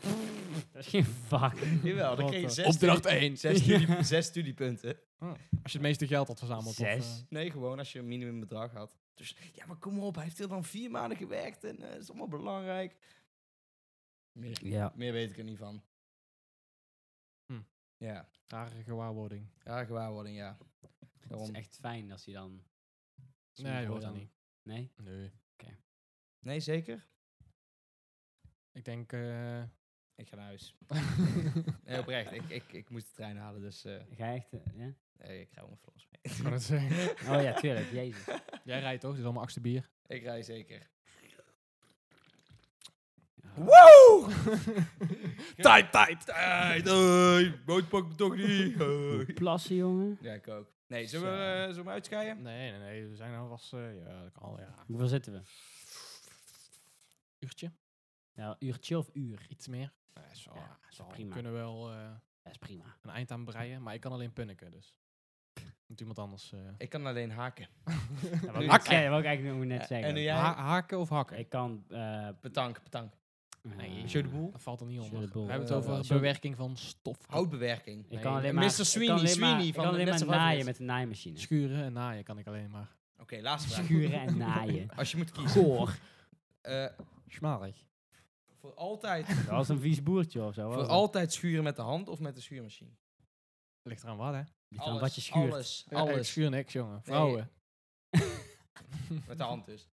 [SPEAKER 3] dat is geen vak.
[SPEAKER 1] Jawel, dan
[SPEAKER 2] Wat,
[SPEAKER 1] kreeg je
[SPEAKER 2] eh,
[SPEAKER 1] zes,
[SPEAKER 2] Opdracht 1.
[SPEAKER 1] studie- zes, studie- zes studiepunten.
[SPEAKER 2] Als je het meeste geld had verzameld. of,
[SPEAKER 3] Zes.
[SPEAKER 2] eh,
[SPEAKER 1] Nee, gewoon als je een minimumbedrag had. Dus ja, maar kom op, hij heeft er dan vier maanden gewerkt en eh, dat is allemaal belangrijk. Meer,
[SPEAKER 3] Ja.
[SPEAKER 1] meer weet ik er niet van.
[SPEAKER 2] Hm.
[SPEAKER 1] Ja,
[SPEAKER 2] rare gewaarwording.
[SPEAKER 1] ja, gewaarwording, ja.
[SPEAKER 3] Het is
[SPEAKER 1] Daarom.
[SPEAKER 3] echt fijn als hij dan...
[SPEAKER 2] Nee, je hoort dat
[SPEAKER 3] dan-
[SPEAKER 2] niet.
[SPEAKER 3] Nee?
[SPEAKER 2] Nee.
[SPEAKER 1] Nee, zeker?
[SPEAKER 2] Ik denk... eh,
[SPEAKER 1] Ik ga naar huis. nee, oprecht. Ik, ik, ik moest de trein halen, dus eh,
[SPEAKER 3] Ga je echt... eh, ja?
[SPEAKER 1] nee, ik hou mijn vlons mee.
[SPEAKER 2] ik kan het zeggen.
[SPEAKER 3] Oh ja, tuurlijk. Jezus.
[SPEAKER 2] Jij rijdt toch? Dit is allemaal achtste bier.
[SPEAKER 1] Ik rij zeker.
[SPEAKER 2] Wow! tijd, tijd!
[SPEAKER 1] Tijd, hey, boot pak me toch niet.
[SPEAKER 3] Moet Plassen, jongen.
[SPEAKER 1] Ja, ik ook. Nee, zullen we, eh, zullen we uitscheiden?
[SPEAKER 2] Nee, nee, nee. We zijn alvast... eh ja, dat kan al, ja.
[SPEAKER 3] Hoeveel zitten we?
[SPEAKER 2] Uurtje?
[SPEAKER 3] Ja, uurtje of uur?
[SPEAKER 2] Iets meer? Nee, zo,
[SPEAKER 3] Ja,
[SPEAKER 2] zo
[SPEAKER 3] prima.
[SPEAKER 2] We kunnen wel eh,
[SPEAKER 3] Dat is prima.
[SPEAKER 2] een eind aan breien, maar ik kan alleen punniken, dus... Moet iemand anders... eh,
[SPEAKER 1] Ik kan alleen haken.
[SPEAKER 3] Dat wou ik, net
[SPEAKER 2] Hakken.
[SPEAKER 3] zeggen, wou ik eigenlijk nog net
[SPEAKER 1] Eh, En-
[SPEAKER 3] zeggen.
[SPEAKER 1] en nu jij-
[SPEAKER 2] ha- haken of hakken?
[SPEAKER 3] Ik kan... eh
[SPEAKER 1] Betank, betank.
[SPEAKER 3] eh,
[SPEAKER 2] Monsieur de Boel? Dat valt er niet
[SPEAKER 3] Monsieur
[SPEAKER 2] onder.
[SPEAKER 3] de Boel.
[SPEAKER 2] We hebben
[SPEAKER 1] Eh,
[SPEAKER 2] het over
[SPEAKER 3] Monsieur de-
[SPEAKER 2] bewerking van stof.
[SPEAKER 1] Houtbewerking.
[SPEAKER 3] Ik
[SPEAKER 2] Nee,
[SPEAKER 3] kan alleen
[SPEAKER 2] en
[SPEAKER 3] maar...
[SPEAKER 1] Mr.
[SPEAKER 3] ik kan
[SPEAKER 1] Sweeney,
[SPEAKER 3] alleen maar-
[SPEAKER 1] Sweeney
[SPEAKER 3] Ik
[SPEAKER 1] van
[SPEAKER 3] kan
[SPEAKER 1] de
[SPEAKER 3] alleen
[SPEAKER 1] Net
[SPEAKER 3] maar
[SPEAKER 1] Zoveel
[SPEAKER 3] naaien
[SPEAKER 1] Vrienden.
[SPEAKER 3] met een naaimachine.
[SPEAKER 2] Schuren en naaien kan ik alleen maar.
[SPEAKER 1] Oké, laatste vraag.
[SPEAKER 3] Schuren en naaien.
[SPEAKER 1] Als je moet kiezen.
[SPEAKER 3] Goor.
[SPEAKER 1] eh,
[SPEAKER 2] Smarig.
[SPEAKER 1] voor altijd,
[SPEAKER 3] Dat was een vies boertje of zo.
[SPEAKER 1] voor
[SPEAKER 3] was
[SPEAKER 1] altijd schuren met de hand of met de schuurmachine?
[SPEAKER 2] Ligt eraan wat, hè?
[SPEAKER 3] dat? Ligt aan wat je schuurt.
[SPEAKER 1] Alles,
[SPEAKER 2] Alles.
[SPEAKER 1] alles.
[SPEAKER 2] schuur niks, jongen. Vrouwen.
[SPEAKER 1] Met de hand dus.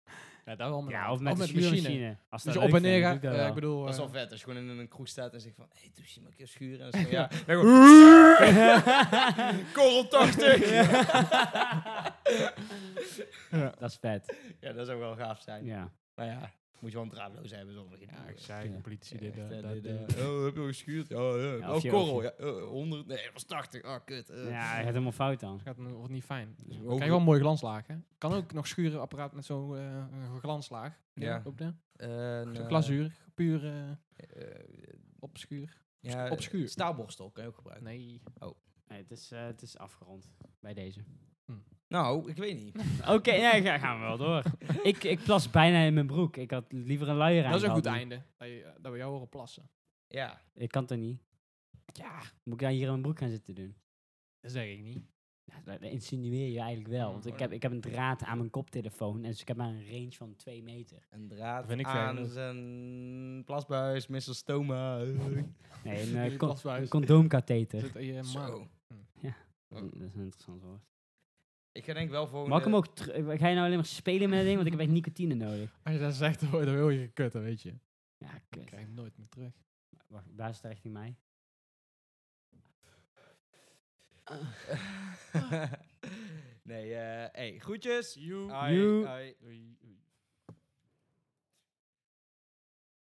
[SPEAKER 2] Ja, dat wel met
[SPEAKER 3] Ja,
[SPEAKER 2] hand.
[SPEAKER 3] of met, de
[SPEAKER 2] de
[SPEAKER 3] machine. Als
[SPEAKER 2] Dus
[SPEAKER 3] dat
[SPEAKER 2] je
[SPEAKER 3] leuk
[SPEAKER 2] op en neer
[SPEAKER 3] vindt,
[SPEAKER 2] gaat.
[SPEAKER 3] doe
[SPEAKER 2] eh,
[SPEAKER 3] ik dat wel.
[SPEAKER 2] ik bedoel...
[SPEAKER 1] Dat is wel
[SPEAKER 2] eh,
[SPEAKER 1] vet als je gewoon in een kroeg staat en zegt van... Hé, hey, doe je maar een keer schuren. En dan zeg je, ja, dan gewoon... Korrel 80!
[SPEAKER 2] ja.
[SPEAKER 3] Dat is vet.
[SPEAKER 1] ja, dat zou wel gaaf zijn.
[SPEAKER 3] Ja.
[SPEAKER 1] Maar ja, moet je wel een draadloos hebben zonder geen
[SPEAKER 2] eh, Ja,
[SPEAKER 1] doel.
[SPEAKER 2] ik zei,
[SPEAKER 3] Ja.
[SPEAKER 2] de politie
[SPEAKER 1] Echt,
[SPEAKER 2] dit, eh,
[SPEAKER 1] eh,
[SPEAKER 2] dat,
[SPEAKER 1] dit,
[SPEAKER 2] dit.
[SPEAKER 1] eh, oh, heb je al geschuurd? Ja, ja.
[SPEAKER 3] Ja,
[SPEAKER 1] oh,
[SPEAKER 3] of je-
[SPEAKER 1] korrel.
[SPEAKER 3] of
[SPEAKER 1] Ja, eh, 100. Nee, dat was 80. Ah, kut. eh.
[SPEAKER 3] Ja, het gaat helemaal fout dan.
[SPEAKER 2] Gaat, wordt niet fijn. Dus
[SPEAKER 1] Ja.
[SPEAKER 2] we krijgen wel een mooi glanslaag, hè? Kan ook nog schuren apparaat met zo'n eh, glanslaag.
[SPEAKER 1] Ja.
[SPEAKER 2] Op de
[SPEAKER 1] En,
[SPEAKER 2] zo'n
[SPEAKER 1] eh,
[SPEAKER 2] glazuur. Puur eh,
[SPEAKER 1] eh,
[SPEAKER 2] opschuur.
[SPEAKER 1] Ja,
[SPEAKER 2] obscuur.
[SPEAKER 1] Staalborstel kan je ook gebruiken.
[SPEAKER 2] Nee.
[SPEAKER 3] Nee, het, is, eh, het is afgerond bij deze.
[SPEAKER 1] Nou, ik weet niet.
[SPEAKER 3] Oké, ja, ga- gaan we wel door. ik, ik plas bijna in mijn broek. Ik had liever een luier aan.
[SPEAKER 2] Dat is een
[SPEAKER 3] gehad,
[SPEAKER 2] goed
[SPEAKER 3] maar
[SPEAKER 2] einde. Dat, je, eh, dat we jou horen plassen.
[SPEAKER 1] Ja.
[SPEAKER 3] Ik kan toch niet? Ja, moet ik daar hier in mijn broek gaan zitten doen?
[SPEAKER 2] Dat zeg ik niet.
[SPEAKER 3] Ja, dat dat insinueer je eigenlijk wel. Want ik heb, ik heb een draad aan mijn koptelefoon. En dus ik heb maar een range van 2 meter.
[SPEAKER 1] Een draad
[SPEAKER 2] Dat vind ik
[SPEAKER 1] aan
[SPEAKER 2] fijn.
[SPEAKER 1] zijn plasbuis, Mr. Stoma.
[SPEAKER 3] Nee, een,
[SPEAKER 2] In
[SPEAKER 3] eh,
[SPEAKER 2] je
[SPEAKER 3] con-
[SPEAKER 2] plasbuis.
[SPEAKER 3] een condoomkatheter.
[SPEAKER 2] Zit in je
[SPEAKER 1] Zo.
[SPEAKER 2] maag.
[SPEAKER 3] Dat is een- dat is een interessant woord.
[SPEAKER 1] Ik ga denk ik wel volgende...
[SPEAKER 3] Mag ik
[SPEAKER 2] eh,
[SPEAKER 3] hem ook teru- Ga je nou alleen maar spelen met dat ding? Want ik heb echt nicotine nodig.
[SPEAKER 2] Als je dat zegt, dan word je heel je kut, dat weet je.
[SPEAKER 3] Ja,
[SPEAKER 2] Dan
[SPEAKER 3] kut.
[SPEAKER 2] krijg je hem nooit meer terug.
[SPEAKER 3] Wacht, waar is het richting mij?
[SPEAKER 1] nee, eh hey, groetjes.
[SPEAKER 2] You.
[SPEAKER 1] Ai,
[SPEAKER 3] Joe.
[SPEAKER 1] ai.
[SPEAKER 2] Doei.